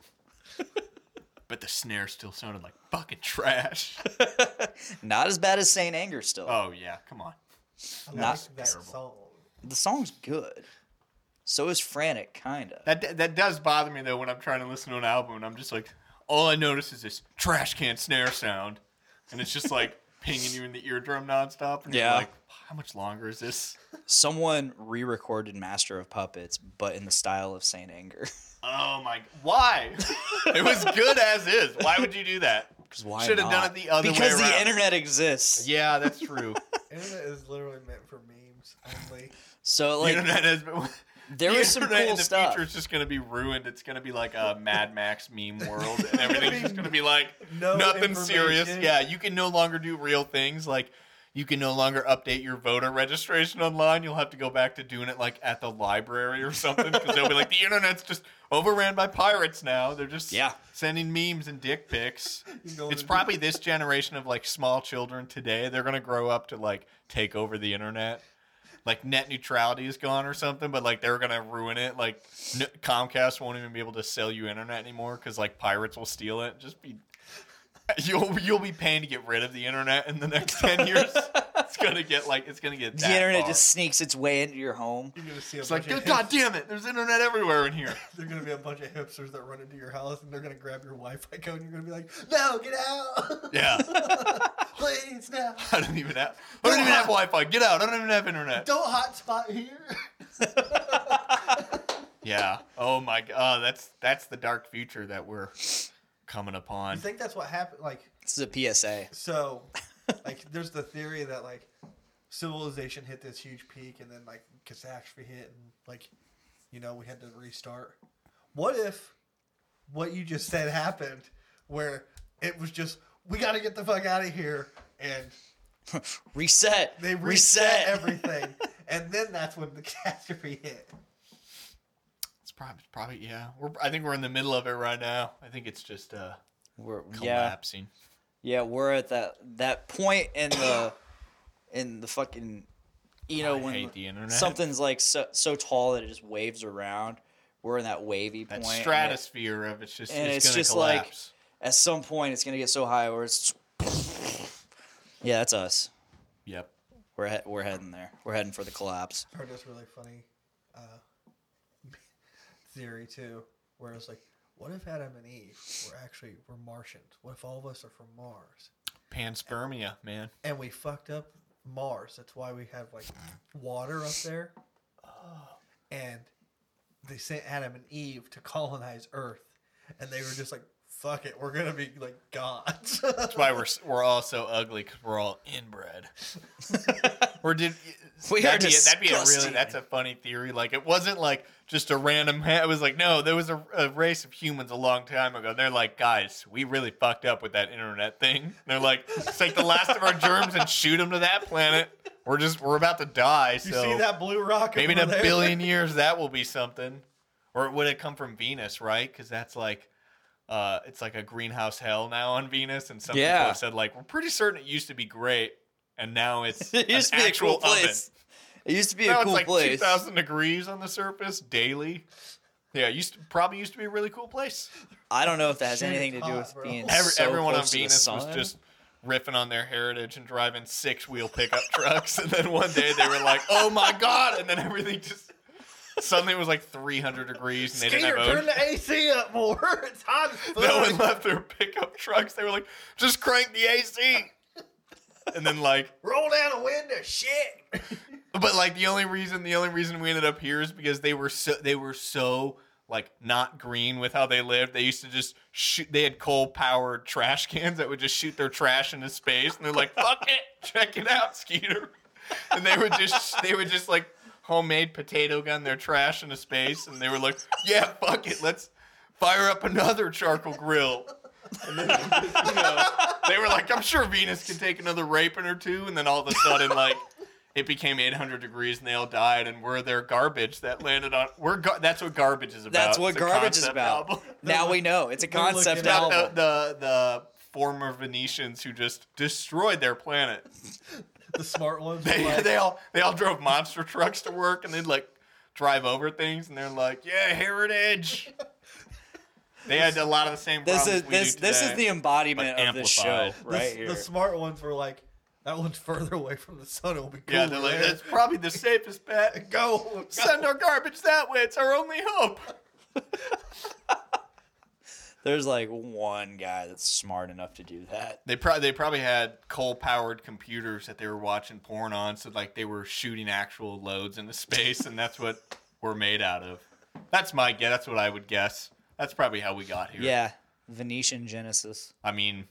[SPEAKER 8] but the snare still sounded like fucking trash.
[SPEAKER 6] Not as bad as Saint Anger still.
[SPEAKER 8] oh yeah, come on.
[SPEAKER 7] I
[SPEAKER 6] Not
[SPEAKER 7] like that song.
[SPEAKER 6] The song's good. So is Frantic, kinda.
[SPEAKER 8] That that does bother me though when I'm trying to listen to an album and I'm just like, all I notice is this trash can snare sound, and it's just like pinging you in the eardrum nonstop. And
[SPEAKER 6] Yeah.
[SPEAKER 8] You're like, how much longer is this?
[SPEAKER 6] Someone re-recorded Master of Puppets, but in the style of Saint Anger.
[SPEAKER 8] Oh my! Why? it was good as is. Why would you do that?
[SPEAKER 6] Because why
[SPEAKER 8] Should have done
[SPEAKER 6] not?
[SPEAKER 8] it the other
[SPEAKER 6] because
[SPEAKER 8] way around.
[SPEAKER 6] the internet exists.
[SPEAKER 8] Yeah, that's true.
[SPEAKER 7] Internet is literally meant for memes only.
[SPEAKER 6] So
[SPEAKER 8] the
[SPEAKER 6] like
[SPEAKER 8] internet has been.
[SPEAKER 6] there
[SPEAKER 8] the
[SPEAKER 6] was some
[SPEAKER 8] internet
[SPEAKER 6] cool
[SPEAKER 8] in the
[SPEAKER 6] stuff.
[SPEAKER 8] future is just going to be ruined. It's going to be like a Mad Max meme world, and everything's just going to be like
[SPEAKER 7] No
[SPEAKER 8] nothing serious.
[SPEAKER 7] information.
[SPEAKER 8] Yeah, you can no longer do real things. Like you can no longer update your voter registration online. You'll have to go back to doing it like at the library or something because they'll be like the internet's just overran by pirates now. They're just
[SPEAKER 6] Yeah.
[SPEAKER 8] sending memes and dick pics.
[SPEAKER 7] know
[SPEAKER 8] it's
[SPEAKER 7] the-
[SPEAKER 8] probably this generation of like small children today. They're going to grow up to like take over the internet like net neutrality is gone or something, but like they're gonna ruin it. Like n- Comcast won't even be able to sell you internet anymore because like pirates will steal it. Just be you'll you'll be paying to get rid of the internet in the next ten years. it's gonna get like it's gonna get that
[SPEAKER 6] the internet
[SPEAKER 8] far.
[SPEAKER 6] just sneaks its way into your home.
[SPEAKER 7] You're gonna see a
[SPEAKER 8] It's like,
[SPEAKER 7] bunch of
[SPEAKER 8] "Good God
[SPEAKER 7] hip-
[SPEAKER 8] damn it! There's internet everywhere in here.
[SPEAKER 7] There're gonna be a bunch of hipsters that run into your house and they're gonna grab your Wi-Fi code and you're gonna be like, "No, get out,
[SPEAKER 8] Yeah,
[SPEAKER 7] please, no,
[SPEAKER 8] I don't even have. I don't even have Wi-Fi. Get out! I don't even have internet.
[SPEAKER 7] don't hotspot here."
[SPEAKER 8] Yeah. Oh my God. That's that's the dark future that we're coming
[SPEAKER 7] I
[SPEAKER 8] upon.
[SPEAKER 7] think that's what happened. Like,
[SPEAKER 6] This is a PSA.
[SPEAKER 7] so, like, there's the theory that like civilization hit this huge peak and then like catastrophe hit and like, you know, we had to restart. What if what you just said happened, where it was just we got to get the fuck out of here and
[SPEAKER 6] Reset.
[SPEAKER 7] They reset, everything, and then that's when the catastrophe hit.
[SPEAKER 8] It's probably, probably yeah. We're I think we're in the middle of it right now. I think it's just uh
[SPEAKER 6] We're, yeah,
[SPEAKER 8] collapsing.
[SPEAKER 6] yeah, we're at that that point in the in the fucking you know
[SPEAKER 8] I
[SPEAKER 6] when
[SPEAKER 8] hate the internet.
[SPEAKER 6] something's like so, so tall that it just waves around. We're in that wavy
[SPEAKER 8] That
[SPEAKER 6] point. and it-
[SPEAKER 8] stratosphere of it's just
[SPEAKER 6] and
[SPEAKER 8] it's,
[SPEAKER 6] it's
[SPEAKER 8] gonna
[SPEAKER 6] just like-
[SPEAKER 8] collapse.
[SPEAKER 6] at some point, it's gonna get so high where it's yeah, that's us.
[SPEAKER 8] Yep.
[SPEAKER 6] We're he- we're heading there. We're heading for the collapse.
[SPEAKER 7] I heard this really funny uh, theory too, where it's like, what if Adam and Eve were actually were Martians? What if all of us are from Mars
[SPEAKER 8] Panspermia, man.
[SPEAKER 7] and we fucked up Mars? That's why we have like water up there, and they sent Adam and Eve to colonize Earth, and they were just like, fuck it, we're gonna be like gods.
[SPEAKER 8] That's why we're s- we're all so ugly because we're all inbred. or did
[SPEAKER 6] We
[SPEAKER 8] that'd
[SPEAKER 6] are
[SPEAKER 8] be, a- that'd be a really
[SPEAKER 6] disgusting.
[SPEAKER 8] that's a funny theory. Like it wasn't like just a random. Ha- it was like no, there was a, a race of humans a long time ago. They're like guys, we really fucked up with that internet thing. And they're like let's take the last of our germs and shoot them to that planet. We're just we're about to die.
[SPEAKER 7] you
[SPEAKER 8] so
[SPEAKER 7] see that blue rock?
[SPEAKER 8] maybe in
[SPEAKER 7] over
[SPEAKER 8] a
[SPEAKER 7] there?
[SPEAKER 8] billion years that will be something. Or would it come from Venus, right? Because that's like uh, it's like a greenhouse hell now on Venus, and some
[SPEAKER 6] Yeah.
[SPEAKER 8] people have said like we're pretty certain it used to be great, and now it's
[SPEAKER 6] It used to
[SPEAKER 8] an
[SPEAKER 6] be a
[SPEAKER 8] actual
[SPEAKER 6] cool place. It used to be
[SPEAKER 8] oven. Now
[SPEAKER 6] a cool
[SPEAKER 8] it's like
[SPEAKER 6] place.
[SPEAKER 8] two thousand degrees on the surface daily. Yeah, it used to, probably used to be a really cool place.
[SPEAKER 6] I don't know if that has
[SPEAKER 7] Shit,
[SPEAKER 6] anything to do
[SPEAKER 7] hot,
[SPEAKER 6] with
[SPEAKER 7] bro.
[SPEAKER 6] being
[SPEAKER 8] Every,
[SPEAKER 6] so
[SPEAKER 8] everyone on
[SPEAKER 6] close to the
[SPEAKER 8] Venus was
[SPEAKER 6] sun.
[SPEAKER 8] just riffing on their heritage and driving six wheel pickup trucks, and then one day they were like, "Oh my god!" and then everything just suddenly it was like three hundred degrees, and they
[SPEAKER 7] Skeeter,
[SPEAKER 8] didn't have
[SPEAKER 7] turn the AC up more. It's hot as fuck.
[SPEAKER 8] No one left their pickup trucks. They were like, just crank the AC. And then like,
[SPEAKER 7] Roll down a window, shit.
[SPEAKER 8] but like the only reason the only reason we ended up here is because they were so they were so like not green with how they lived. They used to just shoot. They had coal powered trash cans that would just shoot their trash into space, and they're like, fuck it, check it out, Skeeter. And they would just they would just like homemade potato gun their trash into space, and they were like, yeah, fuck it, let's fire up another charcoal grill. you know, they were like, I'm sure Venus can take another raping or two, and then all of a sudden, like, it became 800 degrees and they all died, and we're their garbage that landed on. We're gar- that's what garbage is about.
[SPEAKER 6] That's what
[SPEAKER 8] It's a
[SPEAKER 6] garbage is
[SPEAKER 8] concept
[SPEAKER 6] about.
[SPEAKER 8] album.
[SPEAKER 6] Now we know it's a
[SPEAKER 7] They're looking
[SPEAKER 6] concept
[SPEAKER 7] at
[SPEAKER 8] About
[SPEAKER 6] album.
[SPEAKER 8] the, the the former Venetians who just destroyed their planet.
[SPEAKER 7] The smart ones. were
[SPEAKER 8] They,
[SPEAKER 7] like,
[SPEAKER 8] they all they all drove monster trucks to work, and they'd like drive over things, and they're like, "Yeah, heritage." They had a lot of the same
[SPEAKER 6] This
[SPEAKER 8] problems
[SPEAKER 6] is
[SPEAKER 8] we do
[SPEAKER 6] this this is
[SPEAKER 8] today.
[SPEAKER 6] the embodiment
[SPEAKER 8] but
[SPEAKER 6] of this show
[SPEAKER 8] amplified.
[SPEAKER 7] the,
[SPEAKER 6] right
[SPEAKER 7] the
[SPEAKER 6] here.
[SPEAKER 7] smart ones were like, that one's further away from the sun. It'll be cool.
[SPEAKER 8] Yeah, they're like, that's probably the safest bet.
[SPEAKER 7] go.
[SPEAKER 8] Send our garbage that way. It's our only hope.
[SPEAKER 6] There's like one guy that's smart enough to do that.
[SPEAKER 8] They probably they probably had coal powered computers that they were watching porn on, so like they were shooting actual loads into space, and that's what we're made out of. That's my guess. That's what I would guess. That's probably how we got here.
[SPEAKER 6] Yeah, Venetian Genesis.
[SPEAKER 8] I mean,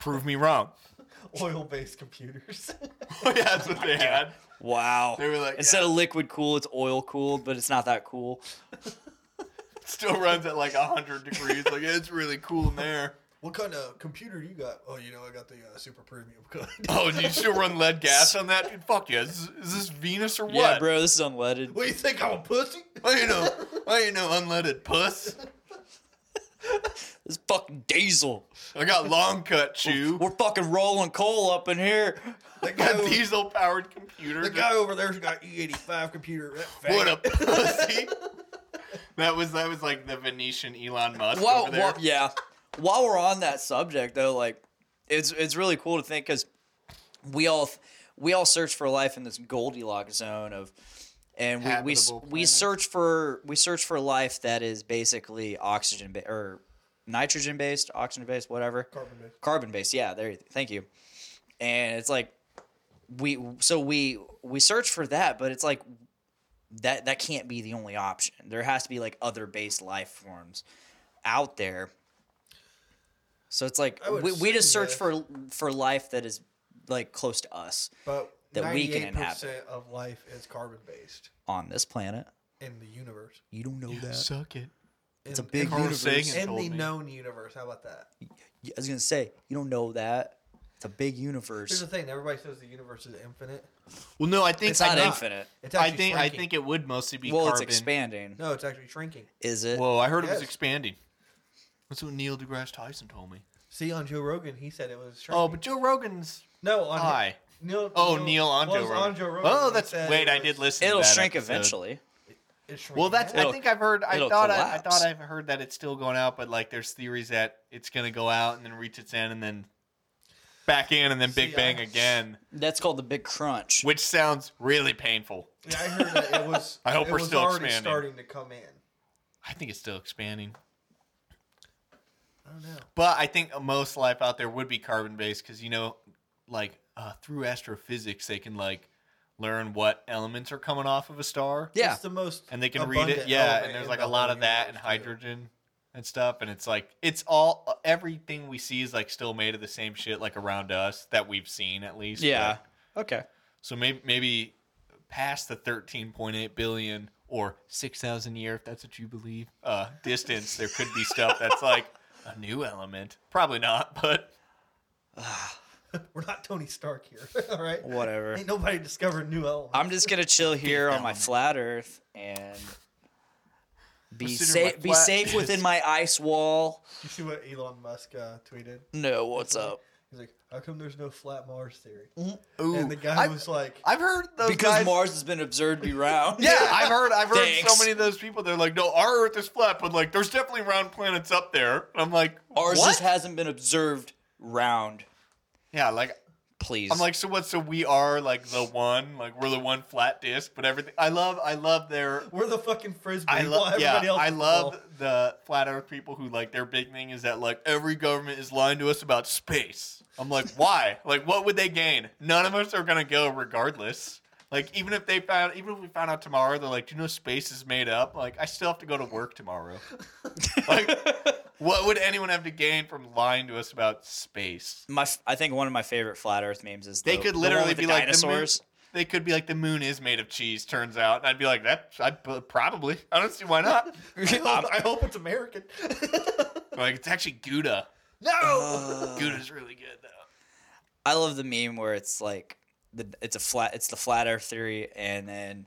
[SPEAKER 8] prove me wrong.
[SPEAKER 7] Oil-based computers.
[SPEAKER 8] Oh, yeah, that's what they had.
[SPEAKER 6] Wow.
[SPEAKER 8] They were like,
[SPEAKER 6] instead
[SPEAKER 8] yeah.
[SPEAKER 6] of liquid cool, it's oil cooled, but it's not that cool.
[SPEAKER 8] Still runs at like hundred degrees. Like it's really cool in there.
[SPEAKER 7] what kind of computer you got? Oh, you know, I got the uh, super premium kind.
[SPEAKER 8] Oh, do you still run lead gas on that? Dude, fuck yeah. Is, is this Venus or what?
[SPEAKER 6] Yeah, bro, this is unleaded.
[SPEAKER 7] what do you think? I'm a pussy.
[SPEAKER 8] I ain't no, I ain't no unleaded puss.
[SPEAKER 6] This is fucking diesel.
[SPEAKER 8] I got long cut chew.
[SPEAKER 6] We're fucking rolling coal up in here.
[SPEAKER 7] That guy,
[SPEAKER 8] Got
[SPEAKER 7] over,
[SPEAKER 8] diesel powered computer.
[SPEAKER 7] the guy over there's got E85 computer. That
[SPEAKER 8] what a
[SPEAKER 7] faggot.
[SPEAKER 8] pussy. that was that was like the Venetian Elon Musk
[SPEAKER 6] While,
[SPEAKER 8] over there.
[SPEAKER 6] while- yeah. While we're on that subject, though, like it's it's really cool to think because we all we all search for life in this Goldilocks zone of, and we we, s-
[SPEAKER 8] Habitable
[SPEAKER 6] we
[SPEAKER 8] planet.
[SPEAKER 6] search for we search for life that is basically oxygen ba- or nitrogen based, oxygen based, whatever.
[SPEAKER 7] Carbon based.
[SPEAKER 6] carbon based yeah there you- thank you and it's like we so we we search for that but it's like that that can't be the only option there has to be like other based life forms out there so it's like
[SPEAKER 7] I would
[SPEAKER 6] we, we just
[SPEAKER 7] assume
[SPEAKER 6] search for for life that is like close to us
[SPEAKER 7] But
[SPEAKER 6] That we can
[SPEAKER 7] 98%
[SPEAKER 6] inhabit.
[SPEAKER 7] of life is carbon based
[SPEAKER 6] on this planet
[SPEAKER 7] in the universe.
[SPEAKER 6] you don't know that
[SPEAKER 8] Suck it.
[SPEAKER 6] it's a
[SPEAKER 7] In-
[SPEAKER 6] big
[SPEAKER 7] in,
[SPEAKER 8] Carl
[SPEAKER 6] universe
[SPEAKER 8] Sagan.
[SPEAKER 7] in
[SPEAKER 8] told
[SPEAKER 7] the
[SPEAKER 8] me.
[SPEAKER 7] known universe. How about that?
[SPEAKER 6] i was gonna say you don't know that it's a big
[SPEAKER 7] Here's
[SPEAKER 6] universe
[SPEAKER 7] the thing. Everybody says the universe is infinite.
[SPEAKER 8] Well, no, I think
[SPEAKER 6] it's not
[SPEAKER 8] I,
[SPEAKER 6] infinite
[SPEAKER 7] It's
[SPEAKER 8] I
[SPEAKER 7] actually
[SPEAKER 8] think I
[SPEAKER 7] shrinking.
[SPEAKER 8] think it would mostly be
[SPEAKER 6] well it's
[SPEAKER 8] carbon.
[SPEAKER 6] expanding
[SPEAKER 7] no, it's actually shrinking.
[SPEAKER 6] is it
[SPEAKER 8] Whoa, I heard it was
[SPEAKER 7] Yes.
[SPEAKER 8] expanding. That's what Neil deGrasse Tyson told me.
[SPEAKER 7] See on Joe Rogan, he said it was shrinking.
[SPEAKER 8] Oh, but Joe Rogan's
[SPEAKER 7] no, on
[SPEAKER 8] high.
[SPEAKER 7] Neil,
[SPEAKER 8] Oh, Neil on
[SPEAKER 7] well, it
[SPEAKER 8] Joe
[SPEAKER 7] was
[SPEAKER 8] Rogan.
[SPEAKER 7] on Joe Rogan.
[SPEAKER 8] Oh,
[SPEAKER 7] he
[SPEAKER 8] that's
[SPEAKER 7] said
[SPEAKER 8] wait.
[SPEAKER 7] it
[SPEAKER 8] I
[SPEAKER 7] was-
[SPEAKER 8] did listen. to
[SPEAKER 6] it'll
[SPEAKER 8] that
[SPEAKER 6] shrink
[SPEAKER 8] episode.
[SPEAKER 6] eventually
[SPEAKER 7] it's shrinking.
[SPEAKER 8] Well, that's. I
[SPEAKER 6] It'll-
[SPEAKER 8] think I've heard. I
[SPEAKER 6] it'll
[SPEAKER 8] thought. I, I
[SPEAKER 6] collapse.
[SPEAKER 8] thought I've heard that it's still going out, but like there's theories that it's gonna go out and then reach its end and then back in and then Big
[SPEAKER 7] See, I-
[SPEAKER 8] Bang again,
[SPEAKER 6] That's called the big crunch.
[SPEAKER 8] which sounds really painful.
[SPEAKER 7] Yeah, I heard that it was.
[SPEAKER 8] I hope
[SPEAKER 7] it
[SPEAKER 8] we're
[SPEAKER 7] was
[SPEAKER 8] still
[SPEAKER 7] already
[SPEAKER 8] expanding.
[SPEAKER 7] starting to come in.
[SPEAKER 8] I think it's still expanding,
[SPEAKER 7] I don't know.
[SPEAKER 8] but I think most life out there would be carbon based because you know, like uh, through astrophysics, they can like learn what elements are coming off of a star.
[SPEAKER 6] yeah,
[SPEAKER 7] It's the most
[SPEAKER 8] and they can read
[SPEAKER 7] abundant
[SPEAKER 8] it. Yeah,
[SPEAKER 7] element
[SPEAKER 8] and there's
[SPEAKER 7] in
[SPEAKER 8] like
[SPEAKER 7] the
[SPEAKER 8] a lot
[SPEAKER 7] whole
[SPEAKER 8] of that and
[SPEAKER 7] universe, too.
[SPEAKER 8] hydrogen. and stuff. And it's like it's all everything we see is like still made of the same shit like around us that we've seen at least.
[SPEAKER 6] Yeah.
[SPEAKER 8] but-
[SPEAKER 6] Okay.
[SPEAKER 8] so maybe maybe past the 13.8 billion or 6,000 year, if that's what you believe, uh, distance, there could be stuff that's like a new element. Probably not, but
[SPEAKER 7] We're not Tony Stark here, all right?
[SPEAKER 6] Whatever.
[SPEAKER 7] Ain't nobody discovered new elements.
[SPEAKER 6] I'm just gonna chill here on my flat Earth and be
[SPEAKER 8] Consider my
[SPEAKER 6] safe. Be
[SPEAKER 8] flat-
[SPEAKER 6] safe within my ice wall.
[SPEAKER 7] you see what Elon Musk uh, tweeted?
[SPEAKER 6] No, what's up?
[SPEAKER 7] He's like, "How come there's no flat Mars theory?"
[SPEAKER 8] Mm-hmm. ooh,
[SPEAKER 7] And the guy
[SPEAKER 8] I've,
[SPEAKER 7] was like,
[SPEAKER 8] I've heard those
[SPEAKER 6] Because
[SPEAKER 8] guys-
[SPEAKER 6] Mars has been observed to be round.
[SPEAKER 8] Yeah, I've heard I've heard so
[SPEAKER 6] Thanks.
[SPEAKER 8] many of those people. They're like, no, our Earth is flat, but like, there's definitely round planets up there. And I'm like,
[SPEAKER 6] ours
[SPEAKER 8] what?
[SPEAKER 6] just hasn't been observed round.
[SPEAKER 8] yeah, like
[SPEAKER 6] Please.
[SPEAKER 8] I'm like, so what? So we are like the one, like we're the one flat disc, but everything. I love, I love their
[SPEAKER 7] "We're the fucking frisbee."
[SPEAKER 8] I
[SPEAKER 7] while
[SPEAKER 8] love, yeah,
[SPEAKER 7] everybody else
[SPEAKER 8] I
[SPEAKER 7] is
[SPEAKER 8] love
[SPEAKER 7] all-
[SPEAKER 8] the flat Earth people who like their big thing is that like every government is lying to us about space. I'm like, why? Like, what would they gain? None of us are gonna go regardless. Like, even if they found, even if we found out tomorrow, they're like, do you know space is made up? Like, I still have to go to work tomorrow. like, what would anyone have to gain from lying to us about space?
[SPEAKER 6] my, f- I think one of my favorite flat Earth memes is
[SPEAKER 8] They
[SPEAKER 6] the-
[SPEAKER 8] could
[SPEAKER 6] the one
[SPEAKER 8] literally
[SPEAKER 6] with
[SPEAKER 8] be
[SPEAKER 6] the
[SPEAKER 8] like
[SPEAKER 6] dinosaurs.
[SPEAKER 8] The moon, they could be like the moon is made of cheese. Turns out, and I'd be like, that. I probably. I don't see why not.
[SPEAKER 7] I hope, I hope it's American.
[SPEAKER 8] Like it's actually Gouda.
[SPEAKER 7] no. Uh,
[SPEAKER 8] Gouda's really good though.
[SPEAKER 6] I love the meme where it's like the it's a flat it's the flat Earth theory, and then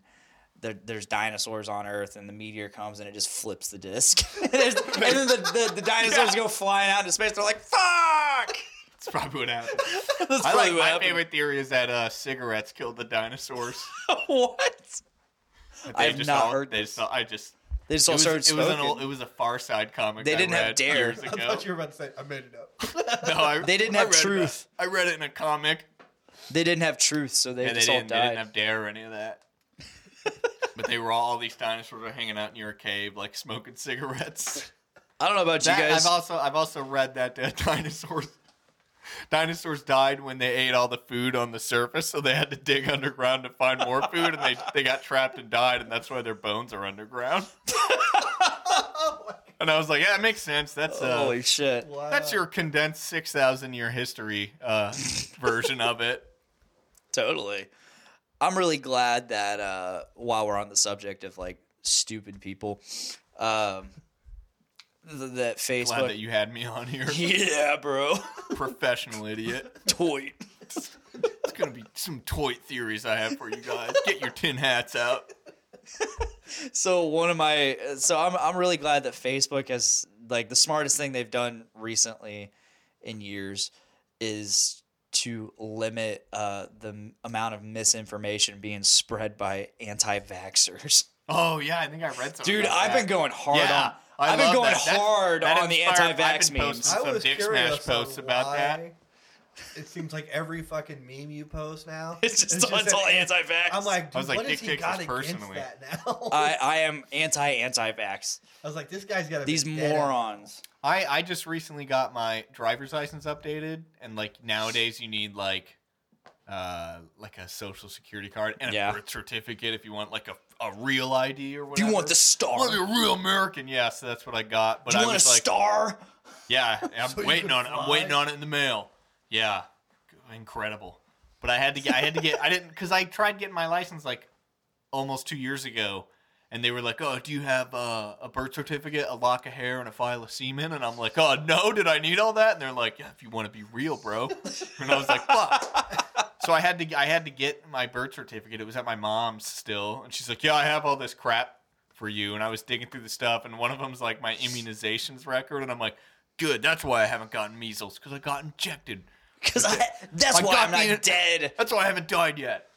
[SPEAKER 6] there, there's dinosaurs on Earth, and the meteor comes and it just flips the disc, and, there's- and then the, the, the dinosaurs go flying out into space. They're like, "Fuck!"
[SPEAKER 8] That's probably what happened.
[SPEAKER 6] That's
[SPEAKER 8] I
[SPEAKER 6] probably
[SPEAKER 8] like
[SPEAKER 6] what
[SPEAKER 8] my
[SPEAKER 6] happened.
[SPEAKER 8] favorite theory is that uh, cigarettes killed the dinosaurs.
[SPEAKER 6] what?
[SPEAKER 8] That
[SPEAKER 6] I
[SPEAKER 8] they
[SPEAKER 6] have
[SPEAKER 8] just
[SPEAKER 6] not
[SPEAKER 8] all-
[SPEAKER 6] heard
[SPEAKER 8] They
[SPEAKER 6] this.
[SPEAKER 8] just, all- I just.
[SPEAKER 6] They just
[SPEAKER 8] It
[SPEAKER 6] all
[SPEAKER 8] was,
[SPEAKER 6] started
[SPEAKER 8] it was an
[SPEAKER 6] smoking.
[SPEAKER 8] old, it was a Far Side comic.
[SPEAKER 6] They
[SPEAKER 8] I
[SPEAKER 6] didn't have
[SPEAKER 8] read
[SPEAKER 6] Dare.
[SPEAKER 8] Years
[SPEAKER 6] I
[SPEAKER 8] ago.
[SPEAKER 7] I thought you were about to say I made it up.
[SPEAKER 8] No, I-
[SPEAKER 6] They didn't
[SPEAKER 8] I
[SPEAKER 6] have
[SPEAKER 8] read it.
[SPEAKER 6] truth.
[SPEAKER 8] I read it in a comic.
[SPEAKER 6] they didn't have truth, so they
[SPEAKER 8] Yeah, they
[SPEAKER 6] just
[SPEAKER 8] didn't,
[SPEAKER 6] all
[SPEAKER 8] they
[SPEAKER 6] died.
[SPEAKER 8] didn't have Dare or any of that. but they were all, all these dinosaurs were hanging out near a cave, like smoking cigarettes.
[SPEAKER 6] I don't know about you
[SPEAKER 8] That-
[SPEAKER 6] guys.
[SPEAKER 8] I've also I've also read that uh, dinosaurs dinosaurs died when they ate all the food on the surface, so they had to dig underground to find more food, and they they got trapped and died, and that's why their bones are underground. and I was like, yeah, that makes sense. That's uh,
[SPEAKER 6] Holy shit!
[SPEAKER 7] Wow.
[SPEAKER 8] that's your condensed six thousand year history uh, version of it.
[SPEAKER 6] Totally. I'm really glad that uh, while we're on the subject of like stupid people, um, th- that Facebook.
[SPEAKER 8] Glad that you had me on here,
[SPEAKER 6] yeah, bro.
[SPEAKER 8] professional idiot.
[SPEAKER 6] Toy.
[SPEAKER 8] It's gonna be some toy theories I have for you guys. Get your tin hats out.
[SPEAKER 6] So one of my so I'm I'm really glad that Facebook has like the smartest thing they've done recently in years is to limit uh, the m- amount of misinformation being spread by anti-vaxxers.
[SPEAKER 8] Oh yeah, I think I read something.
[SPEAKER 6] Dude,
[SPEAKER 8] about
[SPEAKER 6] I've
[SPEAKER 8] that.
[SPEAKER 6] been going hard
[SPEAKER 8] Yeah,
[SPEAKER 6] on.
[SPEAKER 8] I
[SPEAKER 6] I've been
[SPEAKER 8] love
[SPEAKER 6] going
[SPEAKER 8] that. That-
[SPEAKER 6] hard
[SPEAKER 8] that
[SPEAKER 6] on the
[SPEAKER 8] inspired- I've been
[SPEAKER 6] anti-vax memes.
[SPEAKER 8] posting-
[SPEAKER 7] I
[SPEAKER 8] some
[SPEAKER 7] was
[SPEAKER 8] Dick
[SPEAKER 7] curious
[SPEAKER 8] Smash posts
[SPEAKER 7] on
[SPEAKER 8] about that.
[SPEAKER 7] why It seems like every fucking meme you post now.
[SPEAKER 6] It's just, it's
[SPEAKER 7] an
[SPEAKER 6] all
[SPEAKER 7] an-
[SPEAKER 6] anti-vax.
[SPEAKER 7] I'm like, dude,
[SPEAKER 8] I was like,
[SPEAKER 7] what has
[SPEAKER 8] Dick
[SPEAKER 7] he
[SPEAKER 8] Dicks
[SPEAKER 7] got
[SPEAKER 8] is
[SPEAKER 7] against
[SPEAKER 8] personally.
[SPEAKER 7] that now?
[SPEAKER 6] I, I am anti-anti-vax.
[SPEAKER 7] I was like, this guy's got a
[SPEAKER 6] These
[SPEAKER 7] vendetta.
[SPEAKER 6] morons.
[SPEAKER 8] I I just recently got my driver's license updated, and like nowadays you need like, uh, like a social security card and a
[SPEAKER 6] Yeah.
[SPEAKER 8] birth certificate if you want like a, a real ID
[SPEAKER 6] Do
[SPEAKER 8] or whatever.
[SPEAKER 6] you want the star?
[SPEAKER 8] Want to be
[SPEAKER 6] Do
[SPEAKER 8] a real American? Yeah, so that's what I got. But
[SPEAKER 6] you
[SPEAKER 8] I
[SPEAKER 6] want a
[SPEAKER 8] was like,
[SPEAKER 6] star?
[SPEAKER 8] yeah, I'm
[SPEAKER 7] So you
[SPEAKER 8] waiting
[SPEAKER 7] can
[SPEAKER 8] on it. I'm
[SPEAKER 7] fly?
[SPEAKER 8] waiting on it in the mail. Yeah, incredible. But I had to get. I had to get. I didn't because I tried getting my license like almost two years ago, and they were like, "Oh, do you have uh, a birth certificate, a lock of hair, and a file of semen?" And I'm like, "Oh no, did I need all that?" And they're like, "Yeah, if you want to be real, bro." And I was like, "Fuck." So I had to. I had to get my birth certificate. It was at my mom's still, and she's like, "Yeah, I have all this crap." For you, and I was digging through the stuff, and one of them's like my immunizations record, and I'm like, good, that's why I haven't gotten measles, because I got injected.
[SPEAKER 6] Because that's
[SPEAKER 8] I
[SPEAKER 6] why
[SPEAKER 8] got
[SPEAKER 6] I'm not
[SPEAKER 8] the-
[SPEAKER 6] dead.
[SPEAKER 8] That's why I haven't died yet.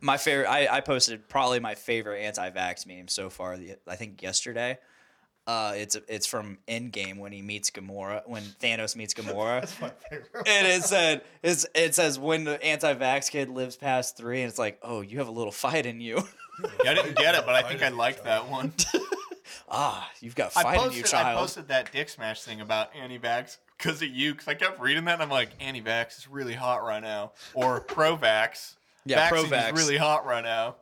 [SPEAKER 6] My favorite. I, I posted probably my favorite anti-vax meme so far. the- I think yesterday. Uh, it's it's from Endgame when he meets Gamora when Thanos meets Gamora.
[SPEAKER 7] My favorite.
[SPEAKER 6] and it said it's, it says when the anti-vax kid lives past three and it's like oh you have a little fight in you
[SPEAKER 8] Yeah, I didn't get it, but I think I liked that one.
[SPEAKER 6] ah you've got
[SPEAKER 8] I
[SPEAKER 6] fight in you
[SPEAKER 8] posted, I
[SPEAKER 6] child
[SPEAKER 8] posted that dick smash thing about anti-vax because of you, because I kept reading that and I'm like, anti-vax is really hot right now, or pro-vax.
[SPEAKER 6] Yeah,
[SPEAKER 8] Vaccine
[SPEAKER 6] pro-vax.
[SPEAKER 8] is uh, really hot right now.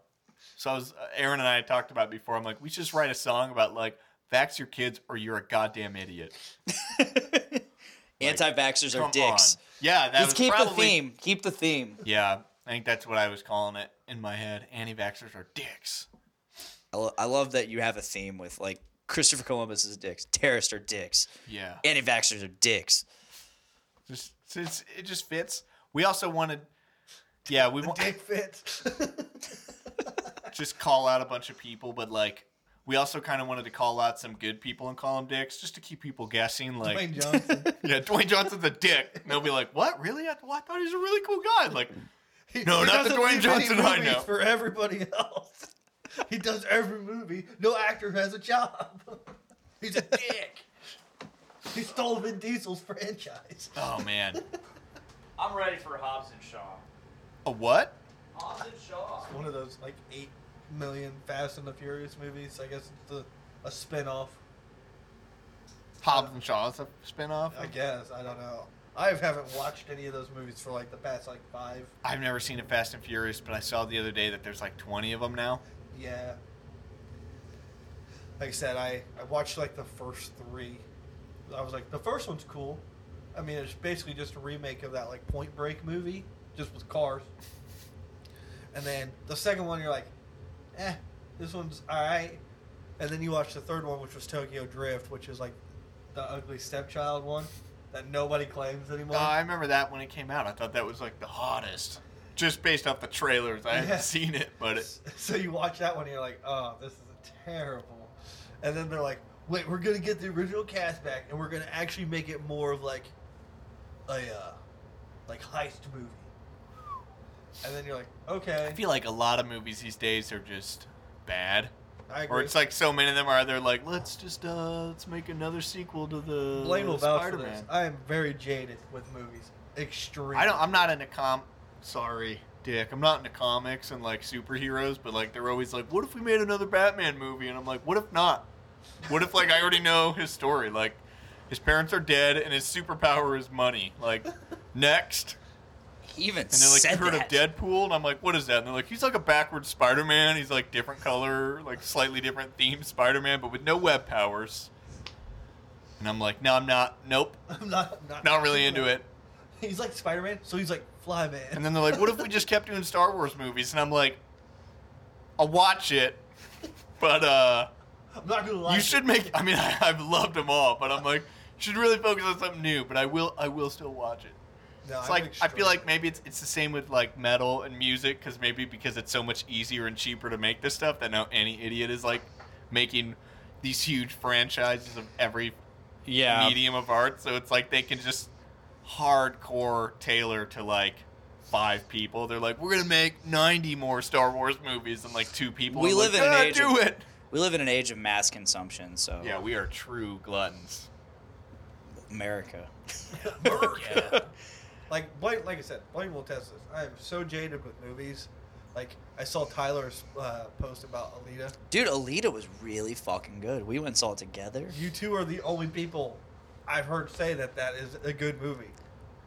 [SPEAKER 8] So I was Aaron and I had talked about it before. I'm like, we should just write a song about like vax your kids or you're a goddamn idiot.
[SPEAKER 6] Anti-vaxxers
[SPEAKER 8] Come
[SPEAKER 6] are dicks.
[SPEAKER 8] on. Yeah, that
[SPEAKER 6] Let's
[SPEAKER 8] was
[SPEAKER 6] keep the
[SPEAKER 8] probably-
[SPEAKER 6] theme. Keep the theme.
[SPEAKER 8] Yeah, I think that's what I was calling it in my head. Anti-vaxxers are dicks.
[SPEAKER 6] I, lo- I love that you have a theme with like Christopher Columbus is dicks, terrorists are dicks,
[SPEAKER 8] Yeah,
[SPEAKER 6] anti-vaxxers are dicks.
[SPEAKER 8] just it's, it just fits. We also wanted, yeah, we want
[SPEAKER 7] Dick fit.
[SPEAKER 8] just call out a bunch of people, but like we also kind of wanted to call out some good people and call them dicks, just to keep people guessing. Like,
[SPEAKER 7] Dwayne Johnson.
[SPEAKER 8] yeah, Dwayne Johnson's a dick. And they'll be like, "What? Really? I, well, I thought he was a really cool guy." Like,
[SPEAKER 7] He-
[SPEAKER 8] No,
[SPEAKER 7] he
[SPEAKER 8] not the
[SPEAKER 7] doesn't
[SPEAKER 8] Dwayne
[SPEAKER 7] leave any
[SPEAKER 8] Johnson I
[SPEAKER 7] movies
[SPEAKER 8] know.
[SPEAKER 7] For everybody else, he does every movie. No actor has a job. He's a dick. he stole Vin Diesel's franchise.
[SPEAKER 8] oh man,
[SPEAKER 6] I'm ready for Hobbs and Shaw.
[SPEAKER 8] a what?
[SPEAKER 6] Hobbs and Shaw.
[SPEAKER 7] One of those like eight million Fast and the Furious movies. I guess it's a, a spin-off.
[SPEAKER 8] Hobbs and Shaw's a spinoff.
[SPEAKER 7] I guess I don't know. I haven't watched any of those movies for like the past like five.
[SPEAKER 8] I've never seen a Fast and Furious, but I saw the other day that there's like 20 of them now.
[SPEAKER 7] Yeah. Like I said, I, I watched like the first three. I was like, the first one's cool. I mean, it's basically just a remake of that like Point Break movie, just with cars. And then the second one, you're like, eh, this one's all right. And then you watch the third one, which was Tokyo Drift, which is like the ugly stepchild one that nobody claims anymore.
[SPEAKER 8] Uh, I remember that when it came out. I thought that was like the hottest, just based off the trailers. I
[SPEAKER 7] Yeah.
[SPEAKER 8] haven't seen it, but it,
[SPEAKER 7] so you watch that one and you're like, oh, this is terrible. And then they're like, wait, we're gonna get the original cast back and we're gonna actually make it more of like a uh, like heist movie. And then you're like, okay,
[SPEAKER 8] I feel like a lot of movies these days are just bad.
[SPEAKER 7] I agree.
[SPEAKER 8] Or it's like so many of them are. They're like, let's just uh, let's make another sequel to the
[SPEAKER 7] Blaine will vouch for this.
[SPEAKER 8] Spider-Man.
[SPEAKER 7] I am very jaded with movies, extreme.
[SPEAKER 8] I don't. I'm not into com. Sorry, Dick. I'm not into comics and like superheroes, but like they're always like, what if we made another Batman movie? And I'm like, what if not? What if like I already know his story? Like, his parents are dead, and his superpower is money. Like, next.
[SPEAKER 6] He even
[SPEAKER 8] And they're like,
[SPEAKER 6] said
[SPEAKER 8] you heard
[SPEAKER 6] that.
[SPEAKER 8] of Deadpool? And I'm like, what is that? And they're like, he's like a backwards Spider Man. He's like different color, like slightly different themed Spider Man, but with no web powers. And I'm like, no, I'm not. Nope.
[SPEAKER 7] I'm not not,
[SPEAKER 8] Not really into it.
[SPEAKER 7] He's like Spider-Man, so he's like Fly Man.
[SPEAKER 8] And then they're like, what if we just kept doing Star Wars movies? And I'm like, I'll watch it. But uh,
[SPEAKER 7] I'm not gonna lie.
[SPEAKER 8] you should make. I mean, I, I've loved them all, but I'm like, you should really focus on something new. But I will, I will still watch it.
[SPEAKER 7] No,
[SPEAKER 8] It's
[SPEAKER 7] I'm
[SPEAKER 8] like I feel
[SPEAKER 7] extreme.
[SPEAKER 8] like maybe it's, it's the same with like metal and music because maybe because it's so much easier and cheaper to make this stuff that now any idiot is like making these huge franchises of every
[SPEAKER 6] yeah.
[SPEAKER 8] medium of art. So it's like they can just hardcore tailor to like five people. They're like, we're gonna make ninety more Star Wars movies and like two people.
[SPEAKER 6] We
[SPEAKER 8] I'm
[SPEAKER 6] live
[SPEAKER 8] like,
[SPEAKER 6] in an
[SPEAKER 8] "Ah,
[SPEAKER 6] age
[SPEAKER 8] Do
[SPEAKER 6] of- Oh.
[SPEAKER 8] it.
[SPEAKER 6] We live in an age of mass consumption, so
[SPEAKER 8] Yeah, we are true gluttons.
[SPEAKER 6] America.
[SPEAKER 7] Like Blaine, like I said, Blaine will test this. I am so jaded with movies. Like I saw Tyler's uh, post about Alita.
[SPEAKER 6] Dude, Alita was really fucking good. We went and saw it together,
[SPEAKER 7] You two are the only people I've heard say that that is a good movie.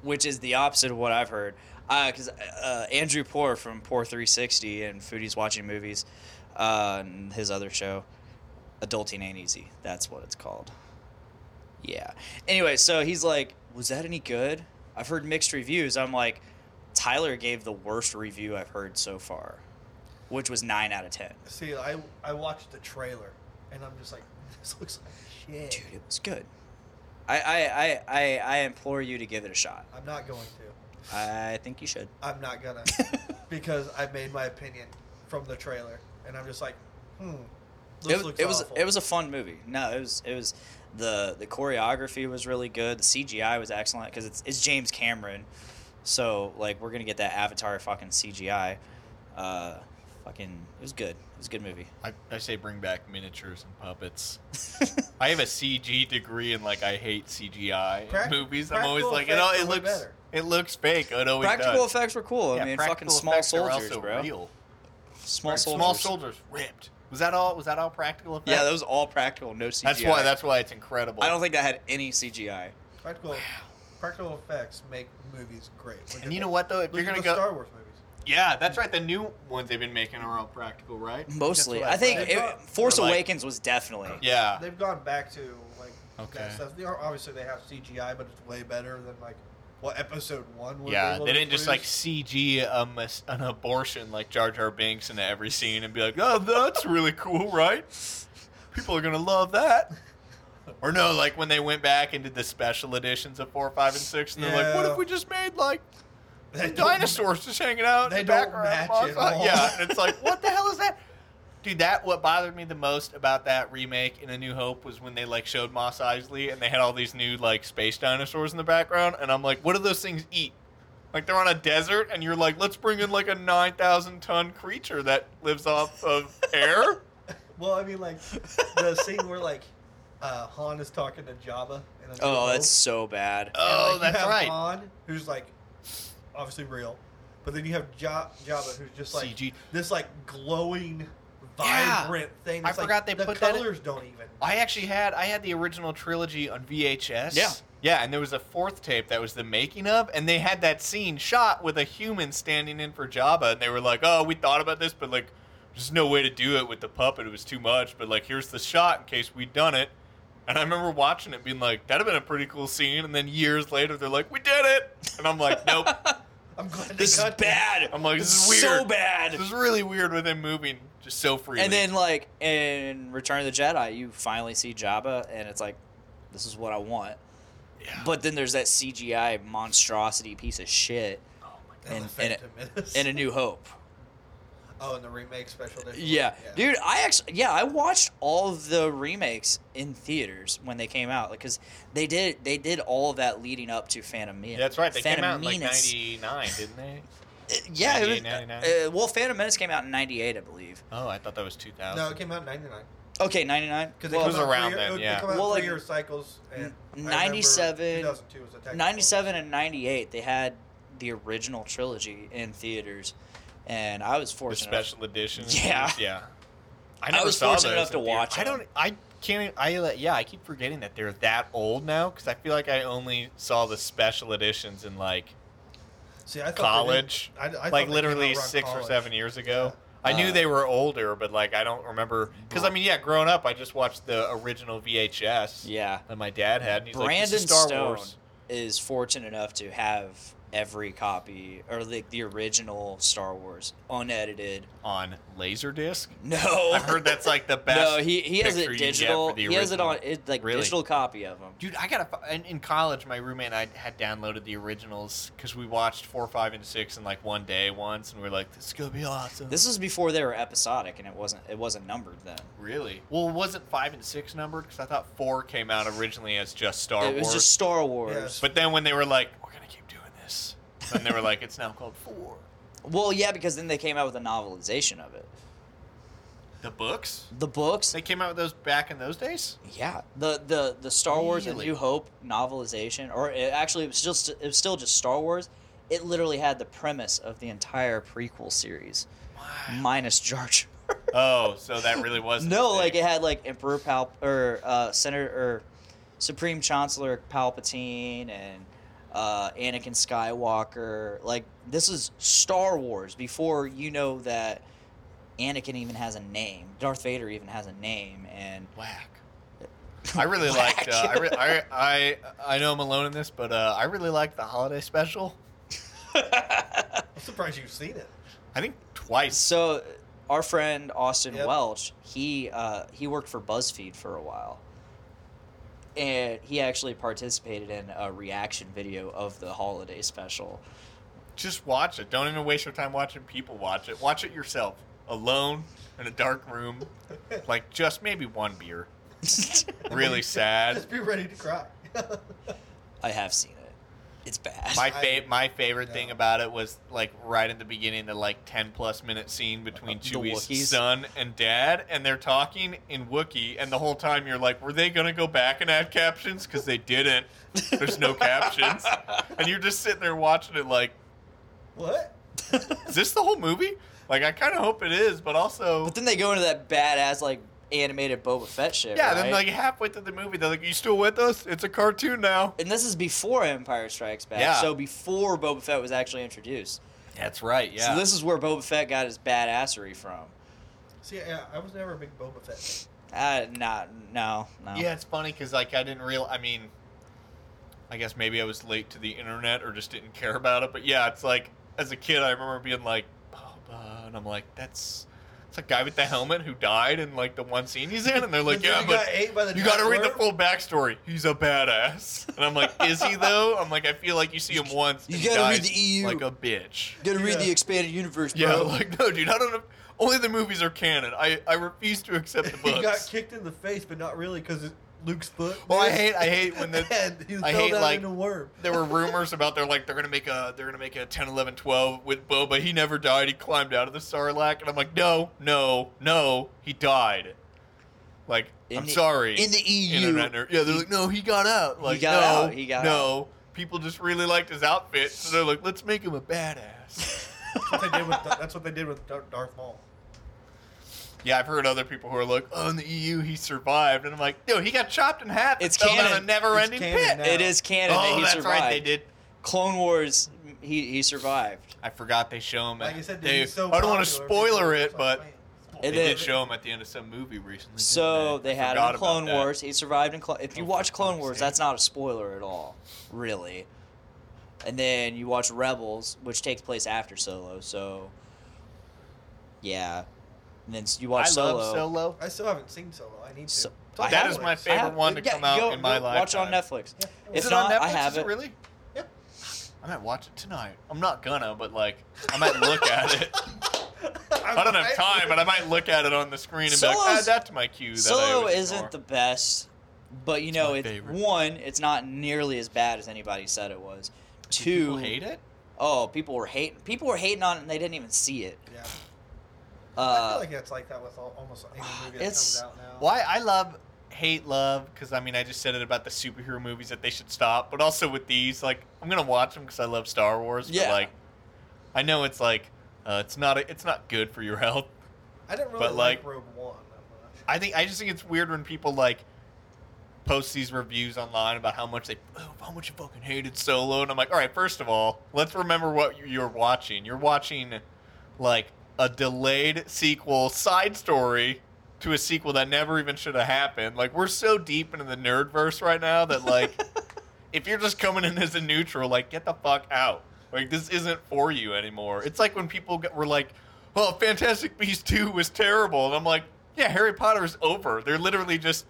[SPEAKER 6] which is the opposite of what I've heard. Because uh, Andrew Poor from Poor 360 and Foodies Watching Movies, uh, and his other show, Adulting Ain't Easy. That's what it's called. Yeah. Anyway, so he's like, was that any good? I've heard mixed reviews. I'm like, Tyler gave the worst review I've heard so far, which was 9 out of 10.
[SPEAKER 7] See, I I watched the trailer and I'm just like, this looks like shit.
[SPEAKER 6] Dude, it was good. I, I, I, I, I implore you to give it a shot.
[SPEAKER 7] I'm not going to.
[SPEAKER 6] I think you should.
[SPEAKER 7] I'm not gonna because I made my opinion from the trailer and I'm just like, hmm. This
[SPEAKER 6] it,
[SPEAKER 7] looks
[SPEAKER 6] it was
[SPEAKER 7] awful.
[SPEAKER 6] it was a fun movie. No, it was it was the the choreography was really good. The CGI was excellent because it's it's James Cameron, so like we're gonna get that Avatar fucking CGI. Uh, fucking, it was good. It was a good movie.
[SPEAKER 8] I, I say bring back miniatures and puppets. I have a CG degree and like I hate CGI
[SPEAKER 7] Prac-
[SPEAKER 8] in movies. I'm always
[SPEAKER 7] practical
[SPEAKER 8] like, it,
[SPEAKER 7] effects
[SPEAKER 8] all-
[SPEAKER 7] are
[SPEAKER 8] it
[SPEAKER 7] way
[SPEAKER 8] looks
[SPEAKER 7] better.
[SPEAKER 8] it looks fake. Oh, It always
[SPEAKER 6] practical
[SPEAKER 8] does.
[SPEAKER 6] effects were cool. I
[SPEAKER 8] Yeah,
[SPEAKER 6] mean, fucking
[SPEAKER 8] practical
[SPEAKER 6] small
[SPEAKER 8] effects are
[SPEAKER 6] soldiers,
[SPEAKER 8] also
[SPEAKER 6] bro.
[SPEAKER 8] real.
[SPEAKER 6] Small
[SPEAKER 8] Right,
[SPEAKER 6] soldiers.
[SPEAKER 8] Small soldiers ripped. Was that all? Was that all practical effects?
[SPEAKER 6] Yeah, that was all practical, no CGI.
[SPEAKER 8] That's why. That's why it's incredible.
[SPEAKER 6] I don't think that had any CGI.
[SPEAKER 7] practical. Practical effects make movies great. Look
[SPEAKER 8] And
[SPEAKER 7] at
[SPEAKER 8] you
[SPEAKER 7] the-
[SPEAKER 8] know what though? If
[SPEAKER 7] Look
[SPEAKER 8] you're
[SPEAKER 7] at
[SPEAKER 8] gonna
[SPEAKER 7] the
[SPEAKER 8] go,
[SPEAKER 7] Star Wars movies.
[SPEAKER 8] Yeah, that's right. The new ones they've been making are all practical, right?
[SPEAKER 6] Mostly,
[SPEAKER 7] That's what
[SPEAKER 6] I
[SPEAKER 7] I
[SPEAKER 6] think
[SPEAKER 7] thought.
[SPEAKER 6] it, Force
[SPEAKER 8] Or, like-
[SPEAKER 6] Awakens was definitely.
[SPEAKER 8] Yeah.
[SPEAKER 7] They've gone back to like
[SPEAKER 8] Okay.
[SPEAKER 7] that stuff. They are, obviously, they have CGI, but it's way better than like what Episode One was.
[SPEAKER 8] Yeah,
[SPEAKER 7] able
[SPEAKER 8] they
[SPEAKER 7] to
[SPEAKER 8] didn't just like
[SPEAKER 7] produce.
[SPEAKER 8] CG a mis- an abortion like Jar Jar Binks into every scene and be like, "Oh, that's really cool, right? People are gonna love that." Or no, like when they went back and did the special editions of four, five, and six, and they're like, "What
[SPEAKER 7] Yeah.
[SPEAKER 8] if we just made like
[SPEAKER 7] They don't-
[SPEAKER 8] dinosaurs just hanging out
[SPEAKER 7] they
[SPEAKER 8] in the
[SPEAKER 7] don't
[SPEAKER 8] background?"
[SPEAKER 7] match
[SPEAKER 8] blah,
[SPEAKER 7] it
[SPEAKER 8] blah."
[SPEAKER 7] all.
[SPEAKER 8] Yeah, and it's like, what the hell is that? Dude, that what bothered me the most about that remake in A New Hope was when they like showed Moss Eisley and they had all these new like space dinosaurs in the background, and I'm like, what do those things eat? Like they're on a desert, and you're like, let's bring in like a nine thousand ton creature that lives off of air.
[SPEAKER 7] Well, I mean, like the scene where like uh, Han is talking to Jabba. And
[SPEAKER 6] Oh, that's so bad.
[SPEAKER 8] oh, that's right.
[SPEAKER 7] Han, who's like obviously real, but then you have ja- Jabba, who's just like
[SPEAKER 8] CG.
[SPEAKER 7] this like glowing,
[SPEAKER 8] Yeah.
[SPEAKER 7] vibrant thing.
[SPEAKER 8] I
[SPEAKER 7] It's, like,
[SPEAKER 8] forgot they
[SPEAKER 7] the
[SPEAKER 8] put that in-
[SPEAKER 7] colors don't even.
[SPEAKER 8] I actually had I had the original trilogy on VHS.
[SPEAKER 6] Yeah.
[SPEAKER 8] Yeah, and there was a fourth tape that was the making of, and they had that scene shot with a human standing in for Jabba, and they were like, "Oh, we thought about this, but like, there's no way to do it with the puppet. It was too much. But like, here's the shot in case we'd done it." And I remember watching it, being like, "That'd have been a pretty cool scene." And then years later, they're like, "We did it," and I'm like, "Nope."
[SPEAKER 7] I'm glad they
[SPEAKER 6] This is
[SPEAKER 7] cut that.
[SPEAKER 6] bad.
[SPEAKER 8] I'm like, "This is
[SPEAKER 6] so
[SPEAKER 8] weird.
[SPEAKER 6] bad.
[SPEAKER 8] this is really weird with him moving just so freely.
[SPEAKER 6] And then like in Return of the Jedi, you finally see Jabba, and it's like, this is what I want.
[SPEAKER 8] Yeah.
[SPEAKER 6] But then there's that CGI monstrosity piece of shit
[SPEAKER 7] And,
[SPEAKER 6] And-
[SPEAKER 7] the
[SPEAKER 6] and it-
[SPEAKER 7] Phantom Menace.
[SPEAKER 6] in A New Hope.
[SPEAKER 7] oh, and the remake special edition.
[SPEAKER 6] Yeah. dude, I actually yeah I watched all of the remakes in theaters when they came out because they did they did all of that leading up to Phantom Menace.
[SPEAKER 8] Yeah, that's right. They
[SPEAKER 6] Phantom
[SPEAKER 8] came out in like
[SPEAKER 6] Menace.
[SPEAKER 8] '99, didn't they?
[SPEAKER 6] Uh, Yeah, it was,
[SPEAKER 8] 98,
[SPEAKER 6] uh, well, Phantom Menace came out in '98, I believe.
[SPEAKER 8] Oh, I thought that was 2000.
[SPEAKER 7] No, it came out in '99
[SPEAKER 6] Okay, '99.
[SPEAKER 7] because
[SPEAKER 8] Well,
[SPEAKER 7] it
[SPEAKER 8] was around then, yeah.
[SPEAKER 7] They come out
[SPEAKER 6] Well,
[SPEAKER 7] three
[SPEAKER 6] like,
[SPEAKER 7] year cycles. And I remember
[SPEAKER 6] 97
[SPEAKER 7] 2002 was a technical.
[SPEAKER 6] 97 and 98 they had the original trilogy in theaters and i was
[SPEAKER 8] the
[SPEAKER 6] fortunate enough-
[SPEAKER 8] special edition.
[SPEAKER 6] Yeah.
[SPEAKER 8] yeah. I,
[SPEAKER 6] was fortunate enough to
[SPEAKER 8] in theater.
[SPEAKER 6] watch
[SPEAKER 8] I don't.
[SPEAKER 6] them.
[SPEAKER 8] I can't. e, I like, yeah. I keep forgetting that they're that old now because I feel like I only saw the special editions in like
[SPEAKER 7] See, I thought they did-
[SPEAKER 8] college,
[SPEAKER 7] I- I thought they
[SPEAKER 8] like
[SPEAKER 7] came
[SPEAKER 8] literally
[SPEAKER 7] out around
[SPEAKER 8] six or
[SPEAKER 7] college.
[SPEAKER 8] seven years ago.
[SPEAKER 7] Yeah.
[SPEAKER 8] I knew
[SPEAKER 6] Uh,
[SPEAKER 8] they were older, but like I don't remember because I mean, yeah, growing up, I just watched the original VHS
[SPEAKER 6] yeah
[SPEAKER 8] that my dad had. And he's like,
[SPEAKER 6] brandon
[SPEAKER 8] "This is Star
[SPEAKER 6] stone
[SPEAKER 8] Wars.
[SPEAKER 6] is fortunate enough to have every copy or like the original star wars unedited
[SPEAKER 8] on Laserdisc.
[SPEAKER 6] no
[SPEAKER 8] I've heard that's like the best.
[SPEAKER 6] no he, he has
[SPEAKER 8] picture
[SPEAKER 6] it
[SPEAKER 8] you can get
[SPEAKER 6] digital
[SPEAKER 8] for the
[SPEAKER 6] he has it
[SPEAKER 8] original.
[SPEAKER 6] on it like
[SPEAKER 8] Really?
[SPEAKER 6] digital copy of them
[SPEAKER 8] Dude, I gotta. fi- In, in college, my roommate and I had downloaded the originals because we watched four, five, and six in like one day once, and we were like, "This is gonna be awesome."
[SPEAKER 6] this was before they were episodic and it wasn't it wasn't numbered then
[SPEAKER 8] really well. Wasn't five and six numbered? Because I thought four came out originally as just Star
[SPEAKER 6] it was
[SPEAKER 8] Wars.
[SPEAKER 6] just star wars
[SPEAKER 8] But then when they were like, "We're gonna keep doing this," then they were like, "It's now called four.
[SPEAKER 6] well yeah because then they came out with a novelization of it
[SPEAKER 8] The books.
[SPEAKER 6] the books
[SPEAKER 8] They came out with those back in those days.
[SPEAKER 6] Yeah, the the the Star Wars and
[SPEAKER 8] Really?
[SPEAKER 6] New Hope novelization, or it actually it was just it was still just Star Wars. It literally had the premise of the entire prequel series, minus Jar Jar.
[SPEAKER 8] Oh, so that really was
[SPEAKER 6] No, like it had like Emperor Pal or uh, Senator or Supreme Chancellor Palpatine and uh, Anakin Skywalker. Like this is Star Wars before you know that Anakin even has a name. Darth Vader even has a name, and
[SPEAKER 8] whack. I really liked. Uh, I, re- I I I know I'm alone in this, but uh, I really liked the holiday special.
[SPEAKER 7] I'm surprised you've seen it.
[SPEAKER 8] I think twice.
[SPEAKER 6] So, our friend Austin
[SPEAKER 7] Yep.
[SPEAKER 6] Welch, he uh, he worked for BuzzFeed for a while, and he actually participated in a reaction video of the holiday special.
[SPEAKER 8] Just watch it. Don't even waste your time watching people watch it. Watch it yourself, alone in a dark room, like just maybe one beer. Really sad.
[SPEAKER 7] Just be ready to cry.
[SPEAKER 6] I have seen it. It's bad.
[SPEAKER 8] My
[SPEAKER 7] I-
[SPEAKER 8] fa- my favorite
[SPEAKER 7] no.
[SPEAKER 8] thing about it was like right in the beginning, the like ten plus minute scene between
[SPEAKER 6] The Wookiees.
[SPEAKER 8] Chewie's son and dad, and they're talking in Wookiee, and the whole time you're like, were they gonna go back and add captions? Because they didn't. There's no captions, and you're just sitting there watching it like,
[SPEAKER 7] what?
[SPEAKER 8] is this the whole movie? Like I kind of hope it is, but also
[SPEAKER 6] but then they go into that badass like animated Boba Fett shit.
[SPEAKER 8] yeah.
[SPEAKER 6] right?
[SPEAKER 8] Then like halfway through the movie, they're like, you still with us? It's a cartoon now.
[SPEAKER 6] and this is before Empire Strikes Back.
[SPEAKER 8] Yeah.
[SPEAKER 6] So before Boba Fett was actually introduced.
[SPEAKER 8] That's right. Yeah.
[SPEAKER 6] So this is where Boba Fett got his badassery from.
[SPEAKER 7] See, yeah, I was never a big Boba Fett.
[SPEAKER 6] Uh, not no no.
[SPEAKER 8] Yeah, it's funny because like I didn't real. I mean, I guess maybe I was late to the internet or just didn't care about it. But yeah, it's like as a kid, I remember being like, Boba, and I'm like, that's it's a guy with the helmet who died in like the one scene he's in, and they're like,
[SPEAKER 7] then
[SPEAKER 8] yeah,
[SPEAKER 7] he
[SPEAKER 8] but
[SPEAKER 7] got ate by the
[SPEAKER 8] you got to read the
[SPEAKER 7] Jaguar.
[SPEAKER 8] full backstory. He's a badass, and I'm like, is he though? I'm like, I feel like you see him once.
[SPEAKER 6] You
[SPEAKER 8] and he
[SPEAKER 6] gotta read
[SPEAKER 8] dies
[SPEAKER 6] the EU.
[SPEAKER 8] like a bitch.
[SPEAKER 6] Gotta read
[SPEAKER 7] Yeah.
[SPEAKER 6] the expanded universe, bro.
[SPEAKER 8] E Yeah, like no, dude, I don't. know. Only the movies are canon. I I refuse to accept the books.
[SPEAKER 7] He got kicked in the face, but not really because Luke's foot.
[SPEAKER 8] Well, I
[SPEAKER 7] missed,
[SPEAKER 8] hate I hate when the
[SPEAKER 7] and he
[SPEAKER 8] I
[SPEAKER 7] fell
[SPEAKER 8] hate,
[SPEAKER 7] down
[SPEAKER 8] like,
[SPEAKER 7] into a worm.
[SPEAKER 8] there were rumors about they're like they're gonna make a they're gonna make a 10 11 12 with boba he never died he climbed out of the sarlacc and i'm like no no no he died like
[SPEAKER 6] In
[SPEAKER 8] i'm
[SPEAKER 6] the-
[SPEAKER 8] sorry
[SPEAKER 6] in the EU.
[SPEAKER 8] Internet nerd. yeah they're like no he got out like
[SPEAKER 6] got
[SPEAKER 8] no
[SPEAKER 6] out, he got
[SPEAKER 8] no people just really liked his outfit so they're like let's make him a badass
[SPEAKER 7] That's what they did with, that's what they did with Dar- Darth Maul.
[SPEAKER 8] yeah i've heard other people who are like oh in the eu he survived and i'm like no he got chopped in half and
[SPEAKER 6] It's
[SPEAKER 8] fell down
[SPEAKER 6] canon.
[SPEAKER 8] a never-ending
[SPEAKER 7] It's canon
[SPEAKER 8] pit
[SPEAKER 7] now.
[SPEAKER 6] It is canon that
[SPEAKER 8] oh
[SPEAKER 6] he
[SPEAKER 8] that's
[SPEAKER 6] survived.
[SPEAKER 8] right they did
[SPEAKER 6] Clone Wars. He he survived.
[SPEAKER 8] I forgot they show him.
[SPEAKER 7] Like
[SPEAKER 8] at-
[SPEAKER 7] you said, dude,
[SPEAKER 8] they,
[SPEAKER 7] he's so
[SPEAKER 8] I don't want to
[SPEAKER 7] popular,
[SPEAKER 8] spoiler
[SPEAKER 7] people-
[SPEAKER 8] it, but they
[SPEAKER 6] And
[SPEAKER 8] did,
[SPEAKER 6] then-
[SPEAKER 8] show him at the end of some movie recently.
[SPEAKER 6] So
[SPEAKER 8] didn't
[SPEAKER 6] they
[SPEAKER 8] I
[SPEAKER 6] had
[SPEAKER 8] forgot
[SPEAKER 6] him in Clone
[SPEAKER 8] about that.
[SPEAKER 6] Wars. He survived in Clone. If you
[SPEAKER 8] Oh,
[SPEAKER 6] watch
[SPEAKER 8] for
[SPEAKER 6] Clone
[SPEAKER 8] fuck's
[SPEAKER 6] Wars,
[SPEAKER 8] sake.
[SPEAKER 6] that's not a spoiler at all, really. And then you watch Rebels, which takes place after Solo. So, yeah. And then you watch
[SPEAKER 8] I
[SPEAKER 6] Solo.
[SPEAKER 8] love Solo.
[SPEAKER 7] I still haven't seen Solo. I need to.
[SPEAKER 6] So-
[SPEAKER 7] It's
[SPEAKER 6] I
[SPEAKER 7] on
[SPEAKER 8] That
[SPEAKER 6] have
[SPEAKER 8] is
[SPEAKER 7] Netflix.
[SPEAKER 8] my
[SPEAKER 6] I
[SPEAKER 8] favorite
[SPEAKER 6] have-
[SPEAKER 8] one to
[SPEAKER 6] yeah,
[SPEAKER 8] come out
[SPEAKER 6] go-
[SPEAKER 8] in my
[SPEAKER 6] go
[SPEAKER 8] life.
[SPEAKER 6] Watch it on Netflix.
[SPEAKER 7] Yeah.
[SPEAKER 6] If
[SPEAKER 8] Is it
[SPEAKER 6] not,
[SPEAKER 8] on Netflix?
[SPEAKER 6] I have
[SPEAKER 8] Is it
[SPEAKER 6] it.
[SPEAKER 8] really?
[SPEAKER 7] Yeah.
[SPEAKER 8] I might watch it tonight. I'm not gonna, but like, I might look at it. I don't have time, but I might look at it on the screen and be like,
[SPEAKER 6] Solo's-
[SPEAKER 8] add that to my queue. That I
[SPEAKER 6] Solo
[SPEAKER 8] always
[SPEAKER 6] isn't the
[SPEAKER 8] ignore."
[SPEAKER 6] best, but you know,
[SPEAKER 8] my
[SPEAKER 6] it's
[SPEAKER 8] favorite.
[SPEAKER 6] one. It's not nearly as bad as anybody said it was. Two,
[SPEAKER 8] People hate it.
[SPEAKER 6] oh, people were hating. People were hating on it, and they didn't even see it.
[SPEAKER 7] Yeah. I
[SPEAKER 6] Uh,
[SPEAKER 7] feel like it's like that with all, almost any movie that
[SPEAKER 6] It's-
[SPEAKER 7] comes out now.
[SPEAKER 8] Why I love hate love because I mean I just said it about the superhero movies that they should stop, but also with these like I'm gonna watch them because I love Star Wars.
[SPEAKER 6] Yeah.
[SPEAKER 8] But, like I know it's like uh, it's not a, it's not good for your health.
[SPEAKER 7] I didn't really
[SPEAKER 8] But,
[SPEAKER 7] like,
[SPEAKER 8] like-
[SPEAKER 7] Rogue One that much.
[SPEAKER 8] I think I just think it's weird when people like post these reviews online about how much they oh, how much you fucking hated Solo, and I'm like, all right, first of all, let's remember what you- you're watching. You're watching like a delayed sequel side story to a sequel that never even should have happened. Like we're so deep into the nerd verse right now that like if you're just coming in as a neutral, like get the fuck out. Like this isn't for you anymore. It's like when people get, were like, "Well, Fantastic Beasts two was terrible," and I'm like, "Yeah, Harry Potter is over. They're literally just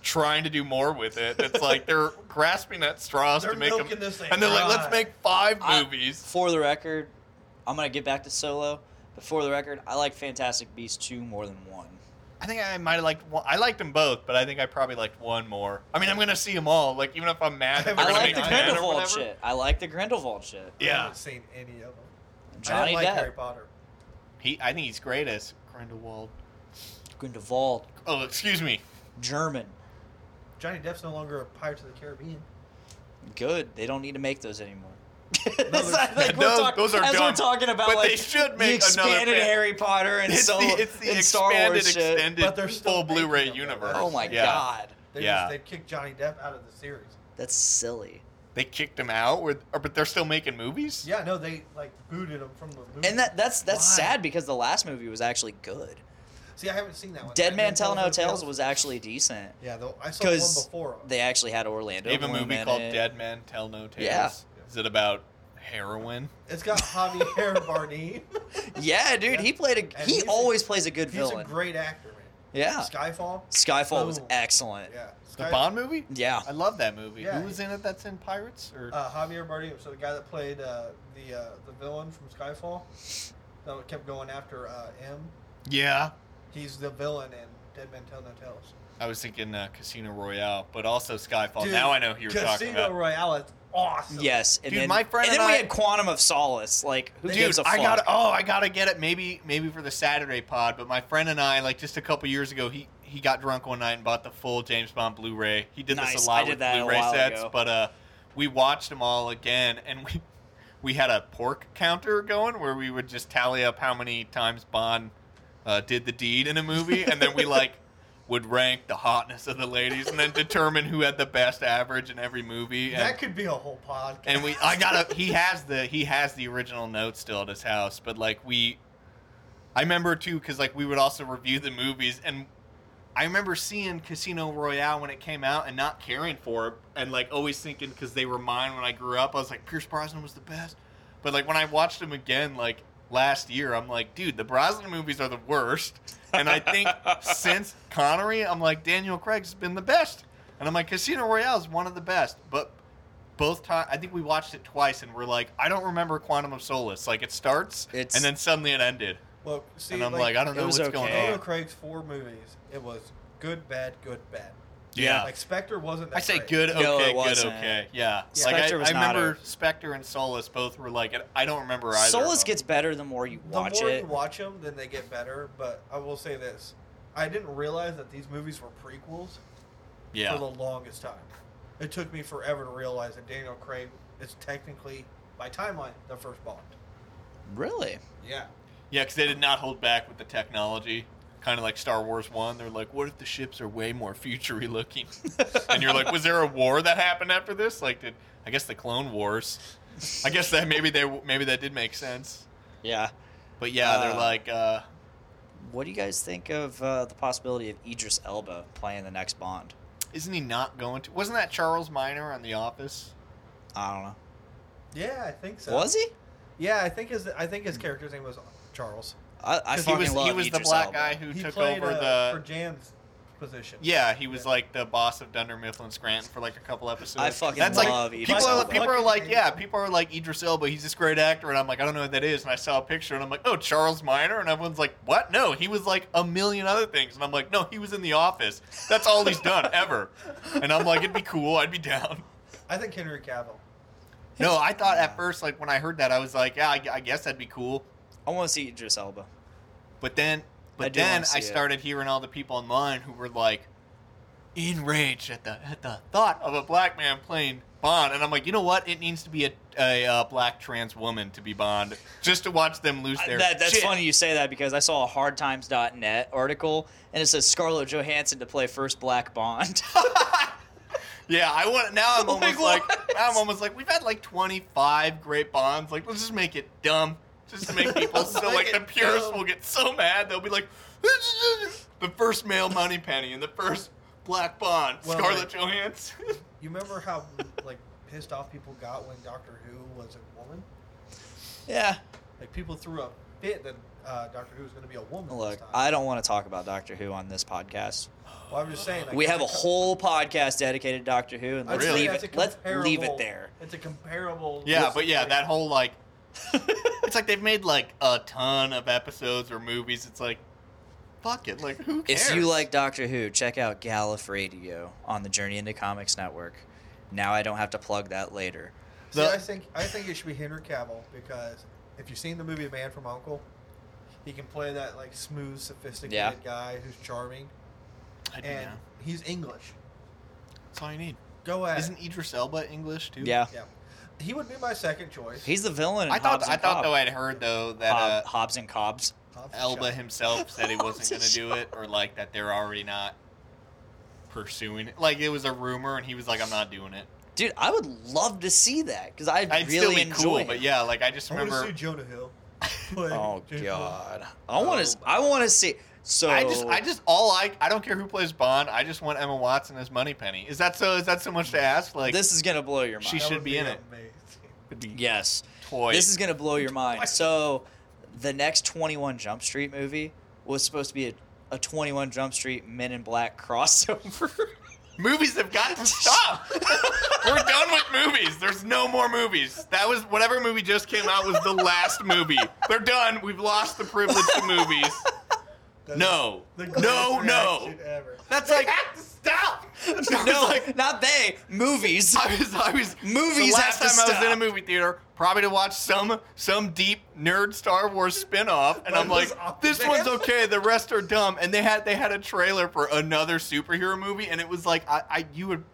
[SPEAKER 8] trying to do more with it. It's like they're grasping at straws
[SPEAKER 7] They're
[SPEAKER 8] to make them,
[SPEAKER 7] milking this thing
[SPEAKER 8] and they're like,
[SPEAKER 7] dry.
[SPEAKER 8] let's make five
[SPEAKER 6] I-
[SPEAKER 8] movies."
[SPEAKER 6] for the record, I'm gonna get back to Solo. But for the record, I like Fantastic Beasts two more than one.
[SPEAKER 8] I, think I might have liked one. I liked them both, but I think I probably liked one more. I mean, I'm gonna see them all. Like even if I'm mad, that
[SPEAKER 7] I
[SPEAKER 6] I
[SPEAKER 8] they're gonna
[SPEAKER 6] like
[SPEAKER 8] make
[SPEAKER 6] the
[SPEAKER 8] 10 or
[SPEAKER 6] Grindelwald
[SPEAKER 8] whatever.
[SPEAKER 6] shit. I like the Grindelwald shit.
[SPEAKER 7] I
[SPEAKER 8] Yeah.
[SPEAKER 7] haven't seen any of them. I
[SPEAKER 6] Johnny
[SPEAKER 7] didn't like
[SPEAKER 6] Depp,
[SPEAKER 7] Harry Potter.
[SPEAKER 8] He, I think he's great as Grindelwald.
[SPEAKER 6] Grindelwald,
[SPEAKER 8] Oh, excuse me.
[SPEAKER 6] German,
[SPEAKER 7] Johnny Depp's no longer a Pirates of the Caribbean.
[SPEAKER 6] good. They don't need to make those anymore.
[SPEAKER 7] those-
[SPEAKER 6] I think we're
[SPEAKER 8] those-
[SPEAKER 6] talk-
[SPEAKER 8] those are
[SPEAKER 6] as we're
[SPEAKER 8] dumb.
[SPEAKER 6] talking about
[SPEAKER 8] But
[SPEAKER 6] like
[SPEAKER 8] they should
[SPEAKER 6] the
[SPEAKER 8] make another
[SPEAKER 6] expanded
[SPEAKER 8] fan-
[SPEAKER 6] Harry Potter and
[SPEAKER 8] It's
[SPEAKER 6] Solo
[SPEAKER 8] the, it's the
[SPEAKER 6] and
[SPEAKER 8] expanded,
[SPEAKER 6] Star Wars shit.
[SPEAKER 8] extended,
[SPEAKER 7] But they're still
[SPEAKER 8] full Blu-ray
[SPEAKER 7] making them, though.
[SPEAKER 8] universe.
[SPEAKER 6] Oh my
[SPEAKER 8] Yeah.
[SPEAKER 6] god,
[SPEAKER 7] They
[SPEAKER 8] Yeah.
[SPEAKER 7] just they kicked Johnny Depp out of the series.
[SPEAKER 6] that's silly.
[SPEAKER 8] They kicked him out, with, or, but they're still making movies.
[SPEAKER 7] Yeah, no, they like booted him from the movie.
[SPEAKER 6] And that that's that's
[SPEAKER 8] Why?
[SPEAKER 6] sad because the last movie was actually good.
[SPEAKER 7] see, I haven't seen that one.
[SPEAKER 6] Dead Man Tell No Tales was actually decent
[SPEAKER 7] Yeah, though I saw the one
[SPEAKER 6] because
[SPEAKER 7] before.
[SPEAKER 6] they actually had Orlando.
[SPEAKER 8] They have a
[SPEAKER 6] Bloom
[SPEAKER 8] movie
[SPEAKER 6] in
[SPEAKER 8] called
[SPEAKER 6] it.
[SPEAKER 8] Dead Men Tell No Tales.
[SPEAKER 6] Yeah.
[SPEAKER 8] Is it about heroin?
[SPEAKER 7] It's got Javier Bardem.
[SPEAKER 6] Yeah, dude, he played a.
[SPEAKER 7] And
[SPEAKER 6] He
[SPEAKER 7] he's a-
[SPEAKER 6] always plays a good
[SPEAKER 7] He's
[SPEAKER 6] villain. Ah.
[SPEAKER 7] a great actor, man.
[SPEAKER 6] yeah,
[SPEAKER 7] Skyfall.
[SPEAKER 6] Skyfall was
[SPEAKER 8] Oh.
[SPEAKER 7] Boom.
[SPEAKER 6] excellent.
[SPEAKER 7] Yeah.
[SPEAKER 8] The
[SPEAKER 7] Sky-
[SPEAKER 8] Bond movie?
[SPEAKER 6] Yeah.
[SPEAKER 8] I love that movie.
[SPEAKER 7] Yeah.
[SPEAKER 8] Who was in it? That's in Pirates? Or
[SPEAKER 7] Uh, Javier Bardem, so the guy that played uh, the uh, the villain from Skyfall, that kept going after uh, M.
[SPEAKER 8] yeah,
[SPEAKER 7] He's the villain in Dead Men Tell No Tales.
[SPEAKER 8] I was thinking uh, Casino Royale, but also Skyfall. Oh, now I know who you're talking about.
[SPEAKER 7] Casino Royale is awesome.
[SPEAKER 6] Yes, and
[SPEAKER 8] Dude,
[SPEAKER 6] then
[SPEAKER 8] my friend
[SPEAKER 6] and then
[SPEAKER 8] and
[SPEAKER 6] we
[SPEAKER 8] I-
[SPEAKER 6] had Quantum of Solace. Like, who
[SPEAKER 8] Dude,
[SPEAKER 6] gives a fuck?
[SPEAKER 8] I gotta. Oh, I gotta get it. Maybe, maybe for the Saturday pod. But my friend and I, like, just a couple years ago, he he got drunk one night and bought the full James Bond Blu-ray. He did
[SPEAKER 6] Nice.
[SPEAKER 8] this a
[SPEAKER 6] I
[SPEAKER 8] lot
[SPEAKER 6] did
[SPEAKER 8] with
[SPEAKER 6] that a
[SPEAKER 8] Blu-ray
[SPEAKER 6] while
[SPEAKER 8] sets,
[SPEAKER 6] ago.
[SPEAKER 8] but uh, we watched them all again, and we we had a pork counter going where we would just tally up how many times Bond uh, did the deed in a movie, and then we like would rank the hotness of the ladies and then determine who had the best average in every movie. And,
[SPEAKER 7] That could be a whole podcast.
[SPEAKER 8] and we I gotta he has the he has the original note still at his house, but like we I remember too because like we would also review the movies and I remember seeing Casino Royale when it came out and not caring for it and like always thinking because they were mine when I grew up I was like Pierce Brosnan was the best, but like when I watched him again like last year I'm like dude the Brosnan movies are the worst and I think since Connery I'm like Daniel Craig's been the best and I'm like Casino Royale is one of the best but both time I think we watched it twice and we're like, I don't remember Quantum of Solace. Like it starts
[SPEAKER 6] It's-
[SPEAKER 8] and then suddenly it ended.
[SPEAKER 7] Look, see,
[SPEAKER 8] and I'm like, I don't
[SPEAKER 6] it
[SPEAKER 8] know
[SPEAKER 6] was
[SPEAKER 8] what's going
[SPEAKER 6] okay.
[SPEAKER 7] Daniel
[SPEAKER 8] on.
[SPEAKER 7] Craig's four movies. It was good, bad, good, bad.
[SPEAKER 6] Yeah.
[SPEAKER 7] Like Spectre wasn't. That
[SPEAKER 8] I say
[SPEAKER 7] great.
[SPEAKER 8] good,
[SPEAKER 6] No,
[SPEAKER 8] okay,
[SPEAKER 6] it
[SPEAKER 8] good,
[SPEAKER 6] wasn't.
[SPEAKER 8] okay. Yeah.
[SPEAKER 6] Yeah.
[SPEAKER 8] Like
[SPEAKER 6] Spectre
[SPEAKER 8] I,
[SPEAKER 6] was
[SPEAKER 8] I
[SPEAKER 6] not
[SPEAKER 8] remember
[SPEAKER 6] a-
[SPEAKER 8] Spectre and Solace both were like I don't remember either. of
[SPEAKER 6] Solace
[SPEAKER 8] them.
[SPEAKER 6] gets better the more you
[SPEAKER 7] The
[SPEAKER 6] watch
[SPEAKER 7] more
[SPEAKER 6] it.
[SPEAKER 7] you watch them, then they get better. But I will say this: I didn't realize that these movies were prequels
[SPEAKER 8] yeah.
[SPEAKER 7] for the longest time. It took me forever to realize that Daniel Craig is technically, by timeline, the first Bond.
[SPEAKER 6] really?
[SPEAKER 7] Yeah.
[SPEAKER 8] Yeah, because they did not hold back with the technology. Kind of like Star Wars One, they're like, "What if the ships are way more futury looking?" and you're like, "Was there a war that happened after this? Like, did I guess the Clone Wars? I guess that maybe they maybe that did make sense."
[SPEAKER 6] Yeah.
[SPEAKER 8] But yeah, they're
[SPEAKER 6] Uh,
[SPEAKER 8] like, uh,
[SPEAKER 6] What do you guys think of uh, the possibility of Idris Elba playing the next Bond?
[SPEAKER 8] isn't he not going to? Wasn't that Charles Minor on The Office?
[SPEAKER 6] I don't know.
[SPEAKER 7] Yeah, I think so.
[SPEAKER 6] Was he?
[SPEAKER 7] Yeah, I think his I think his character's name was Charles.
[SPEAKER 6] I, I
[SPEAKER 8] 'Cause
[SPEAKER 6] fucking
[SPEAKER 8] he was
[SPEAKER 6] love
[SPEAKER 8] he was the
[SPEAKER 6] Idris
[SPEAKER 8] black
[SPEAKER 6] Elba.
[SPEAKER 8] guy who
[SPEAKER 7] he
[SPEAKER 8] took
[SPEAKER 7] played
[SPEAKER 8] over
[SPEAKER 7] uh,
[SPEAKER 8] the.
[SPEAKER 7] for Jan's position.
[SPEAKER 8] yeah, he was
[SPEAKER 7] Yeah.
[SPEAKER 8] like the boss of Dunder Mifflin Scranton for like a couple episodes.
[SPEAKER 6] I fucking
[SPEAKER 8] That's
[SPEAKER 6] love
[SPEAKER 8] like,
[SPEAKER 6] Idris
[SPEAKER 8] people are,
[SPEAKER 6] Elba.
[SPEAKER 8] people are like, yeah, people are like Idris Elba. He's this great actor, and I'm like, I don't know what that is. And I saw a picture, and I'm like, oh, Charles Minor, and everyone's like, what? No, he was like a million other things, and I'm like, no, he was in The Office. That's all he's done ever. And I'm like, it'd be cool. I'd be down.
[SPEAKER 7] I think Henry Cavill.
[SPEAKER 8] No, I thought at first, like when I heard that, I was like, yeah, I, I guess that'd be cool.
[SPEAKER 6] I want to see Idris Elba.
[SPEAKER 8] But then, but
[SPEAKER 6] I do
[SPEAKER 8] then
[SPEAKER 6] wanna see
[SPEAKER 8] I
[SPEAKER 6] it.
[SPEAKER 8] started hearing all the people online who were like enraged at the at the thought of a black man playing Bond, and I'm like, you know what? It needs to be a, a, uh black trans woman to be Bond, just to watch them lose
[SPEAKER 6] I-
[SPEAKER 8] their.
[SPEAKER 6] that, that's
[SPEAKER 8] shit.
[SPEAKER 6] funny you say that because I saw a hardtimes.net article and it says Scarlett Johansson to play first black Bond.
[SPEAKER 8] Yeah, I want now. I'm
[SPEAKER 6] Like,
[SPEAKER 8] almost like,
[SPEAKER 6] what?
[SPEAKER 8] now I'm almost like we've had like 25 great Bonds. Like, let's just make it dumb, just to make people
[SPEAKER 7] Let's
[SPEAKER 8] so
[SPEAKER 7] make
[SPEAKER 8] like the
[SPEAKER 7] it
[SPEAKER 8] purists
[SPEAKER 7] dumb.
[SPEAKER 8] will get so mad they'll be like, the first male Money Penny and the first black Bond,
[SPEAKER 7] Well,
[SPEAKER 8] Scarlett
[SPEAKER 7] like-
[SPEAKER 8] Johansson.
[SPEAKER 7] You remember how like pissed off people got when Doctor Who was a woman?
[SPEAKER 6] yeah.
[SPEAKER 7] Like people threw a fit that uh, Doctor Who was going to be a woman.
[SPEAKER 6] Look,
[SPEAKER 7] this time.
[SPEAKER 6] I don't want to talk about Doctor Who on this podcast.
[SPEAKER 7] Well, I'm just saying. like,
[SPEAKER 6] we
[SPEAKER 7] it's
[SPEAKER 6] have a
[SPEAKER 7] co-
[SPEAKER 6] whole podcast dedicated to Doctor Who, and
[SPEAKER 7] I'd
[SPEAKER 6] let's
[SPEAKER 7] say
[SPEAKER 8] Really?
[SPEAKER 6] leave
[SPEAKER 7] that's
[SPEAKER 6] it.
[SPEAKER 7] a
[SPEAKER 6] Let's leave it
[SPEAKER 7] comparable-
[SPEAKER 6] there.
[SPEAKER 7] It's a comparable.
[SPEAKER 8] Yeah,
[SPEAKER 7] list
[SPEAKER 8] but yeah,
[SPEAKER 7] of
[SPEAKER 8] that whole like, it's like they've made like a ton of episodes or movies. It's like, fuck it, like who cares?
[SPEAKER 6] If you like Doctor Who, check out Gallif Radio on the Journey into Comics Network. Now I don't have to plug that later.
[SPEAKER 7] See,
[SPEAKER 8] the-
[SPEAKER 7] I think I think it should be Henry Cavill because if you've seen the movie Man from Uncle, he can play that like smooth, sophisticated
[SPEAKER 6] Yeah.
[SPEAKER 7] guy who's charming,
[SPEAKER 8] I don't
[SPEAKER 7] and
[SPEAKER 8] know.
[SPEAKER 7] he's English.
[SPEAKER 8] that's all you need.
[SPEAKER 7] Go at
[SPEAKER 8] Isn't Idris Elba English too?
[SPEAKER 6] Yeah,
[SPEAKER 7] it. Yeah, he would be my second choice.
[SPEAKER 6] he's the villain. In
[SPEAKER 8] I thought
[SPEAKER 6] Hobbs
[SPEAKER 8] I
[SPEAKER 6] and
[SPEAKER 8] thought
[SPEAKER 6] Cobb.
[SPEAKER 8] though I'd heard though that
[SPEAKER 6] Hob-
[SPEAKER 8] uh,
[SPEAKER 6] Hobbs and Cobbs.
[SPEAKER 7] Hobbs and
[SPEAKER 8] Elba
[SPEAKER 7] Shaw.
[SPEAKER 8] himself said he wasn't
[SPEAKER 6] Hobbs
[SPEAKER 8] going
[SPEAKER 6] and
[SPEAKER 8] to do it, or like that they're already not pursuing it. Like it was a rumor, and he was like, "I'm not doing it."
[SPEAKER 6] Dude, I would love to see that because I
[SPEAKER 8] I'd
[SPEAKER 6] really
[SPEAKER 8] still be
[SPEAKER 6] enjoy.
[SPEAKER 8] cool,
[SPEAKER 6] it.
[SPEAKER 8] but yeah, like I just
[SPEAKER 7] I want to
[SPEAKER 8] remember.
[SPEAKER 7] see Jonah Hill.
[SPEAKER 6] Oh
[SPEAKER 7] Playing
[SPEAKER 6] God, I want to. I want to see. So
[SPEAKER 8] Oh, I just, I just, all I, I don't care who plays Bond. I just want Emma Watson as Money Penny. Is that so? Is that so much to ask? Like
[SPEAKER 6] this is gonna blow your mind.
[SPEAKER 8] She
[SPEAKER 7] That
[SPEAKER 8] should
[SPEAKER 7] would
[SPEAKER 8] be in it.
[SPEAKER 7] amazing.
[SPEAKER 8] could be
[SPEAKER 6] yes,
[SPEAKER 8] toy.
[SPEAKER 6] this is gonna blow your mind. So, the next Twenty One Jump Street movie was supposed to be a, a Twenty One Jump Street Men in Black crossover.
[SPEAKER 8] movies have got to stop. We're done with movies. There's no more movies. That was whatever movie just came out was the last movie. They're done. We've lost the privilege to movies.
[SPEAKER 7] That is
[SPEAKER 8] No,
[SPEAKER 7] the
[SPEAKER 8] no,
[SPEAKER 7] greatest
[SPEAKER 8] no.
[SPEAKER 7] reaction Ever.
[SPEAKER 8] That's like stop. I was
[SPEAKER 6] no,
[SPEAKER 8] like
[SPEAKER 6] not they. Movies.
[SPEAKER 8] I was, I was.
[SPEAKER 6] Movies
[SPEAKER 8] The last
[SPEAKER 6] have to
[SPEAKER 8] time I was in a
[SPEAKER 6] stop.
[SPEAKER 8] movie theater, probably to watch some some deep nerd Star Wars spin-off, and I'm
[SPEAKER 7] Mine was
[SPEAKER 8] like, this one's
[SPEAKER 7] Aquaman."
[SPEAKER 8] okay. The rest are dumb. And they had they had a trailer for another superhero movie, and it was like, I, I you would.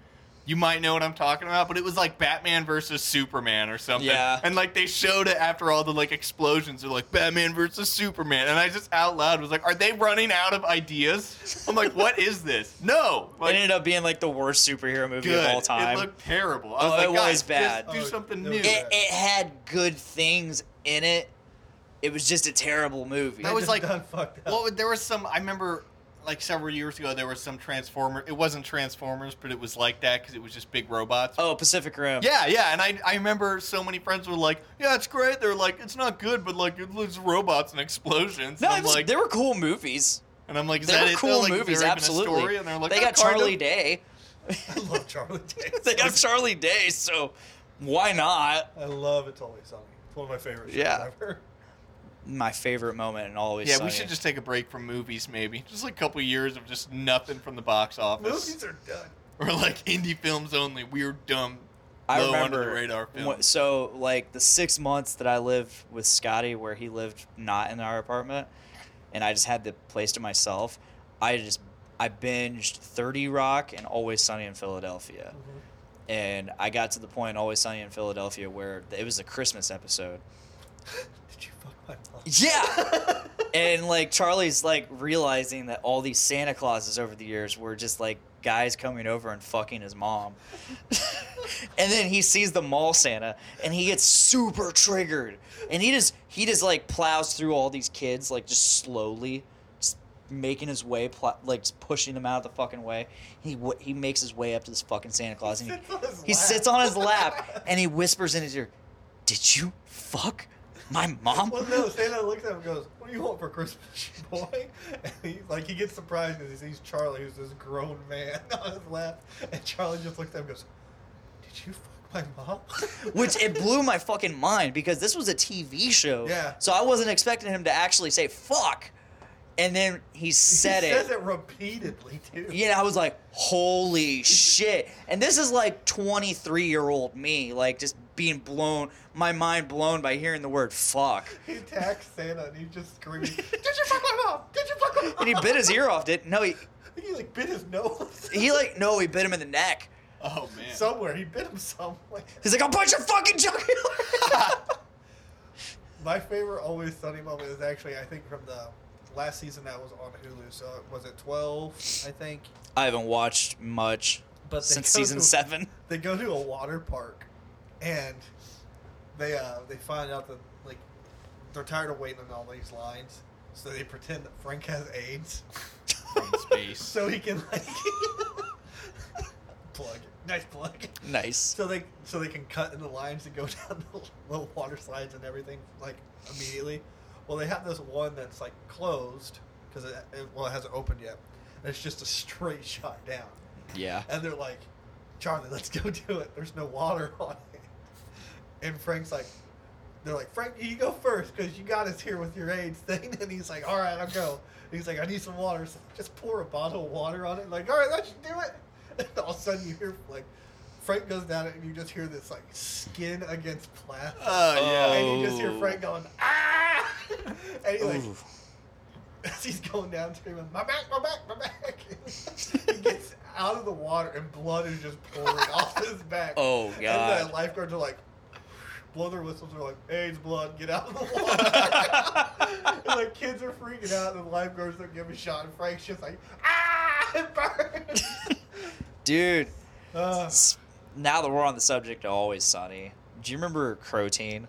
[SPEAKER 8] You might know what I'm talking about, but it was like Batman versus Superman or something.
[SPEAKER 6] Yeah.
[SPEAKER 8] And like they showed it after all the like explosions. They're like Batman versus Superman, and I just out loud was like, "Are they running out of ideas?" I'm like, "What is this?" No.
[SPEAKER 6] it
[SPEAKER 8] Like,
[SPEAKER 6] ended up being like the worst superhero movie
[SPEAKER 8] good.
[SPEAKER 6] of all time.
[SPEAKER 8] It looked terrible. I
[SPEAKER 6] Oh,
[SPEAKER 8] was
[SPEAKER 6] it
[SPEAKER 8] like,
[SPEAKER 6] was
[SPEAKER 8] "Guys, just
[SPEAKER 6] bad.
[SPEAKER 8] Do
[SPEAKER 7] Oh,
[SPEAKER 8] something
[SPEAKER 7] no.
[SPEAKER 8] new.
[SPEAKER 6] it, it had good things in it. It was just a terrible movie.
[SPEAKER 8] That was
[SPEAKER 7] just
[SPEAKER 8] like-
[SPEAKER 7] done fucked up.
[SPEAKER 8] Well, there was some. I remember, like several years ago, there was some Transformer. It wasn't Transformers, but it was like that because it was just big robots.
[SPEAKER 6] oh, Pacific Rim.
[SPEAKER 8] Yeah, yeah, and I, I remember so many friends were like, "Yeah, it's great." They're like, "It's not good, but like it it's robots and explosions."
[SPEAKER 6] No,
[SPEAKER 8] and I'm
[SPEAKER 6] it was,
[SPEAKER 8] like,
[SPEAKER 6] they were cool movies.
[SPEAKER 8] and I'm like, "Is
[SPEAKER 6] They
[SPEAKER 8] that
[SPEAKER 6] were
[SPEAKER 8] it?
[SPEAKER 6] cool
[SPEAKER 8] They're like, "Is
[SPEAKER 6] movies,
[SPEAKER 8] there even a
[SPEAKER 6] absolutely.
[SPEAKER 8] story?" And they're like,
[SPEAKER 6] they
[SPEAKER 8] "Oh,
[SPEAKER 6] got
[SPEAKER 8] kind of."
[SPEAKER 6] Charlie Day.
[SPEAKER 7] I love Charlie Day.
[SPEAKER 6] they got Charlie Day, so why not?
[SPEAKER 7] I love It's Always Sunny. It's one of my favorite shows
[SPEAKER 6] Yeah.
[SPEAKER 7] ever.
[SPEAKER 6] My favorite moment in Always
[SPEAKER 8] Yeah,
[SPEAKER 6] Sunny.
[SPEAKER 8] we should just take a break from movies, maybe. Just like a couple years of just nothing from the box office,
[SPEAKER 7] Movies are done.
[SPEAKER 8] or like indie films only, weird, dumb,
[SPEAKER 6] I
[SPEAKER 8] low
[SPEAKER 6] remember
[SPEAKER 8] under the radar films.
[SPEAKER 6] wh- so like the six months that I lived with Scotty, where he lived not in our apartment, and I just had the place to myself. I just I binged Thirty Rock and Always Sunny in Philadelphia,
[SPEAKER 8] Mm-hmm.
[SPEAKER 6] and I got to the point in Always Sunny in Philadelphia where it was a Christmas episode.
[SPEAKER 7] Did you fuck my mom?
[SPEAKER 6] Yeah. and like Charlie's like realizing that all these Santa Clauses over the years were just like guys coming over and fucking his mom. and then he sees the mall Santa and he gets super triggered. And he just he just like plows through all these kids like just slowly just making his way pl- like just pushing them out of the fucking way. He w- he makes his way up to this fucking Santa Claus and he,
[SPEAKER 7] Sits on his
[SPEAKER 6] he
[SPEAKER 7] lap.
[SPEAKER 6] sits on his lap and he whispers in his ear, "Did you fuck my mom?"
[SPEAKER 7] Well, no, Santa looks at him and goes, What do you want for Christmas, boy? And he, like, he gets surprised because he sees Charlie, who's this grown man, on his lap. And Charlie just looks at him and goes, Did you fuck my mom?
[SPEAKER 6] Which it blew my fucking mind because this was a TV show.
[SPEAKER 7] Yeah.
[SPEAKER 6] So I wasn't expecting him to actually say fuck. And then he said
[SPEAKER 7] he
[SPEAKER 6] it.
[SPEAKER 7] says it repeatedly, too.
[SPEAKER 6] Yeah, I was like, holy shit. And this is like 23 year old me, like just being blown, my mind blown by hearing the word fuck.
[SPEAKER 7] He attacks Santa and he's just screaming, Did you fuck my mom? Did you fuck my mom?
[SPEAKER 6] And he bit his ear off, didn't No, he,
[SPEAKER 7] He, like, bit his nose.
[SPEAKER 6] he like, no, he bit him in the neck.
[SPEAKER 8] oh man,
[SPEAKER 7] somewhere. He bit him somewhere.
[SPEAKER 6] He's like, I'll punch your fucking jugular.
[SPEAKER 7] My favorite Always Sunny moment is actually, I think, from the last season that was on Hulu. So was it 12, I think?
[SPEAKER 6] I haven't watched much
[SPEAKER 7] But they
[SPEAKER 6] since
[SPEAKER 7] go
[SPEAKER 6] season
[SPEAKER 7] to-
[SPEAKER 6] seven.
[SPEAKER 7] They go to a water park, and they uh, they find out that like they're tired of waiting on all these lines, so they pretend that Frank has AIDS,
[SPEAKER 8] from space.
[SPEAKER 7] so he can like plug. Nice plug.
[SPEAKER 6] Nice.
[SPEAKER 7] So they so they can cut in the lines and go down the little water slides and everything like immediately. Well, they have this one that's like closed because it, it well it hasn't opened yet. And it's just a straight shot down,
[SPEAKER 6] Yeah.
[SPEAKER 7] and they're like, Charlie, let's go do it. There's no water on it. And Frank's like, they're like, Frank, you go first because you got us here with your AIDS thing. And he's like, all right, I'll go. And he's like, I need some water. So they just pour a bottle of water on it. Like, all right, that should do it. And all of a sudden you hear, like, Frank goes down it and you just hear this, like, skin against plastic.
[SPEAKER 8] Oh yeah.
[SPEAKER 7] And you just hear
[SPEAKER 6] Oh.
[SPEAKER 7] Frank going, ah! and he, like,
[SPEAKER 6] Ooh.
[SPEAKER 7] as he's going down screaming, my back, my back, my back. he gets out of the water and blood is just pouring off his back.
[SPEAKER 6] Oh,
[SPEAKER 7] And
[SPEAKER 6] God.
[SPEAKER 7] the lifeguards are like, blow their whistles. They're like, AIDS blood, get out of the water. and like kids are freaking out, and the lifeguards don't give a shot. And Frank's just like, ah, it burns.
[SPEAKER 6] Dude.
[SPEAKER 7] Uh,
[SPEAKER 6] S- now that we're on the subject of Always Sunny, do you remember Croteen?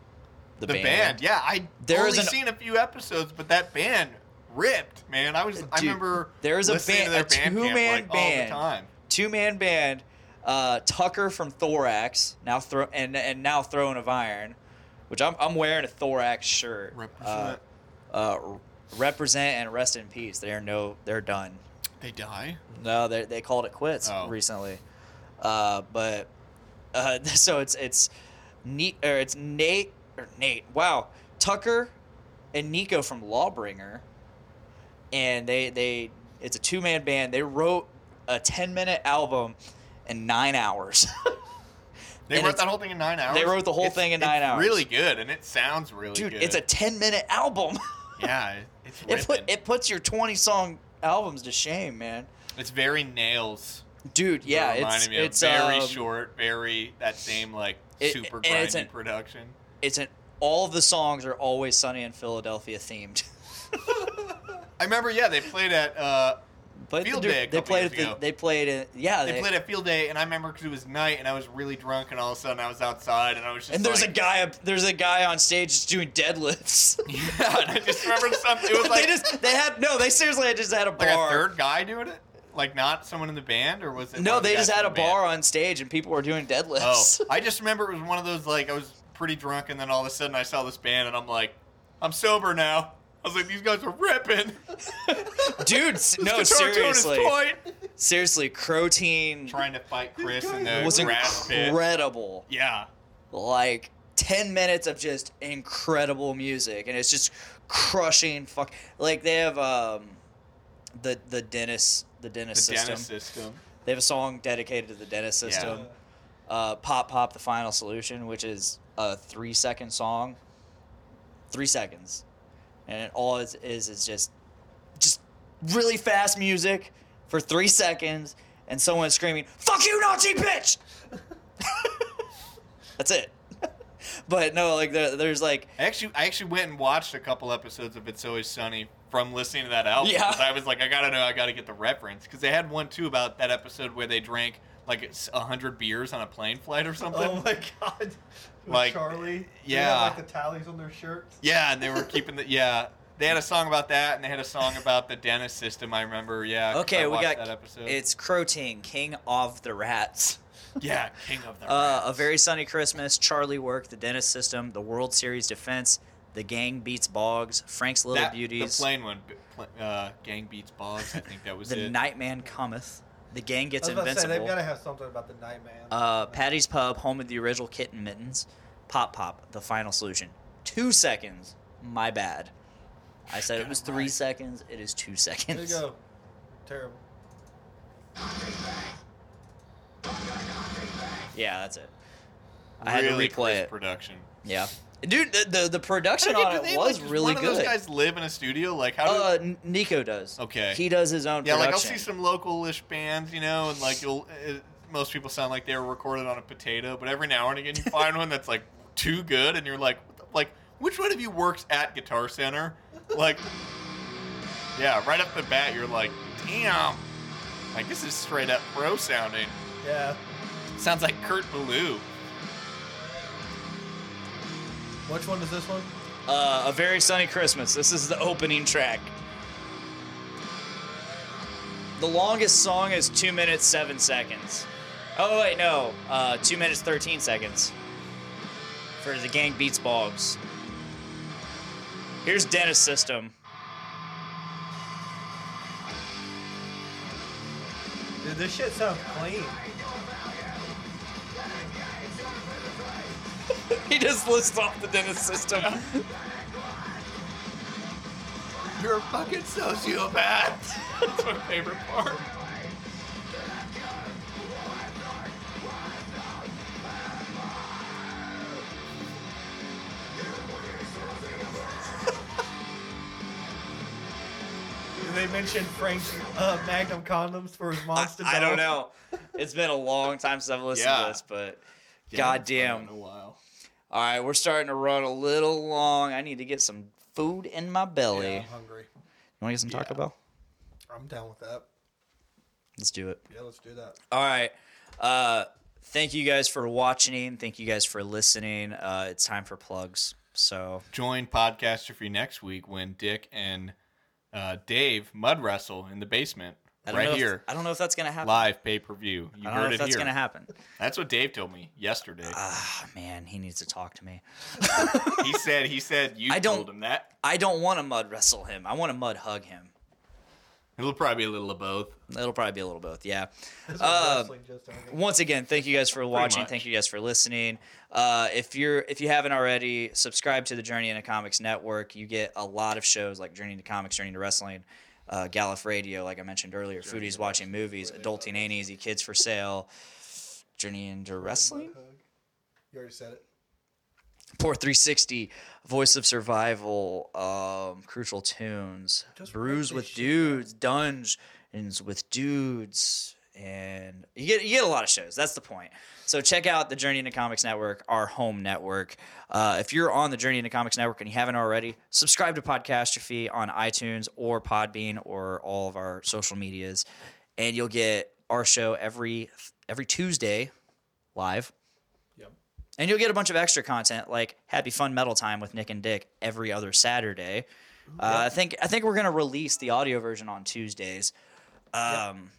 [SPEAKER 8] The band. yeah. I
[SPEAKER 6] There
[SPEAKER 8] only
[SPEAKER 6] is an-
[SPEAKER 8] seen a few episodes, but that band ripped, man. I was, I
[SPEAKER 6] Dude,
[SPEAKER 8] remember
[SPEAKER 6] there is a
[SPEAKER 8] listening
[SPEAKER 6] band-
[SPEAKER 8] to their
[SPEAKER 6] a
[SPEAKER 8] Bandcamp,
[SPEAKER 6] two-man
[SPEAKER 8] like,
[SPEAKER 6] band.
[SPEAKER 8] all the time.
[SPEAKER 6] Two man band. Uh, Tucker from Thorax, now throw and and now Throne of Iron, which I'm I'm wearing a Thorax shirt.
[SPEAKER 8] Represent.
[SPEAKER 6] Uh, uh, represent and rest in peace. They're no, they're done.
[SPEAKER 8] They die.
[SPEAKER 6] No, they they called it quits
[SPEAKER 8] Oh.
[SPEAKER 6] recently. Uh, but uh, so it's it's neat or it's Nate or Nate. Wow, Tucker and Nico from Lawbringer, and they they it's a two man band. They wrote a ten minute album in nine hours.
[SPEAKER 8] They
[SPEAKER 6] And
[SPEAKER 8] wrote
[SPEAKER 6] it's-
[SPEAKER 8] that whole thing in nine hours.
[SPEAKER 6] they wrote the whole
[SPEAKER 8] It's-
[SPEAKER 6] thing in
[SPEAKER 8] it's
[SPEAKER 6] nine hours.
[SPEAKER 8] Really good, and it sounds really
[SPEAKER 6] Dude,
[SPEAKER 8] good.
[SPEAKER 6] it's a ten minute album.
[SPEAKER 8] yeah. it- It's
[SPEAKER 6] it
[SPEAKER 8] ripping.
[SPEAKER 6] put it puts your twenty song albums to shame, man.
[SPEAKER 8] It's very nails.
[SPEAKER 6] dude. Yeah, it's
[SPEAKER 8] reminded me
[SPEAKER 6] it's
[SPEAKER 8] of very
[SPEAKER 6] um,
[SPEAKER 8] short, very that same like
[SPEAKER 6] it-
[SPEAKER 8] super
[SPEAKER 6] and it's
[SPEAKER 8] grindy
[SPEAKER 6] an-
[SPEAKER 8] production.
[SPEAKER 6] It's an all the songs are always Sunny in Philadelphia themed.
[SPEAKER 8] I remember, yeah, they played at uh,
[SPEAKER 6] But
[SPEAKER 8] Field
[SPEAKER 6] they,
[SPEAKER 8] Day a
[SPEAKER 6] they
[SPEAKER 8] couple
[SPEAKER 6] played
[SPEAKER 8] years
[SPEAKER 6] at the,
[SPEAKER 8] ago.
[SPEAKER 6] they played it. Yeah,
[SPEAKER 8] they played at Field Day, and I remember 'cause it was night, and I was really drunk, and all of a sudden I was outside, and I was just
[SPEAKER 6] And there's
[SPEAKER 8] like,
[SPEAKER 6] a guy up, there's a guy on stage just doing deadlifts.
[SPEAKER 8] Yeah, and I just remember something. It was like
[SPEAKER 6] they just they had no, they seriously had just had a bar.
[SPEAKER 8] like a third guy doing it, like not someone in the band, or was it? one
[SPEAKER 6] no,
[SPEAKER 8] of the
[SPEAKER 6] they
[SPEAKER 8] guys
[SPEAKER 6] just had a
[SPEAKER 8] from the band?
[SPEAKER 6] bar on stage and people were doing
[SPEAKER 8] Oh,
[SPEAKER 6] deadlifts.
[SPEAKER 8] I just remember it was one of those like I was pretty drunk, and then all of a sudden I saw this band, and I'm like, I'm sober now. I was like, these guys are ripping. Oh.
[SPEAKER 6] Dude, s- no,
[SPEAKER 8] This guitar tone is
[SPEAKER 6] seriously.
[SPEAKER 8] tight.
[SPEAKER 6] Seriously, Croteen
[SPEAKER 8] Trying to fight Chris in the
[SPEAKER 6] was
[SPEAKER 8] grass pit.
[SPEAKER 6] incredible.
[SPEAKER 8] Yeah.
[SPEAKER 6] Like 10 minutes of just incredible music and it's just crushing fuck like they have um the the dentist the
[SPEAKER 8] The
[SPEAKER 6] dentist system.
[SPEAKER 8] dentist system.
[SPEAKER 6] They have a song dedicated to the dentist
[SPEAKER 8] Yeah.
[SPEAKER 6] system. Uh, Pop Pop The Final Solution, which is a three second song. Three seconds. And it all it is is just just really fast music for three seconds and someone screaming, Fuck you, Nazi bitch! That's it. but no, like there, there's like
[SPEAKER 8] I actually, I actually went and watched a couple episodes of It's Always Sunny from listening to that album.
[SPEAKER 6] Yeah.
[SPEAKER 8] 'cause I was like, I gotta know, I gotta get the reference because they had one too about that episode where they drank like it's hundred beers on a plane flight or something.
[SPEAKER 7] Oh my god. With
[SPEAKER 8] Like,
[SPEAKER 7] Charlie. They
[SPEAKER 8] yeah.
[SPEAKER 7] had, like the tallies on their shirts.
[SPEAKER 8] Yeah, and they were keeping the yeah. They had a song about that, and they had a song about the dentist system. I remember. Yeah. 'cause I
[SPEAKER 6] okay, we
[SPEAKER 8] watched
[SPEAKER 6] got
[SPEAKER 8] that episode.
[SPEAKER 6] it's Croting, King of the Rats.
[SPEAKER 8] yeah, King of the.
[SPEAKER 6] Uh, a
[SPEAKER 8] Rats.
[SPEAKER 6] very sunny Christmas. Charlie work. The dentist system. The World Series defense. The gang beats Boggs. Frank's little
[SPEAKER 8] That-
[SPEAKER 6] beauties.
[SPEAKER 8] The plain one, b- pl- uh, Gang Beats Boggs. I think that was
[SPEAKER 6] the
[SPEAKER 8] it.
[SPEAKER 6] nightman cometh. The gang gets
[SPEAKER 7] I was about to say,
[SPEAKER 6] invincible.
[SPEAKER 7] they've got to have something about the Nightman.
[SPEAKER 6] uh, Patty's Pub, home of the original kitten mittens. Pop Pop, the final solution. Two seconds. My bad. I said it was three seconds. It is two seconds.
[SPEAKER 7] There you go. Terrible.
[SPEAKER 6] Yeah, that's it. I had to
[SPEAKER 8] Really
[SPEAKER 6] replay
[SPEAKER 8] crisp
[SPEAKER 6] it.
[SPEAKER 8] Production.
[SPEAKER 6] yeah, dude, the the, the production
[SPEAKER 8] How do
[SPEAKER 6] on
[SPEAKER 8] you-
[SPEAKER 6] it
[SPEAKER 8] do they,
[SPEAKER 6] was
[SPEAKER 8] like, does
[SPEAKER 6] really
[SPEAKER 8] one
[SPEAKER 6] good.
[SPEAKER 8] Of those guys live in a studio. Like how? Do,
[SPEAKER 6] Uh, N- Nico does.
[SPEAKER 8] Okay.
[SPEAKER 6] He does his own.
[SPEAKER 8] yeah, like I'll
[SPEAKER 6] production.
[SPEAKER 8] see some localish bands, you know, and like you'll. Uh, most people sound like they were recorded on a potato, but every now and again you find one that's like too good, and you're like, what the- like which one of you works at Guitar Center? Like, yeah, right off the bat you're like, damn, like this is straight up pro sounding.
[SPEAKER 7] Yeah.
[SPEAKER 8] Sounds like Kurt Ballou.
[SPEAKER 7] Which one is this one?
[SPEAKER 6] Uh, a very sunny Christmas. This is the opening track. The longest song is two minutes seven seconds. Oh wait, no, uh, two minutes thirteen seconds. For the gang beats Boggs. Here's Dennis System.
[SPEAKER 7] Dude, this shit sounds clean.
[SPEAKER 6] He just lists off the Dennis System.
[SPEAKER 8] You're a fucking sociopath. That's my favorite part.
[SPEAKER 7] Did they mention Frank's uh, Magnum condoms for his
[SPEAKER 6] I,
[SPEAKER 7] monster?
[SPEAKER 6] I don't
[SPEAKER 7] doll?
[SPEAKER 6] know. It's been a long time since I've listened
[SPEAKER 8] Yeah.
[SPEAKER 6] to this, but
[SPEAKER 8] It's
[SPEAKER 6] goddamn.
[SPEAKER 8] been a while.
[SPEAKER 6] All right, we're starting to run a little long. I need to get some food in my belly.
[SPEAKER 7] Yeah, I'm
[SPEAKER 6] You
[SPEAKER 7] hungry.
[SPEAKER 6] want to get some Taco Bell?
[SPEAKER 7] I'm down with that.
[SPEAKER 6] Let's do it.
[SPEAKER 7] Yeah, let's do that.
[SPEAKER 6] All right. Uh, thank you guys for watching. Thank you guys for listening. Uh, it's time for plugs. So
[SPEAKER 8] join Podcastrophy next week when Dick and uh, Dave mud wrestle in the basement
[SPEAKER 6] I don't know
[SPEAKER 8] right
[SPEAKER 6] if-
[SPEAKER 8] here.
[SPEAKER 6] I don't know if that's gonna happen.
[SPEAKER 8] Live pay per view. You
[SPEAKER 6] I don't know
[SPEAKER 8] heard
[SPEAKER 6] if
[SPEAKER 8] it
[SPEAKER 6] that's
[SPEAKER 8] here.
[SPEAKER 6] gonna happen.
[SPEAKER 8] That's what Dave told me yesterday.
[SPEAKER 6] Ah, man, he needs to talk to me.
[SPEAKER 8] he said he said you
[SPEAKER 6] I don't-
[SPEAKER 8] told him that.
[SPEAKER 6] I don't want to mud wrestle him. I want to mud hug him.
[SPEAKER 8] It'll probably be a little of both.
[SPEAKER 6] It'll probably be a little both. Yeah.
[SPEAKER 7] This
[SPEAKER 6] Uh,
[SPEAKER 7] is wrestling just hungry.
[SPEAKER 6] once again thank you guys for watching
[SPEAKER 8] much.
[SPEAKER 6] thank you guys for listening uh, if you're if you haven't already subscribe to the journey into comics network you get a lot of shows like journey into comics journey to wrestling uh, Gallif Radio, like I mentioned earlier, Foodies Watching Movies, Adulting Ain't Easy, Kids for Sale, Journey into Wrestling,
[SPEAKER 7] You already said it.
[SPEAKER 6] Poor 360, Voice of Survival, um, Crucial Tunes,
[SPEAKER 7] Just write
[SPEAKER 6] Brews
[SPEAKER 7] this
[SPEAKER 6] with
[SPEAKER 7] shit
[SPEAKER 6] Dudes, Dungeons with Dudes, and you get you get a lot of shows. That's the point. So check out the Journey into Comics Network, our home network. Uh, if you're on the Journey into Comics Network and you haven't already, subscribe to Podcastrophy on iTunes or Podbean or all of our social medias, and you'll get our show every every Tuesday live.
[SPEAKER 7] Yep.
[SPEAKER 6] And you'll get a bunch of extra content like Happy Fun Metal Time with Nick and Dick every other Saturday. Uh, I think I think we're gonna release the audio version on Tuesdays, um,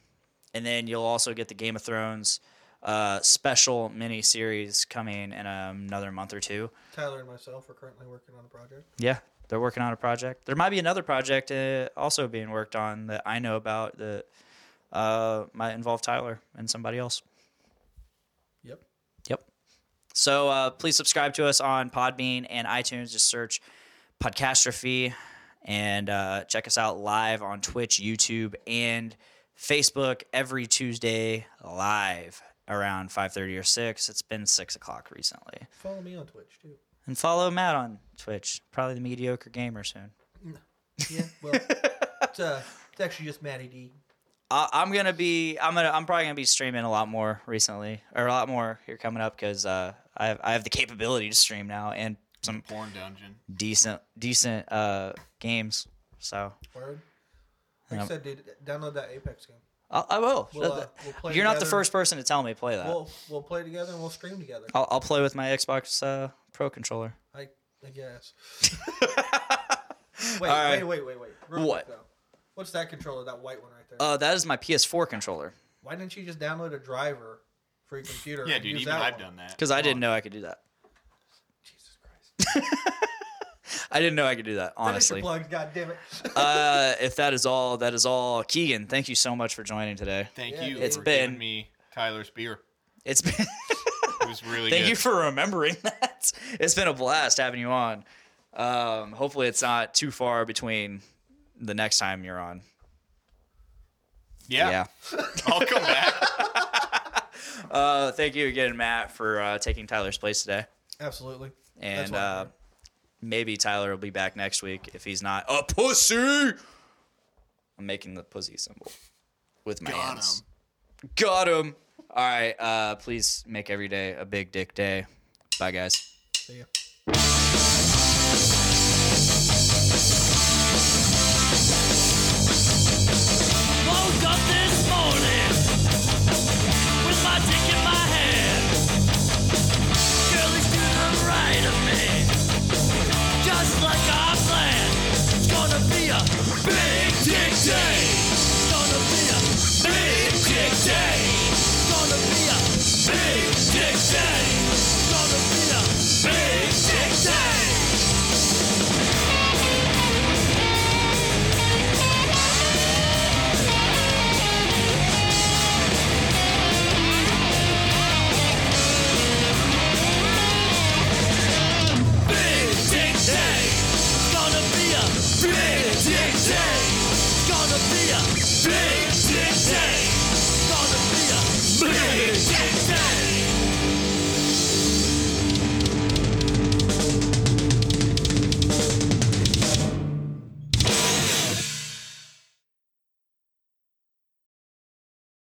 [SPEAKER 6] and then you'll also get the Game of Thrones uh, special mini series coming in another month or two.
[SPEAKER 7] Tyler and myself are currently working on a project.
[SPEAKER 6] Yeah, they're working on a project. There might be another project uh, also being worked on that I know about that uh, might involve Tyler and somebody else.
[SPEAKER 7] Yep.
[SPEAKER 6] Yep. So uh, please subscribe to us on Podbean and iTunes. Just search Podcastrophe and uh, check us out live on Twitch, YouTube, and Facebook every Tuesday live around 5.30 or 6. It's been 6 o'clock recently.
[SPEAKER 7] Follow me on Twitch too.
[SPEAKER 6] And follow Matt on Twitch. Probably the mediocre gamer soon.
[SPEAKER 7] Yeah. Well, it's, uh, it's actually just Matty D.
[SPEAKER 6] I, I'm gonna be. I'm gonna. I'm probably gonna be streaming a lot more recently, or a lot more here coming up because uh, I have I have the capability to stream now and some
[SPEAKER 8] Porn dungeon.
[SPEAKER 6] decent decent uh games. So
[SPEAKER 7] Word. Like I
[SPEAKER 6] Yep.
[SPEAKER 7] said, dude, download that Apex game.
[SPEAKER 6] I'll, I will.
[SPEAKER 7] We'll, uh, we'll play
[SPEAKER 6] You're not the
[SPEAKER 7] together.
[SPEAKER 6] first person to tell me play that.
[SPEAKER 7] We'll we'll play together and we'll stream together.
[SPEAKER 6] I'll, I'll play with my Xbox uh, Pro controller.
[SPEAKER 7] I I guess. wait,
[SPEAKER 6] All right.
[SPEAKER 7] wait, wait, wait, wait. Real quick,
[SPEAKER 6] What?
[SPEAKER 7] though. What's that controller? That white one right there.
[SPEAKER 6] Uh, that is my PS4 controller
[SPEAKER 7] Why didn't you just download a driver for your computer?
[SPEAKER 8] Yeah,
[SPEAKER 7] and
[SPEAKER 8] dude,
[SPEAKER 7] use
[SPEAKER 8] even
[SPEAKER 7] that
[SPEAKER 8] I've
[SPEAKER 7] one?
[SPEAKER 8] done that.
[SPEAKER 6] because I didn't know I could do that.
[SPEAKER 7] Jesus Christ.
[SPEAKER 6] I didn't know I could do that.
[SPEAKER 7] Finish your
[SPEAKER 6] Honestly,
[SPEAKER 7] plugs, goddammit.
[SPEAKER 6] uh, if that is all, that is all. Keegan, thank you so much for joining today.
[SPEAKER 8] Thank
[SPEAKER 7] Yeah,
[SPEAKER 8] you
[SPEAKER 7] dude.
[SPEAKER 6] It's
[SPEAKER 8] for
[SPEAKER 6] been-
[SPEAKER 8] giving me Tyler's beer.
[SPEAKER 6] It's been.
[SPEAKER 8] It was really
[SPEAKER 6] Thank
[SPEAKER 8] good.
[SPEAKER 6] you for remembering that. It's been a blast having you on. Um, hopefully, it's not too far between the next time you're on.
[SPEAKER 8] yeah. I'll come back.
[SPEAKER 6] Uh, thank you again, Matt, for uh, taking Tyler's place today.
[SPEAKER 7] Absolutely. That's
[SPEAKER 6] And
[SPEAKER 7] why I'm
[SPEAKER 6] uh,
[SPEAKER 7] here.
[SPEAKER 6] maybe Tyler will be back next week if he's not a pussy. I'm making the pussy symbol with my
[SPEAKER 8] Got
[SPEAKER 6] hands. Got him. All right. Uh, please make every day a big dick day. Bye, guys.
[SPEAKER 7] See ya.
[SPEAKER 1] Woke up this morning with my dick in my hand. Girl is to the right of me, just like I planned. It's gonna be a big dick day. It's gonna be a big dick day. It's gonna be a big dick day. It's gonna be a big dick day. Big Dick Day. Gonna be a Big Dick Day. Gonna be a Big Dick Day. Gonna be a Big Dick Day.